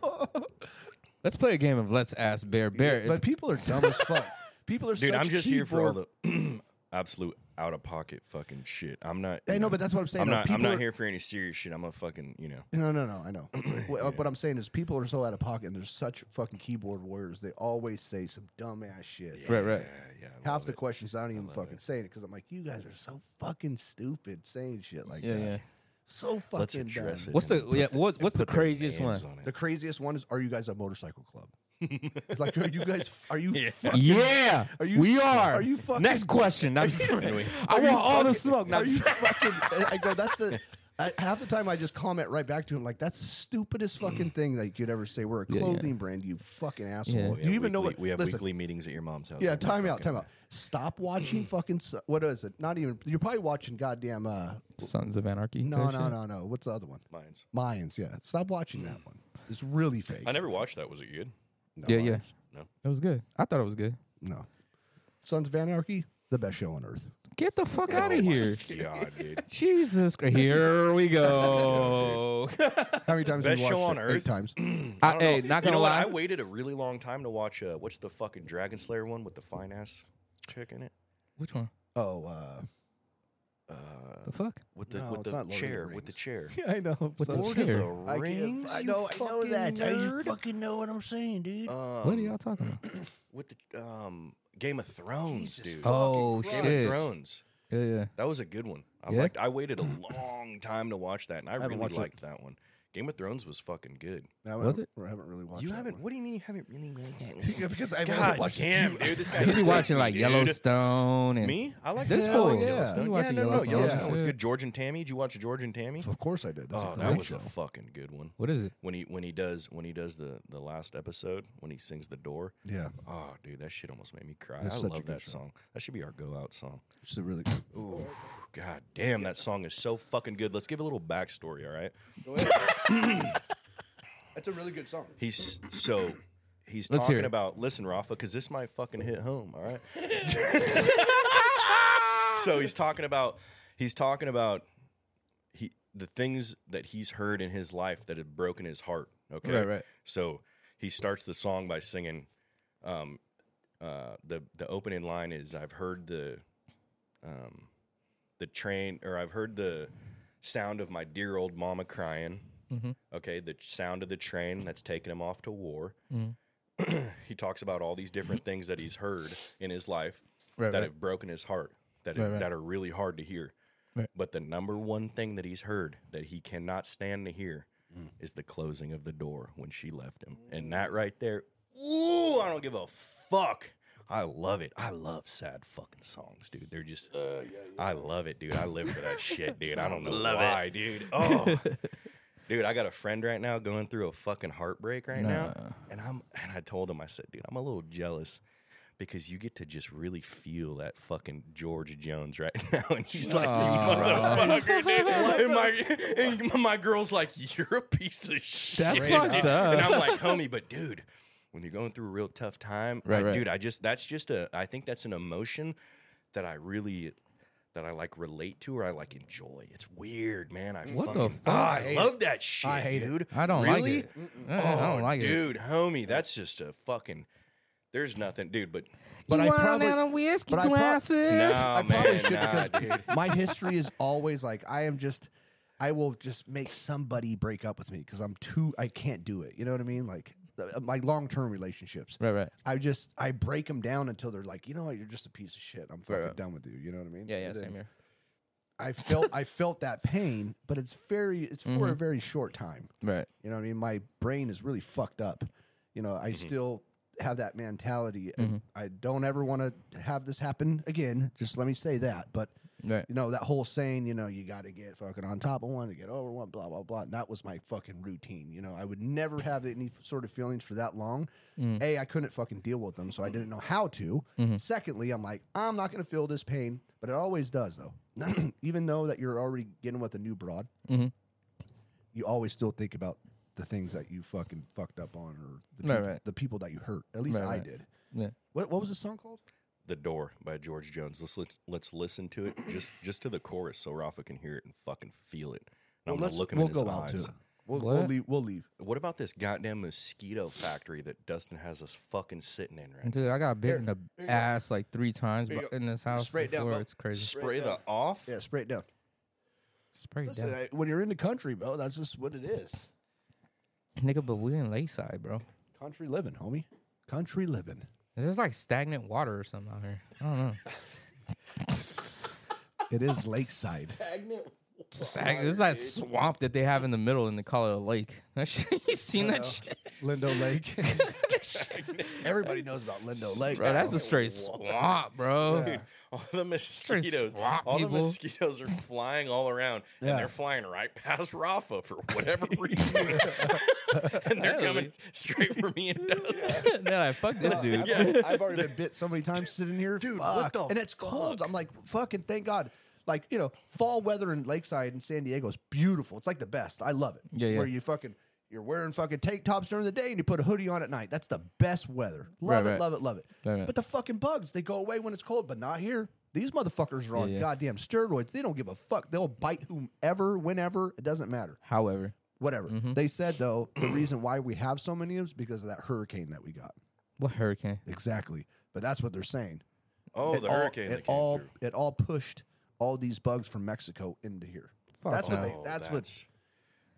D: Let's play a game of Let's Ask Bear. Bear,
C: But people are dumb as fuck. People are
A: Dude,
C: such
A: I'm just here for all
C: keyboard-
A: the absolute out of pocket fucking shit. I'm not.
C: I
A: you
C: know, but that's what I'm saying.
A: I'm
C: though.
A: not. I'm
C: People
A: not
C: are-
A: here for any serious shit. I'm a fucking. You know.
C: No, no, no. I know. what, what I'm saying is, people are so out of pocket, and they're such fucking keyboard warriors. They always say some dumbass shit.
D: right, right.
A: Yeah, yeah. I
C: Half
A: love
C: the
A: it.
C: questions I don't even fucking say it because I'm like, you guys are so fucking stupid saying shit like that. So fucking
A: Let's address
C: dumb.
A: it.
D: What's the yeah? What, what's the
A: Put their
D: craziest one?
A: names on it.
C: The craziest one is, are you guys a motorcycle club? like, are you guys? Are you? fucking-
D: Yeah,
C: Are you
D: we
C: fu-
D: are.
C: are you fucking-
D: Next question. Now-
A: Anyway,
D: I want all the
C: fucking-
D: smoke. Now,
C: Are you fucking? I go. That's the. I, half the time, I just comment right back to him like, "That's the stupidest fucking thing that you could ever say." We're a
D: yeah.
C: clothing brand, you fucking asshole.
D: Yeah.
C: Do
A: We
C: you
A: have
C: even know
A: weekly-
C: what?
A: we have
C: listen,
A: weekly meetings at your mom's house?
C: Yeah,
A: I'm not
C: time out,
A: fucking-
C: time out. Stop watching fucking. Su- What is it? Not even. You're probably watching goddamn. Uh,
D: Sons of Anarchy.
C: no,
D: type
C: no,
D: shit?
C: no, no. What's the other one?
A: Mines.
C: Mayans. Yeah, stop watching that one. It's really fake.
A: I never watched that. Was it good?
C: No,
D: Yeah, yeah.
C: Mayans.
D: It was good. I thought it was good.
C: No, Sons of Anarchy, the best show on earth.
D: Get the fuck out
A: Oh
D: of
A: my
D: here.
A: God, dude.
D: Jesus Christ. Here we go.
C: How many times have
A: Best
C: you
A: show
C: watched
A: on
C: it?
A: earth?
C: Eight times.
D: I-
A: I don't
D: hey,
A: know.
D: not
A: you
D: gonna
A: know what?
D: lie.
A: I waited a really long time to watch. Uh, what's the fucking Dragon Slayer one with the fine ass chick in it? Uh,
D: Which one?
C: oh, uh,
D: The fuck?
A: With the
C: No,
A: with
C: it's
A: the
C: not Lord of the
A: chair, with the
C: Rings.
A: chair.
C: yeah, I know. With
D: the Lord of the chair.
C: I, can't-
A: Rings,
C: I
A: you
C: know. I know
A: fucking
C: that. I
A: nerd.
C: fucking know what I'm saying, dude.
A: Um,
D: What are y'all talking about?
A: With the um, Game of Thrones, dude.
B: Oh
A: Game
B: shit.
A: of Thrones.
B: Yeah, yeah.
A: That was a good one. I
B: Yeah?
A: liked. I waited a long time to watch that, and I,
C: haven't
A: really
C: watched it.
A: liked that one. Game of Thrones was fucking good.
C: I
B: Was
C: haven't- I haven't really watched.
A: you
C: that
A: haven't.
C: one.
A: What do you mean you haven't really liked that? one?
C: Yeah, because I
A: God
C: haven't watched.
A: damn, dude! This guy
B: You be watching like
A: dude.
B: Yellowstone and
A: Me? I like
B: This
A: that. I like
B: fool. Yeah.
A: Yellowstone.
B: You
A: Yeah,
B: watching
A: no, no,
B: Yellowstone.
A: Yellowstone
B: Yeah.
A: was good. George and Tammy. Did you watch George and Tammy?
C: Of course I did. That's a
A: Oh,
C: great
A: that was
C: show.
A: a fucking good one.
B: what is it?
A: When he when he does when he does the the last episode when he sings the door.
C: yeah,
A: Oh, dude, that shit almost made me cry.
C: That's
A: I
C: such a
A: love
C: good
A: that
C: show.
A: song. That should be our go out song.
C: it's a really.
A: Ooh, god damn, that song is so fucking good. Let's give a little backstory, all right?
C: That's a really good song.
A: He's so he's
B: Let's hear
A: talking
B: it.
A: about listen, Rafa, because this might fucking hit home, all right? so he's talking about he's talking about he the things that he's heard in his life that have broken his heart. Okay.
B: Right, right.
A: So he starts the song by singing um uh the the opening line is I've heard the um the train or I've heard the sound of my dear old mama crying. Okay, the sound of the train that's taking him off to war. he talks about all these different things that he's heard in his life
B: Right,
A: that
B: right.
A: have broken his heart, that
B: Right, right.
A: that are really hard to hear.
B: Right.
A: But the number one thing that he's heard that he cannot stand to hear is the closing of the door when she left him, and that right there, ooh, I don't give a fuck. I love it. I love sad fucking songs, dude. They're just, I love it, dude. I live for that shit, dude. I don't know why, dude. Oh, dude, I got a friend right now going through a fucking heartbreak right now, and I'm, and I told him, I said, dude, I'm a little jealous because you get to just really feel that fucking George Jones right now. And he's like, this motherfucker, dude. And my, and my- my girl's like, you're a piece of shit.
B: That's
A: dude."
B: fucked
A: And
B: up.
A: I'm like, homie, but dude, when you're going through a real tough time,
B: Right,
A: I-
B: right.
A: dude, I just, that's just a, I think that's an emotion that I really, that I like relate to or I like enjoy. It's weird, man. I
B: What the
A: fucking,
B: fuck?
A: Ah, I, love that shit.
C: I hate it.
A: dude.
B: I don't like
A: Really?
B: it. Uh, I don't like it.
A: Oh, Dude, homie, that's just a fucking, there's nothing, dude, but
C: But I
B: want
C: probably
B: another whiskey
C: but I prob-
A: no,
C: I
A: Oh, man,
C: probably should
A: nah,
C: because
A: dude.
C: my history is always like I am just I will just make somebody break up with me because I'm too I can't do it. You know what I mean? Like uh, my long term relationships.
B: Right, right.
C: I just I break them down until they're like, you know what, you're just a piece of shit. I'm fucking done with you. You know what I mean?
D: Yeah, yeah,
C: And then
D: same here.
C: I felt I felt that pain, but it's very it's for a
A: Mm-hmm.
C: very short time.
B: Right.
C: You know what I mean? My brain is really fucked up. You know, I still have that mentality. and I don't ever want to have this happen again. Just let me say that. But
B: Right.
C: you know that whole saying, you know, you got to get fucking on top of one to get over one, blah blah blah. And that was my fucking routine. You know, I would never have any f- sort of feelings for that long.
B: Mm.
C: A, I couldn't fucking deal with them, so I didn't know how to.
B: Mm-hmm.
C: Secondly, I'm like, I'm not gonna feel this pain, but it always does though. Even though that you're already getting with a new broad,
B: Mm-hmm.
C: you always still think about the things that you fucking fucked up on or the,
B: Right,
C: peop-
B: right.
C: the people that you hurt. At least
B: Right,
C: I
B: right.
C: did.
B: Yeah.
C: What, what was the song called?
A: The Door by George Jones. Let's let's let's listen to it just just to the chorus so Rafa can hear it and fucking feel it. And I'm gonna
C: let's-
A: look him
C: we'll
A: in his
C: go out to
A: eyes.
C: it. We'll, we'll
B: What?
C: leave. We'll leave.
A: What about this goddamn mosquito factory that Dustin has us fucking sitting in right now?
B: Dude, I got bit in the ass like three times bu- in this house
C: Spray it down,
B: before.
C: bro.
B: it's crazy.
A: Spray the off?
C: Yeah, spray it down.
B: Spray it
C: Listen,
B: down.
C: I, when you're in the country, bro, that's just what it is.
B: Nigga, but we in Lakeside, bro.
C: Country living, homie. Country living.
B: This is like stagnant water or something out here. I don't know.
C: It is lakeside.
B: Stag- this is that swamp that they have in the middle and they call it a lake. That shit, you seen that shit?
C: Lindo Lake. Everybody knows about Lindo Lake.
B: Bro, that's a straight swamp, bro.
A: Dude, all the mosquitoes,
B: swamp
A: all the
B: people.
A: mosquitoes are flying all around,
C: Yeah.
A: and they're flying right past Rafa for whatever reason, and they're coming straight for me and Dustin.
B: They're like, fuck this dude.
A: Yeah.
C: I've already been bit so many times sitting here.
A: Dude, what
C: Fuck.
A: the
C: And it's cold. I'm like, fucking thank God. Like, you know, fall weather in Lakeside in San Diego is beautiful. It's like the best. I love it.
B: Yeah, yeah.
C: Where you fucking you're wearing fucking tank tops during the day and you put a hoodie on at night. That's the best weather. Love
B: Right,
C: it,
B: right.
C: love it, love it.
B: Right, right.
C: But the fucking bugs, they go away when it's cold, but not here. These motherfuckers are on
B: yeah.
C: goddamn steroids. They don't give a fuck. They'll bite whomever, whenever. It doesn't matter
B: However,
C: whatever.
B: Mm-hmm.
C: They said though the reason why we have so many of them is because of that hurricane that we got.
B: what hurricane?
C: Exactly, but that's what they're saying.
A: Oh,
C: It
A: the
C: all-
A: hurricane
C: It
A: that came
C: all
A: through.
C: it all pushed all these bugs from Mexico into here.
B: Fuck
C: that's what
B: no.
C: they.
A: Oh,
C: That's, what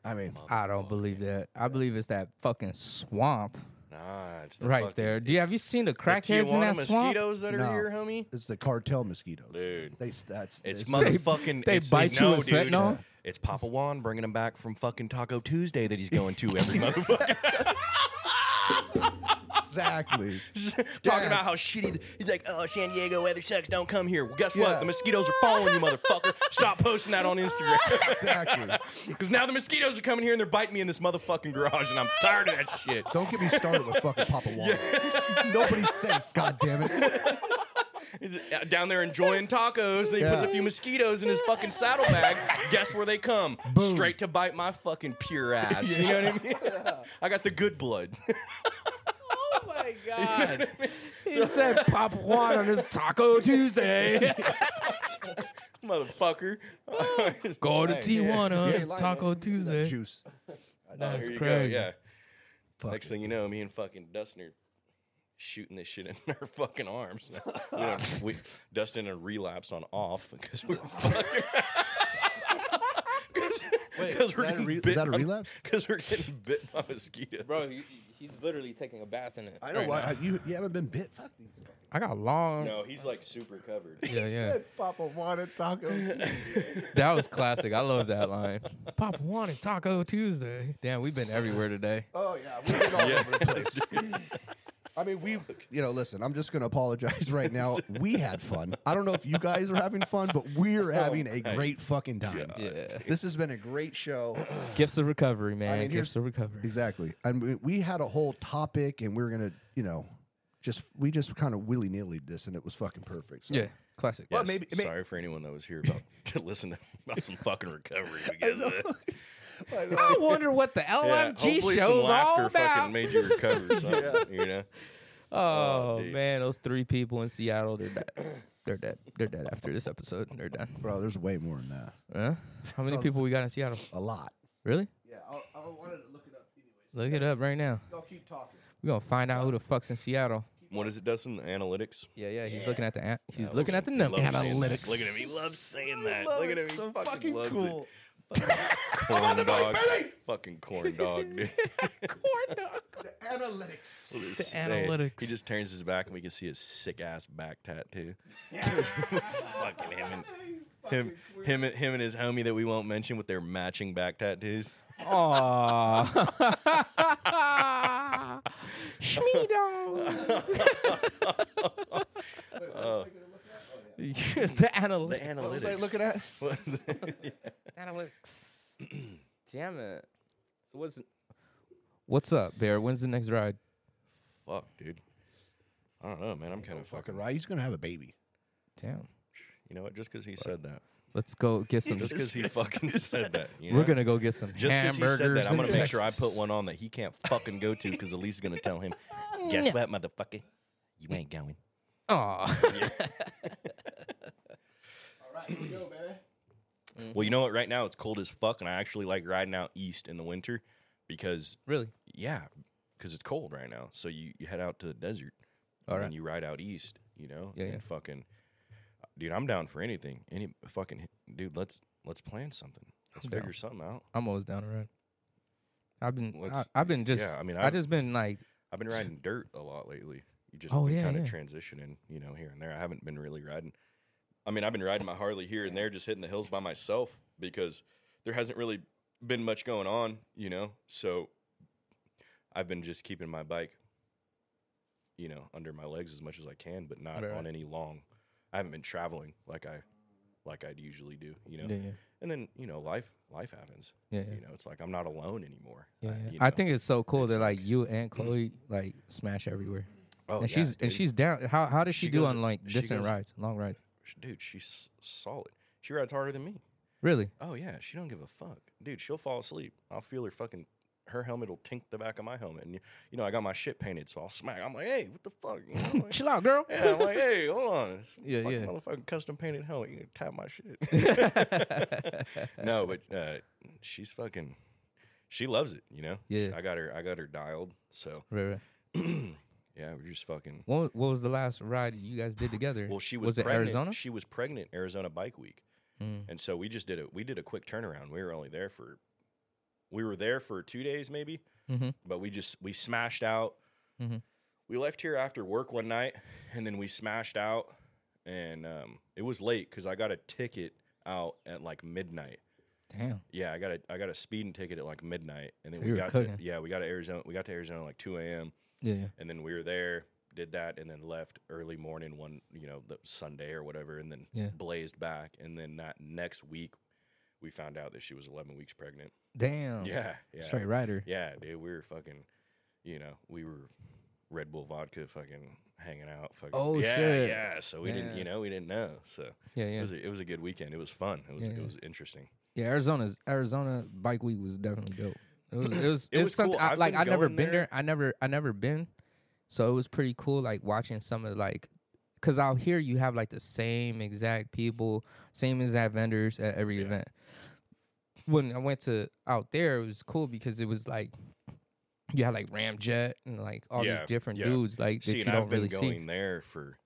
C: I mean.
B: I don't believe that. I believe it's that fucking swamp.
A: Nah, it's the
D: right
A: fucking-
D: there. Do you, have you seen the
A: the
D: crackheads in
A: Tijuana
D: that swamp?
A: mosquitoes that are
C: No.
A: here, homie?
C: It's the cartel mosquitoes.
A: Dude.
C: They s- that's
A: It's
C: it's-
A: motherfucking.
D: they
A: it's,
D: bite you
A: no,
D: with
A: dude.
D: fentanyl?
A: It's Papa Juan bringing him back from fucking Taco Tuesday that he's going to every motherfucker.
C: exactly.
A: Talking about how shitty. the- he's like, oh, San Diego weather sucks. Don't come here. Well, guess what?
C: Yeah.
A: The mosquitoes are following you, motherfucker. Stop posting that on Instagram.
C: Exactly.
A: Because now the mosquitoes are coming here and they're biting me in this motherfucking garage, and I'm tired of that shit.
C: Don't get me started with fucking Papa Wall. Nobody's safe. God damn it.
A: He's uh, down there enjoying tacos. Then he puts
C: Yeah.
A: a few mosquitoes in his fucking saddlebag. Guess where they come?
C: Boom.
A: Straight to bite my fucking pure ass. You know what I mean? I got the good blood.
D: He said Pop Juan on his Taco Tuesday.
A: Motherfucker.
D: Go to Tijuana.
C: Yeah,
D: it's
C: like
D: Taco
C: That
D: Tuesday.
C: juice.
A: There
D: That's
A: you
D: crazy.
A: go. Yeah.
C: Fuck
A: Next
C: it.
A: thing you know, me and fucking Dustin are shooting this shit in our fucking arms. You know, we, Dustin and relapse on off because we were fucking. Wait,
C: is that a re- is that a relapse?
A: Because we're getting bit by mosquitoes.
H: Bro, he- he's literally taking a bath in it.
C: I know
H: right
C: why
H: now.
C: I- you you haven't been bit. Fuck these.
D: I got long.
A: No, he's like super covered.
D: Yeah, yeah.
C: Papa wanted tacos.
D: That was classic. I love that line. Pop Juan and Taco Tuesday. Damn, we've been everywhere today.
H: Uh,
C: Oh yeah, we've been all over the place. I mean, we, you know, listen. I'm just gonna apologize right now. We had fun. I don't know if you guys are having fun, but
A: Oh,
C: we're having a great fucking time.
D: Yeah.
C: This has been a great show.
D: Gifts of recovery, man.
C: mean, here's-
D: Gifts of recovery.
C: Exactly. And we, we had a whole topic, and we were gonna, you know, just we just kind of willy nilly this, and it was fucking perfect. So.
D: Yeah, classic.
A: Yes,
C: maybe- may-
A: sorry for anyone that was here about to listen to, about some fucking recovery because of that.
D: I wonder what the
A: Yeah,
D: LMG
A: hopefully some
D: show's all
A: laughter
D: about.
A: fucking made you recover. Something, You know,
D: oh
A: dude.
D: man, those three people in Seattle, they're dead. They're dead. They're dead after this episode. They're done.
C: bro. There's way more than that.
D: Huh? How many people we got in Seattle?
C: A lot.
D: Really?
C: Yeah, I, I wanted to look it up. Anyways,
D: Look it up right now.
C: y'all keep talking.
D: We're gonna find out who the fuck's in Seattle.
A: what is it, Dustin? Analytics.
D: Yeah, yeah. He's looking at the an- he's
A: I
D: looking
A: love-
D: at the
A: I
D: numbers.
A: love saying that. Look at him. He loves saying that. Look at him. He fucking, loves it. Corn dog. Fucking corn dog, dude.
C: Analytics.
A: Look at this thing.
D: analytics.
A: He just turns his back and we can see his sick ass back tattoo. fucking him and him, him, and- him and his homie that we won't mention with their matching back tattoos.
D: Aw. Schmeedo. the
A: The
D: analytics.
A: analytics.
C: Look at that.
D: analytics. Damn it. So what's what's up, Bear? When's the next ride?
A: Fuck, dude. I don't know, man. I'm kind of fucking.
C: Fucking right. He's gonna have a baby.
D: Damn.
A: You know what? Just because he said that.
D: Let's go get some.
A: Just because he fucking said that. you
D: We're
A: know?
D: gonna go get some
A: Just because he
D: hamburgers.
A: said that, I'm
D: in
A: gonna make sure I
D: Texas.
A: put one on that he can't fucking go to because Elise's gonna tell him, guess what, motherfucker, you ain't going.
D: Aw. Mm-hmm.
A: Well, you know what? Right now it's cold as fuck, and I actually like riding out east in the winter because,
D: really?
A: yeah, because it's cold right now. So you, you head out to the desert
D: All
A: and
D: right.
A: you ride out east. You know,
D: Yeah,
A: and
D: yeah.
A: fucking, dude, I'm down for anything. Any fucking dude, let's let's plan something. Let's
D: I'm down.
A: figure something out.
D: I'm always down to run. I've been. I,
A: Let's-
D: I've been just.
A: yeah, I
D: I
A: mean,
D: mean, I
A: I've-
D: just been like.
A: I've been riding dirt a lot lately. You just
D: Oh,
A: been
D: yeah,
A: kind of
D: yeah.
A: transitioning, you know, here and there. I haven't been really riding. I mean, I've been riding my Harley here and there, just hitting the hills by myself because there hasn't really been much going on, you know. So I've been just keeping my bike, you know, under my legs as much as I can, but not
D: Right, right.
A: on any long. I haven't been traveling like I like I'd usually do, you know.
D: Yeah, yeah.
A: And then you know, life life happens.
D: Yeah, yeah.
A: You know, it's like I'm not alone anymore.
D: Yeah, yeah.
A: you
D: I
A: know?
D: think it's so cool
A: It's
D: that like you and Chloe like smash everywhere,
A: oh,
D: and
A: yeah,
D: she's
A: dude.
D: and she's down. How how does she,
A: She
D: do
A: goes-
D: on like
A: she
D: distant
A: goes-
D: rides, long rides?
A: Sh- dude, she's solid. She rides harder than me.
D: Really?
A: Oh yeah, she don't give a fuck, dude. She'll fall asleep. I'll feel her fucking. Her helmet will tink the back of my helmet, and you, you know I got my shit painted, so I'll smack. I'm like, hey, what the fuck? You know, like-
D: Chill out, girl.
A: yeah, I'm like, hey, hold on. It's a
D: Yeah,
A: fucking
D: yeah.
A: Motherfucking custom painted helmet. You can tap my shit. no, but uh, she's fucking. She loves it, you know.
D: Yeah.
A: I got her. I got her dialed. So
D: Right, right.
A: yeah, we're just fucking.
D: What was, what was the last ride you guys did together?
A: Well, she was,
D: it
A: pregnant.
D: Arizona? Mm.
A: She was pregnant Arizona Bike Week, and so we just did it. We did a quick turnaround. We were only there for, we were there for two days maybe,
D: Mhm.
A: but we just we smashed out.
D: Mm-hmm.
A: We left here after work one night, and then we smashed out, and um, it was late because I got a ticket out at like midnight.
D: Damn.
A: Yeah, I got a I got a speeding ticket at like midnight, and then
D: So
A: we
D: you were
A: got
D: cooking.
A: to yeah we got to Arizona we got to Arizona like two a.m.
D: Yeah.
A: and then we were there did that and then left early morning one you know the sunday or whatever and then
D: Yeah.
A: blazed back and then that next week we found out that she was 11 weeks pregnant
D: Damn.
A: yeah yeah
D: Oh. Straight rider.
A: yeah dude we were fucking you know we were red bull vodka fucking hanging out fucking
D: Oh,
A: yeah
D: shit.
A: yeah so we didn't
D: Yeah.
A: you know we didn't know so
D: Yeah.
A: it
D: Yeah.
A: was a, it was a good weekend it was fun it was
D: Yeah,
A: it
D: yeah.
A: was interesting
D: Yeah, Arizona's Arizona bike week was definitely dope. It was it was it, was,
A: was cool.
D: something I,
A: I've
D: like
A: been
D: I never
A: going
D: been
A: there.
D: there. I never I never been, so it was pretty cool. Like watching some of like, cause out here you have like the same exact people, same exact vendors at every event. When I went to out there, it was cool because it was like you had like Ramjet and like all
A: Yeah,
D: these different
A: yeah.
D: dudes like that
A: see
D: you
A: and
D: don't
A: i've been
D: really
A: going
D: see.
A: there for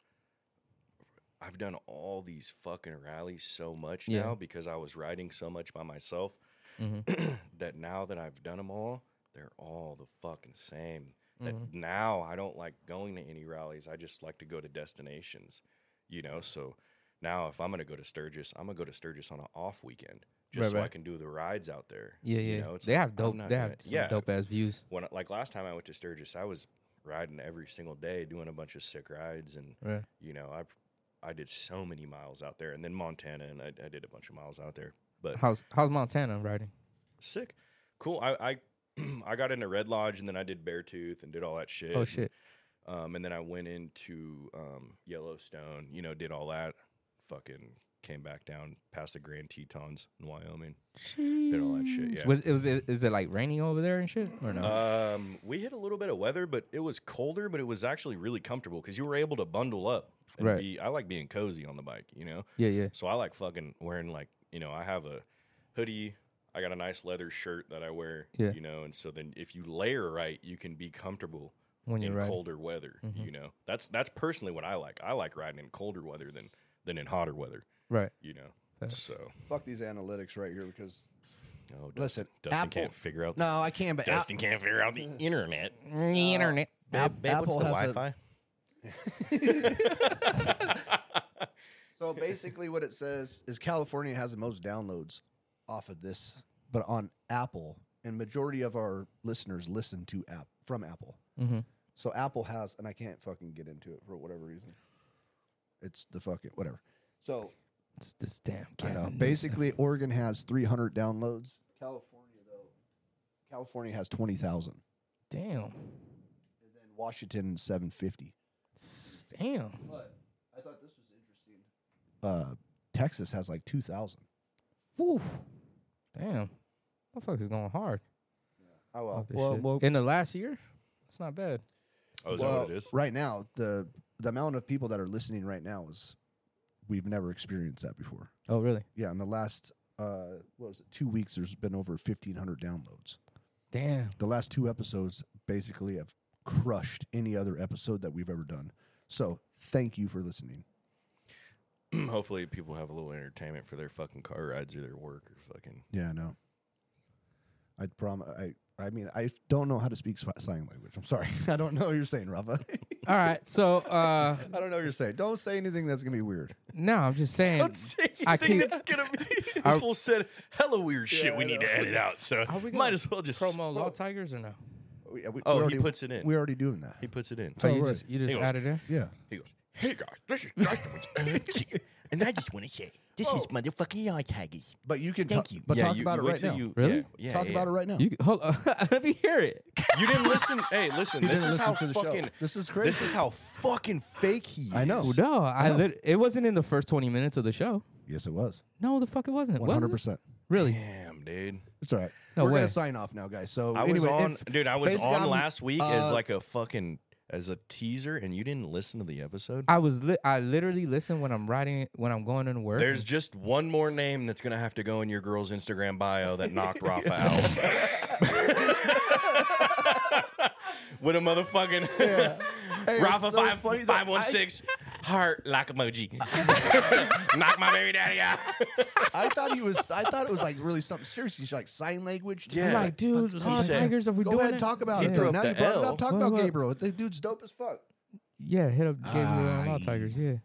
A: i've done all these fucking rallies so much
D: Yeah.
A: now because i was riding so much by myself
D: Mm-hmm.
A: that now that I've done them all, they're all the fucking same. That
D: Mm-hmm.
A: now I don't like going to any rallies. I just like to go to destinations, you know. So now if I'm gonna go to Sturgis, I'm gonna go to Sturgis on an off weekend just
D: Right,
A: so I
D: right.
A: can do the rides out there.
D: Yeah, yeah.
A: You know, it's
D: they
A: like,
D: have
A: I'm
D: dope.
A: not
D: They
A: gonna-
D: have some dope ass views.
A: When like last time I went to Sturgis, I was riding every single day, doing a bunch of sick rides, and
D: Right.
A: you know I I did so many miles out there, and then Montana, and I, I did a bunch of miles out there. But
D: How's how's Montana riding?
A: sick, cool. I I, I got into Red Lodge and then I did Beartooth and did all that shit.
D: Oh
A: and,
D: shit.
A: Um, and then I went into um, Yellowstone. You know, did all that. Fucking came back down past the Grand Tetons in Wyoming. Did all that shit. Yeah.
D: Was it was it, is it like raining over there and shit or no?
A: um, we hit a little bit of weather, but it was colder, but it was actually really comfortable because you were able to bundle up. And
D: Right.
A: Be, I like being cozy on the bike. You know.
D: yeah, yeah.
A: So I like fucking wearing like, you know, I have a hoodie, I got a nice leather shirt that I wear,
D: Yeah.
A: you know, and so then if you layer right, you can be comfortable
D: When
A: in
D: you're riding. Mm-hmm.
A: colder weather, you know. That's that's personally what I like. I like riding in colder weather than than in hotter weather,
D: Right.
A: you know.
D: Facts.
A: So,
C: Fuck these analytics right here because
A: oh, Dustin,
C: listen,
A: Dustin
C: Apple.
A: can't figure out
C: No, I can, but
A: Dustin can't figure out the internet.
D: The internet.
A: Babe, babe, what's
C: Apple
A: the
C: has a-
A: Wi-Fi?
C: So basically, what it says is California has the most downloads off of this, but on Apple, and majority of our listeners listen to app from Apple.
D: Mhm.
C: So Apple has, and I can't fucking get into it for whatever reason. It's the fucking whatever. So
D: It's this damn
C: I
D: Gavin
C: know.
D: Newsom.
C: Basically, Oregon has 300 downloads. California though, California has 20,000, and
D: Damn.
C: then Washington 750.
D: S- Damn.
C: But I thought this was interesting. Uh, Texas has like 2,000.
D: Woo. Damn. Motherfucker's going hard.
C: Oh
D: off this
C: well,
D: shit.
C: well
D: In the last year? It's not bad.
A: Oh, is that
C: well,
A: what it is?
C: Right now, the the amount of people that are listening right now is we've never experienced that before.
D: Oh really?
C: Yeah, in the last uh, what was it, two weeks, there's been over fifteen hundred downloads.
D: Damn.
C: The last two episodes basically have crushed any other episode that we've ever done. So thank you for listening.
A: Hopefully people have a little entertainment for their fucking car rides or their work or fucking
C: Yeah, I know. I prom I I mean I don't know how to speak sp- sign language. I'm sorry. I don't know what you're saying, Rafa.
D: All right. So uh
C: I don't know what you're saying. Don't say anything that's gonna be weird.
D: no, I'm just saying I keep
A: gonna be. This fool said hella weird shit. We need to edit out, so might
D: gonna
A: as well just.
D: promo Law Tigers or no?
C: We- we-
A: Oh,
C: we
A: he
C: already-
A: puts it in.
C: We're already doing that.
A: He puts it in.
D: So
C: Oh,
D: you
C: right.
D: just you just
A: Anyway.
D: added in?
C: Yeah.
A: He goes, "Hey guys, this is Justin with- and I just want to say this is motherfucking Law Tigers."
C: But you can
A: Thank
C: talk,
A: you.
C: But
A: Yeah,
C: talk
A: you-
C: about
A: you
C: it
A: wait
C: right
A: till
C: now.
A: you-
D: Really?
A: yeah, yeah,
C: talk
A: yeah.
C: about it right now.
D: You hold on. Let me hear it.
A: You didn't listen. Hey, listen. This
C: didn't listen
A: is how
C: to the show.
A: fucking.
C: This is crazy.
A: This is how fucking fake he is.
C: I know.
D: No, I lit- it wasn't in the first 20 minutes of the show.
C: Yes, it was.
D: No, the fuck it wasn't.
C: One
D: Was it?
C: hundred percent.
D: Really?
A: Damn, dude.
C: It's all right.
D: No
C: We're
D: way.
C: gonna sign off now, guys. So
A: I was
C: anyway,
A: on,
C: if-
A: dude. I was
C: basically,
A: on
C: I'm-
A: last week as
C: uh,
A: like a fucking as a teaser, and you didn't listen to the episode.
D: I was li- I literally listen when I'm riding when I'm going to work.
A: There's just one more name that's gonna have to go in your girl's Instagram bio that knocked Rafa out. With a motherfucking
C: Hey, it's
A: Rafa
C: so
A: five
C: funny that
A: five one six heart like emoji. Knock my baby daddy out.
C: I thought he was. I thought it was like really something serious. He's like sign language.
A: Yeah.
B: Like, dude,
A: Fuck
B: oh,
A: is that?
B: Tigers, are we
C: Go
B: doing
C: ahead
B: it?
C: and talk about
A: He
C: it.
A: broke
C: Now
A: the
C: you brought it
A: L.
C: up. Talk
B: What,
C: about
B: what?
C: Gabriel. The dude's dope as fuck.
B: Yeah, hit up Gabriel
C: Ah,
B: and Wild Tigers. Yeah.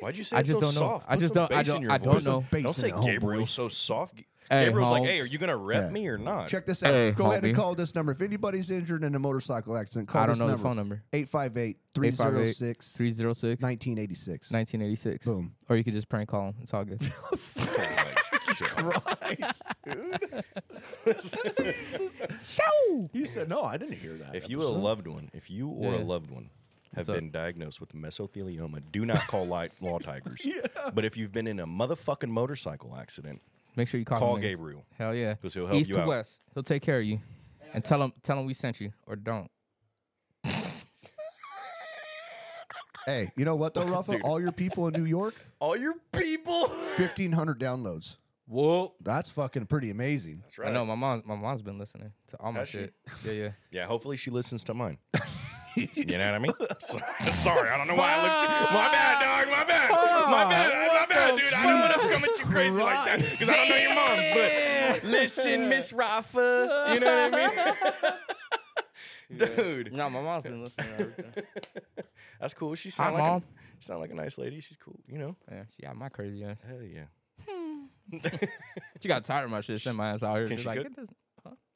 A: Why'd you say
B: I
A: it's
B: just
A: so
B: don't know.
A: soft?
B: I
A: Put
B: just
A: some
B: don't- I
A: bass in
B: don't-
A: your
B: I don't
A: voice.
B: know.
A: Don't say
C: Bass in it,
A: Gabriel's so soft.
B: Hey,
A: Gabriel's like, hey, are
B: Holmes.
A: you gonna rep
C: Yeah.
A: me or not?
C: Check this out.
D: Hey,
C: Go ahead and
D: homie.
C: call this number. If anybody's injured in a motorcycle accident, call
D: I
C: this
D: don't know
C: number.
D: the phone number.
C: 858 306
D: 306
C: 1986.
D: 1986.
C: Boom.
D: Or you could just prank call him. It's all good.
C: He said, No, I didn't hear that.
A: If you a loved one, if you or a
D: Yeah.
A: loved one have
D: What's up?
A: been diagnosed with mesothelioma, do not call light law tigers. But if you've been in a motherfucking motorcycle accident,
D: Make sure you call
A: Call
D: them niggas.
A: Gabriel.
D: Hell yeah.
A: 'Cause he'll help
D: East
A: you
D: to
A: out.
D: west. He'll take care of you. And tell him tell him we sent you or don't.
C: Hey, you know what though, Rafa? All your people in New York,
A: all your people.
C: 1,500 downloads.
D: Whoa.
C: That's fucking pretty amazing.
A: That's right.
D: I know my mom my mom's been listening to all my
A: Has she?
D: shit. Yeah, yeah.
A: Yeah, hopefully she listens to mine. you know what I mean? Ah. So- Sorry, I don't know why I looked. You. My bad, dog. My bad. my bad. My bad, dude. I didn't want to come at you crazy like that because I don't know your moms. But listen, Miss Rafa. You know what I mean? dude,
D: No, my mom's been listening to everything.
A: that's cool. She sound
D: Hi,
A: like
D: Mom.
A: A, sound like a nice lady. She's cool. You know?
D: Yeah, she got my crazy ass.
A: Hell yeah.
D: She got tired of my shit. Sent my ass out here.
A: Can
D: She's
A: she
D: like,
A: cook?
D: "It doesn't-"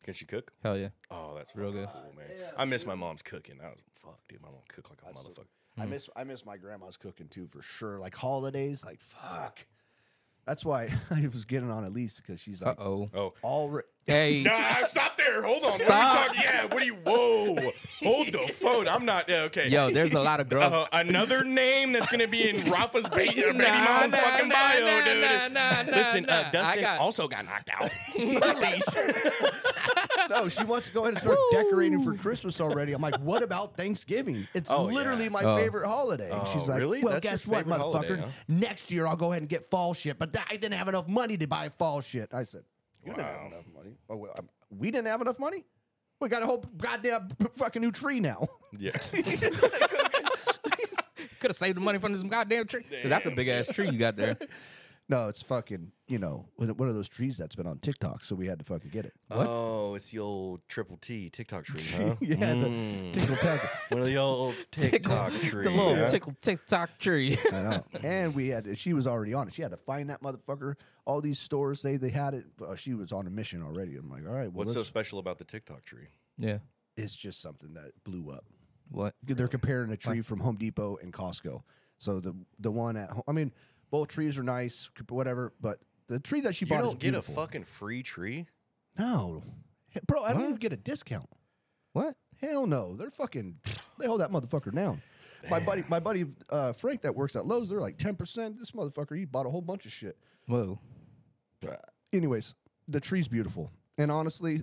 A: Can she cook?
D: Hell yeah.
A: Oh, that's
D: Real
A: real good.
D: good.
A: Cool, man. I miss my mom's cooking. I was fuck, dude. My mom cooked like a
C: That's
A: motherfucker.
C: I miss I miss my grandma's cooking too for sure. Like holidays, like fuck. That's why I was getting on Elise because she's
D: Uh
C: like
D: oh.
A: Oh.
C: all re-
D: Hey.
A: Nah, stop there. Hold on. What are you talking? Yeah, what are you? Whoa. Hold the phone. I'm not. Yeah, okay.
D: Yo, there's a lot of girls.
A: Uh, another name that's gonna be in Rafa's ba- baby mom's
D: nah,
A: fucking
D: nah,
A: bio,
D: nah,
A: dude.
D: nah, nah, nah,
A: Listen,
D: nah.
A: Uh, Dustin
D: I got-
A: also got knocked out. Please.
C: No, she wants to go ahead and start decorating for Christmas already. I'm like, what about Thanksgiving? It's
A: Oh,
C: literally
A: yeah.
C: my
D: Oh.
C: favorite holiday. And
A: Oh,
C: she's like,
A: really?
C: well,
A: That's your
C: guess what,
A: favorite
C: motherfucker?
A: holiday, huh?
C: Next year I'll go ahead and get fall shit, but I didn't have enough money to buy fall shit. I said, you didn't
A: Wow.
C: have enough money. Oh, well, um, we didn't have enough money. We got a whole goddamn p- fucking new tree now.
A: yes.
D: Could have saved the money from this goddamn tree. 'Cause That's a big ass tree you got there.
C: No, it's fucking, you know, one one of those trees that's been on TikTok, so we had to fucking get it. What?
A: Oh, it's the old triple T TikTok tree, huh? Mm.
C: yeah, the tickle packet.
A: One of the old TikTok tree.
D: The little
A: huh?
D: tickle TikTok tree.
C: I know. And we had she was already on it. She had to find that motherfucker. All these stores say they had it. But she was on a mission already. I'm like, all right, well,
A: What's so
C: this
A: special about the TikTok tree?
D: yeah.
C: is just something that blew up.
D: What?
C: They're comparing a tree from Home Depot and Costco. So the the one at home, I mean, both trees are nice, whatever. But the tree that she
A: You
C: bought is
A: don't get a
C: beautiful.
A: fucking free tree.
C: no, Hey, bro, I don't even get a discount.
D: What?
C: Hell no, they're fucking. They hold that motherfucker down. My buddy, my buddy uh, Frank that works at Lowe's, they're like ten percent. This motherfucker, he bought a whole bunch of shit.
D: Whoa.
C: anyways, the tree's beautiful. And honestly,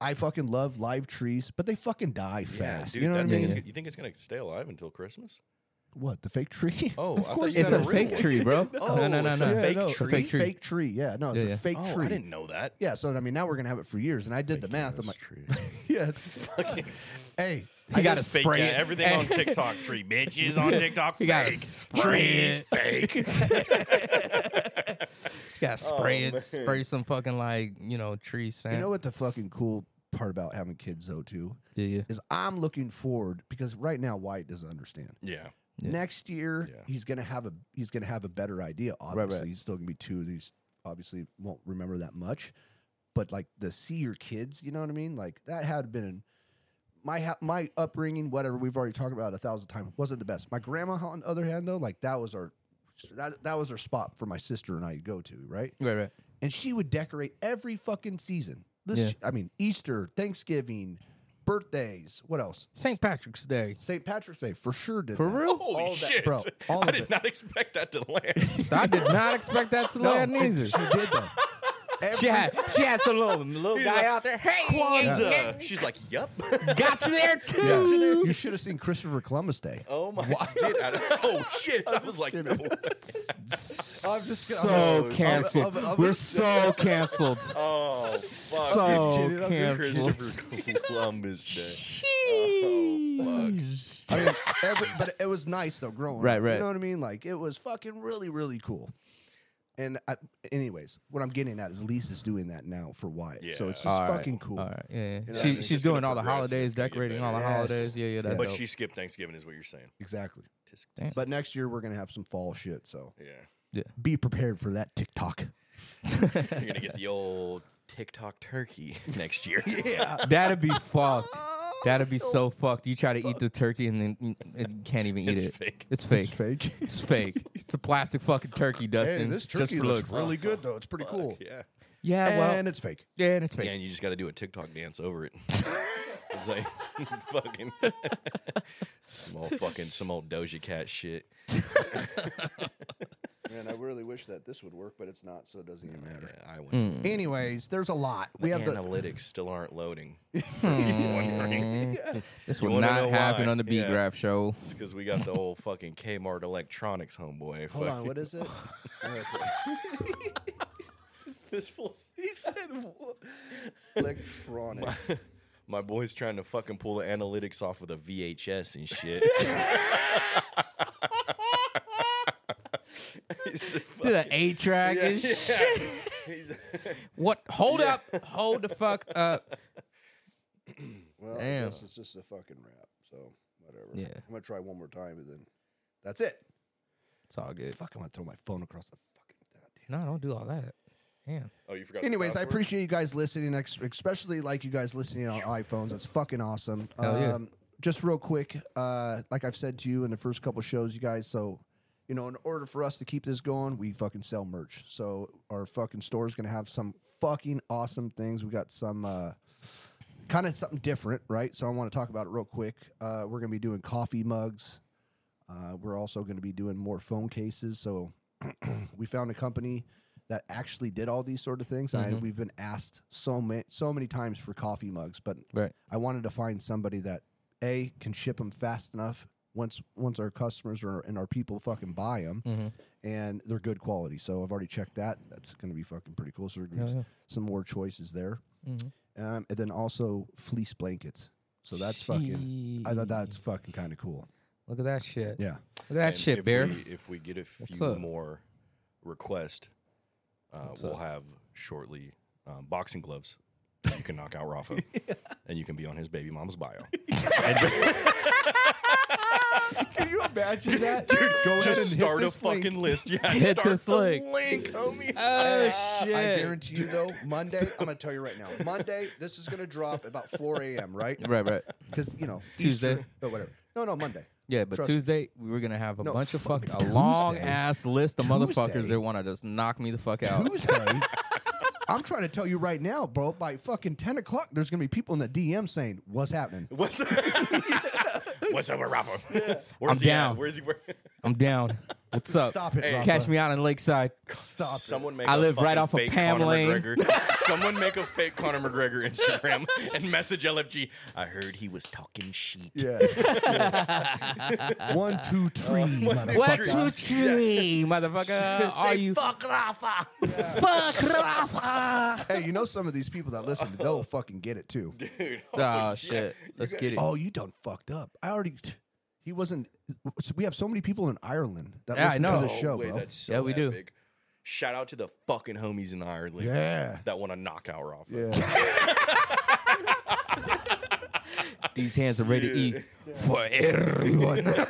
C: I fucking love live trees, but they fucking die fast.
A: dude,
C: you know what I
A: that thing
C: mean?
A: is g- you think it's gonna stay alive until Christmas?
C: What, the fake tree?
A: Oh, I
C: of
A: thought
C: course
A: you
D: It's
A: said
D: a
C: it is.
A: a real
D: fake
A: one.
D: tree, bro.
A: Oh,
D: no, no, no,
A: it's
D: no.
A: a fake
C: no,
A: tree?
C: It's a fake
D: Fake tree.
C: tree. Yeah, no, it's
D: Yeah, yeah.
C: a fake
A: Oh,
C: tree.
A: I didn't know that.
C: Yeah, so I mean, now we're gonna have it for years, and I did the math. I'm like, yeah, it's fucking. hey,
D: You gotta
A: Just fake
D: spray
A: that.
D: it.
A: Everything on TikTok tree, bitches on TikTok.
D: You gotta
A: fake.
D: spray
A: Trees
D: it.
A: fake.
D: Yeah, spray
A: Oh,
D: it.
A: man.
D: Spray some fucking like you know trees. Fam.
C: you know what the fucking cool part about having kids though too
D: Yeah, yeah.
C: is I'm looking forward because right now Wyatt doesn't understand.
A: yeah.
D: Yeah.
C: Next year,
A: Yeah.
C: he's gonna have a he's gonna have a better idea. Obviously, he's still gonna be two. and He's obviously won't remember that much, but like the see your kids, you know what I mean? Like that had been my ha- my upbringing, whatever we've already talked about a thousand times, wasn't the best. My grandma, on the other hand, though, like that was our that that was our spot for my sister and I to go to, right?
D: Right, right.
C: and she would decorate every fucking season. This,
D: Yeah.
C: sh- I mean, Easter, Thanksgiving, birthdays. What else?
D: St. Patrick's Day.
C: St. Patrick's Day for sure did
D: For
C: that.
D: real?
A: Holy
C: All that,
A: shit,
C: bro. All
A: I
C: of
A: did
C: it.
A: not expect that to land.
D: I did not expect that to
C: No,
D: land
C: it-
D: either.
C: she did that.
I: Every-
D: She had she had some little little guy out there. Hey,
A: Kwanzaa. uh, She's like, yep.
D: got you there too.
C: Yeah. You should have seen Christopher Columbus Day.
A: Oh my god. Oh shit. I was like, no way.
C: I'm just
D: So canceled.
C: I'm- I'm-
D: We're so canceled.
A: Oh fuck.
D: So
C: kidding, I'm just
A: It's
D: canceled.
A: Christopher Columbus Day. Oh,
D: Jeez.
C: I mean, every, but it was nice though growing
D: Right,
C: up,
D: right.
C: you know what i mean like it was fucking really really cool and I, anyways what i'm getting at is lisa's doing that now for wyatt so it's just
A: Yeah.
D: All right,
C: fucking cool
D: All right, yeah. yeah.
A: know,
D: she,
A: it's
D: she's
A: just gonna
D: doing all the
A: progress,
D: holidays,
A: it's gonna get
D: decorating all
A: better.
D: the
C: Yes.
D: holidays. Yeah, yeah. That's
A: But
D: dope.
A: she skipped Thanksgiving is what you're saying.
C: exactly
I: Damn.
C: but next year we're gonna have some fall shit so
A: Yeah.
C: be prepared for that tiktok
A: You're gonna get the old TikTok turkey next year. yeah.
D: That'd be fucked. That'd be so fucked. You try to eat the turkey and then mm, and you can't even eat
A: It's
D: it.
A: fake.
D: It's fake. It's fake.
C: fake
D: It's a plastic fucking turkey, Dustin.
C: hey this
D: just
C: turkey
D: for
C: looks
D: looks.
C: really good though it's pretty cool
A: Yeah.
D: yeah, well,
C: and it's fake
D: yeah, and it's fake.
A: Yeah, and you just got to do a TikTok dance over it. it's like fucking some old fucking some old Doja Cat shit.
C: man i really wish that this would work but it's not so it doesn't even matter
A: I
D: Hmm.
A: went.
D: Mm.
C: anyways there's a lot we have the
A: Analytics still aren't loading. If you're wondering,
D: This
A: You
D: will
A: wanna know
D: not
A: why?
D: happen on the B
A: Yeah.
D: Graph show.
A: it's because we got the whole fucking Kmart electronics homeboy.
C: hold on
A: Fucking-
C: what is it
A: this fool- he said, "Wha-
C: electronics
A: "My boy's trying to fucking pull the analytics off of the VHS and shit." He's a
D: Did
A: fucking-
D: an A track
A: Yeah,
D: and
A: yeah.
D: shit. What? Hold up. Hold the fuck up.
C: Well,
D: Damn.
C: I guess it's just a fucking wrap. So whatever.
D: Yeah.
C: I'm gonna try one more time and then that's it.
D: It's all good.
C: Fuck, I'm gonna throw my phone across the fucking. goddamn-
D: No, don't do all that. Damn.
A: Oh, you forgot. the
C: Anyways, I
A: password?
C: appreciate you guys listening, ex- especially like you guys listening on iPhones. That's fucking awesome. Um,
D: Hell yeah.
C: just real quick, uh, like I've said to you in the first couple shows, you guys. So, you know, in order for us to keep this going, we fucking sell merch. So our fucking store is gonna have some fucking awesome things. We got some. Uh, kind of something different, right? So I want to talk about it real quick. Uh, we're going to be doing coffee mugs. Uh, we're also going to be doing more phone cases. So we found a company that actually did all these sort of things. And I, we've been asked so many so many times for coffee mugs, but
D: Right.
C: I wanted to find somebody that a can ship them fast enough. Once once our customers are, and our people fucking buy them,
D: Mm-hmm.
C: and they're good quality. So I've already checked that. That's going to be fucking pretty cool. So there's gonna be s- some more choices there,
D: Mm-hmm.
C: um, and then also fleece blankets. So that's fucking. I thought that's fucking kind of cool.
D: Look at that shit.
C: Yeah.
D: Look at that
A: And
D: shit,
A: if
D: Bear.
A: We, if we get a few
D: up?
A: more requests, uh, we'll have shortly um, boxing gloves. that You can knock out Rafa, and you can be on his baby mama's bio.
C: Can you imagine that?
A: Just start a fucking list. Yeah,
D: Hit
A: start
D: this
A: the
D: link.
A: homie.
D: Oh shit.
C: I guarantee you though, Monday, I'm gonna tell you right now. Monday, this is gonna drop about 4 a.m. Right?
D: Right, right.
C: Because you know
D: Tuesday.
C: Easter, but whatever. No, no, Monday.
D: Yeah, but
C: Trust me.
D: Tuesday we were gonna have a
C: No,
D: bunch of
C: fuck
D: fuck, a long
C: Tuesday.
D: ass list of motherfuckers
C: Tuesday.
D: that want to just knock me the fuck out.
C: Tuesday. I'm trying to tell you right now, bro. By fucking 10 o'clock, there's gonna be people in the DM saying, "What's happening?"
A: What's up? What's up with Rafa? Where's
D: I'm
A: he at?
D: down.
A: Where's he? Where?
D: I'm down. What's up?
C: Stop it, Rafa.
D: Catch me out in Lakeside.
C: Stop
A: Someone
C: it.
A: make.
D: I
A: a
D: live right
A: fucking
D: off of
A: fake
D: Pam
A: Conor
D: Lane.
A: McGregor. Someone make a fake Conor McGregor Instagram and message LFG. I heard he was talking shit.
C: Yes. yes. Oh, one, two, three. motherfucker.
D: What two three, motherfucker? Uh, Are you
A: fuck Rafa?
D: fuck Rafa?
C: Hey, you know some of these people that listen, they'll fucking get it too.
D: Oh shit. Let's get it.
C: Oh, you done fucked up. I already. He wasn't. so we have so many people in Ireland that
D: Yeah, I
C: listen
D: know.
C: to this show,
A: oh, Wait,
C: bro.
A: that's so
D: Yeah, we do.
A: epic. Shout out to the fucking homies in Ireland
C: Yeah.
A: that want to knock out Rafa.
C: Yeah.
D: These hands are ready to eat for everyone.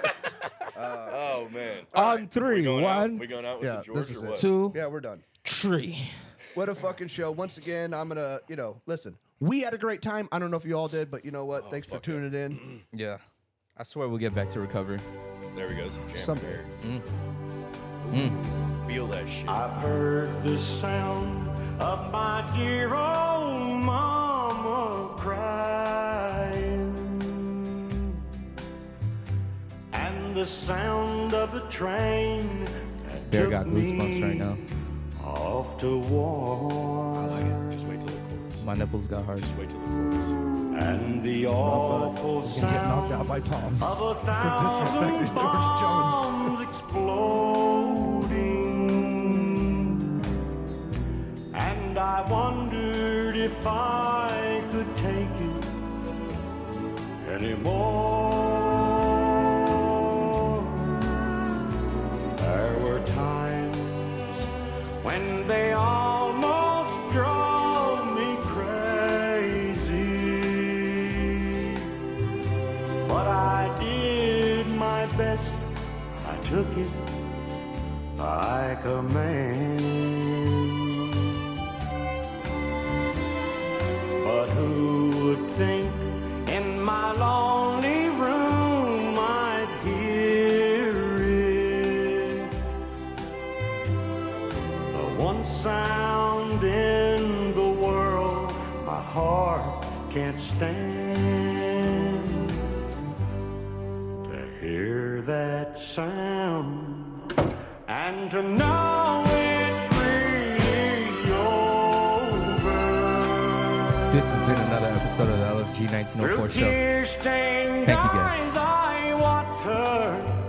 A: Oh man.
D: On three,
A: Going out-
D: one,
A: we going out with
C: Yeah,
A: the
C: this
A: George
C: is
A: or
C: it.
A: what?
D: two,
C: yeah, we're done.
D: three.
C: What a fucking show. Once again, I'm going to, you know, listen, we had a great time. I don't know if you all did, but you know
A: Oh,
C: what? Thanks for tuning in.
D: Yeah. I swear we'll get back to recovery.
A: There we go. It's a jam
C: Someday.
A: there.
D: Mm.
A: Feel that shit.
J: I've heard the sound of my dear old mama crying, and the sound of a train that
D: Bear
J: took
D: got
J: me
D: goosebumps right now.
J: all off to war.
A: I like it. Just wait till the chorus.
D: My nipples got hard.
A: Just wait till the chorus.
J: And the
D: uh,
J: awful
C: Get knocked
J: sound
C: out by Tom.
J: of a thousand
C: disrespecting George Jones.
J: bombs exploding. And I wondered if I could take it anymore. There were times when they almost drove me crazy. But I did my best. I took it like a man. But who would think in my lonely room I'd hear it? The one sound in the world my heart can't stand to hear that sound and to know it's really over.
D: This has been another episode of the LFG
J: Through
D: 1904 show.
J: tear-stained
D: Thank you, guys.
J: eyes, I watched her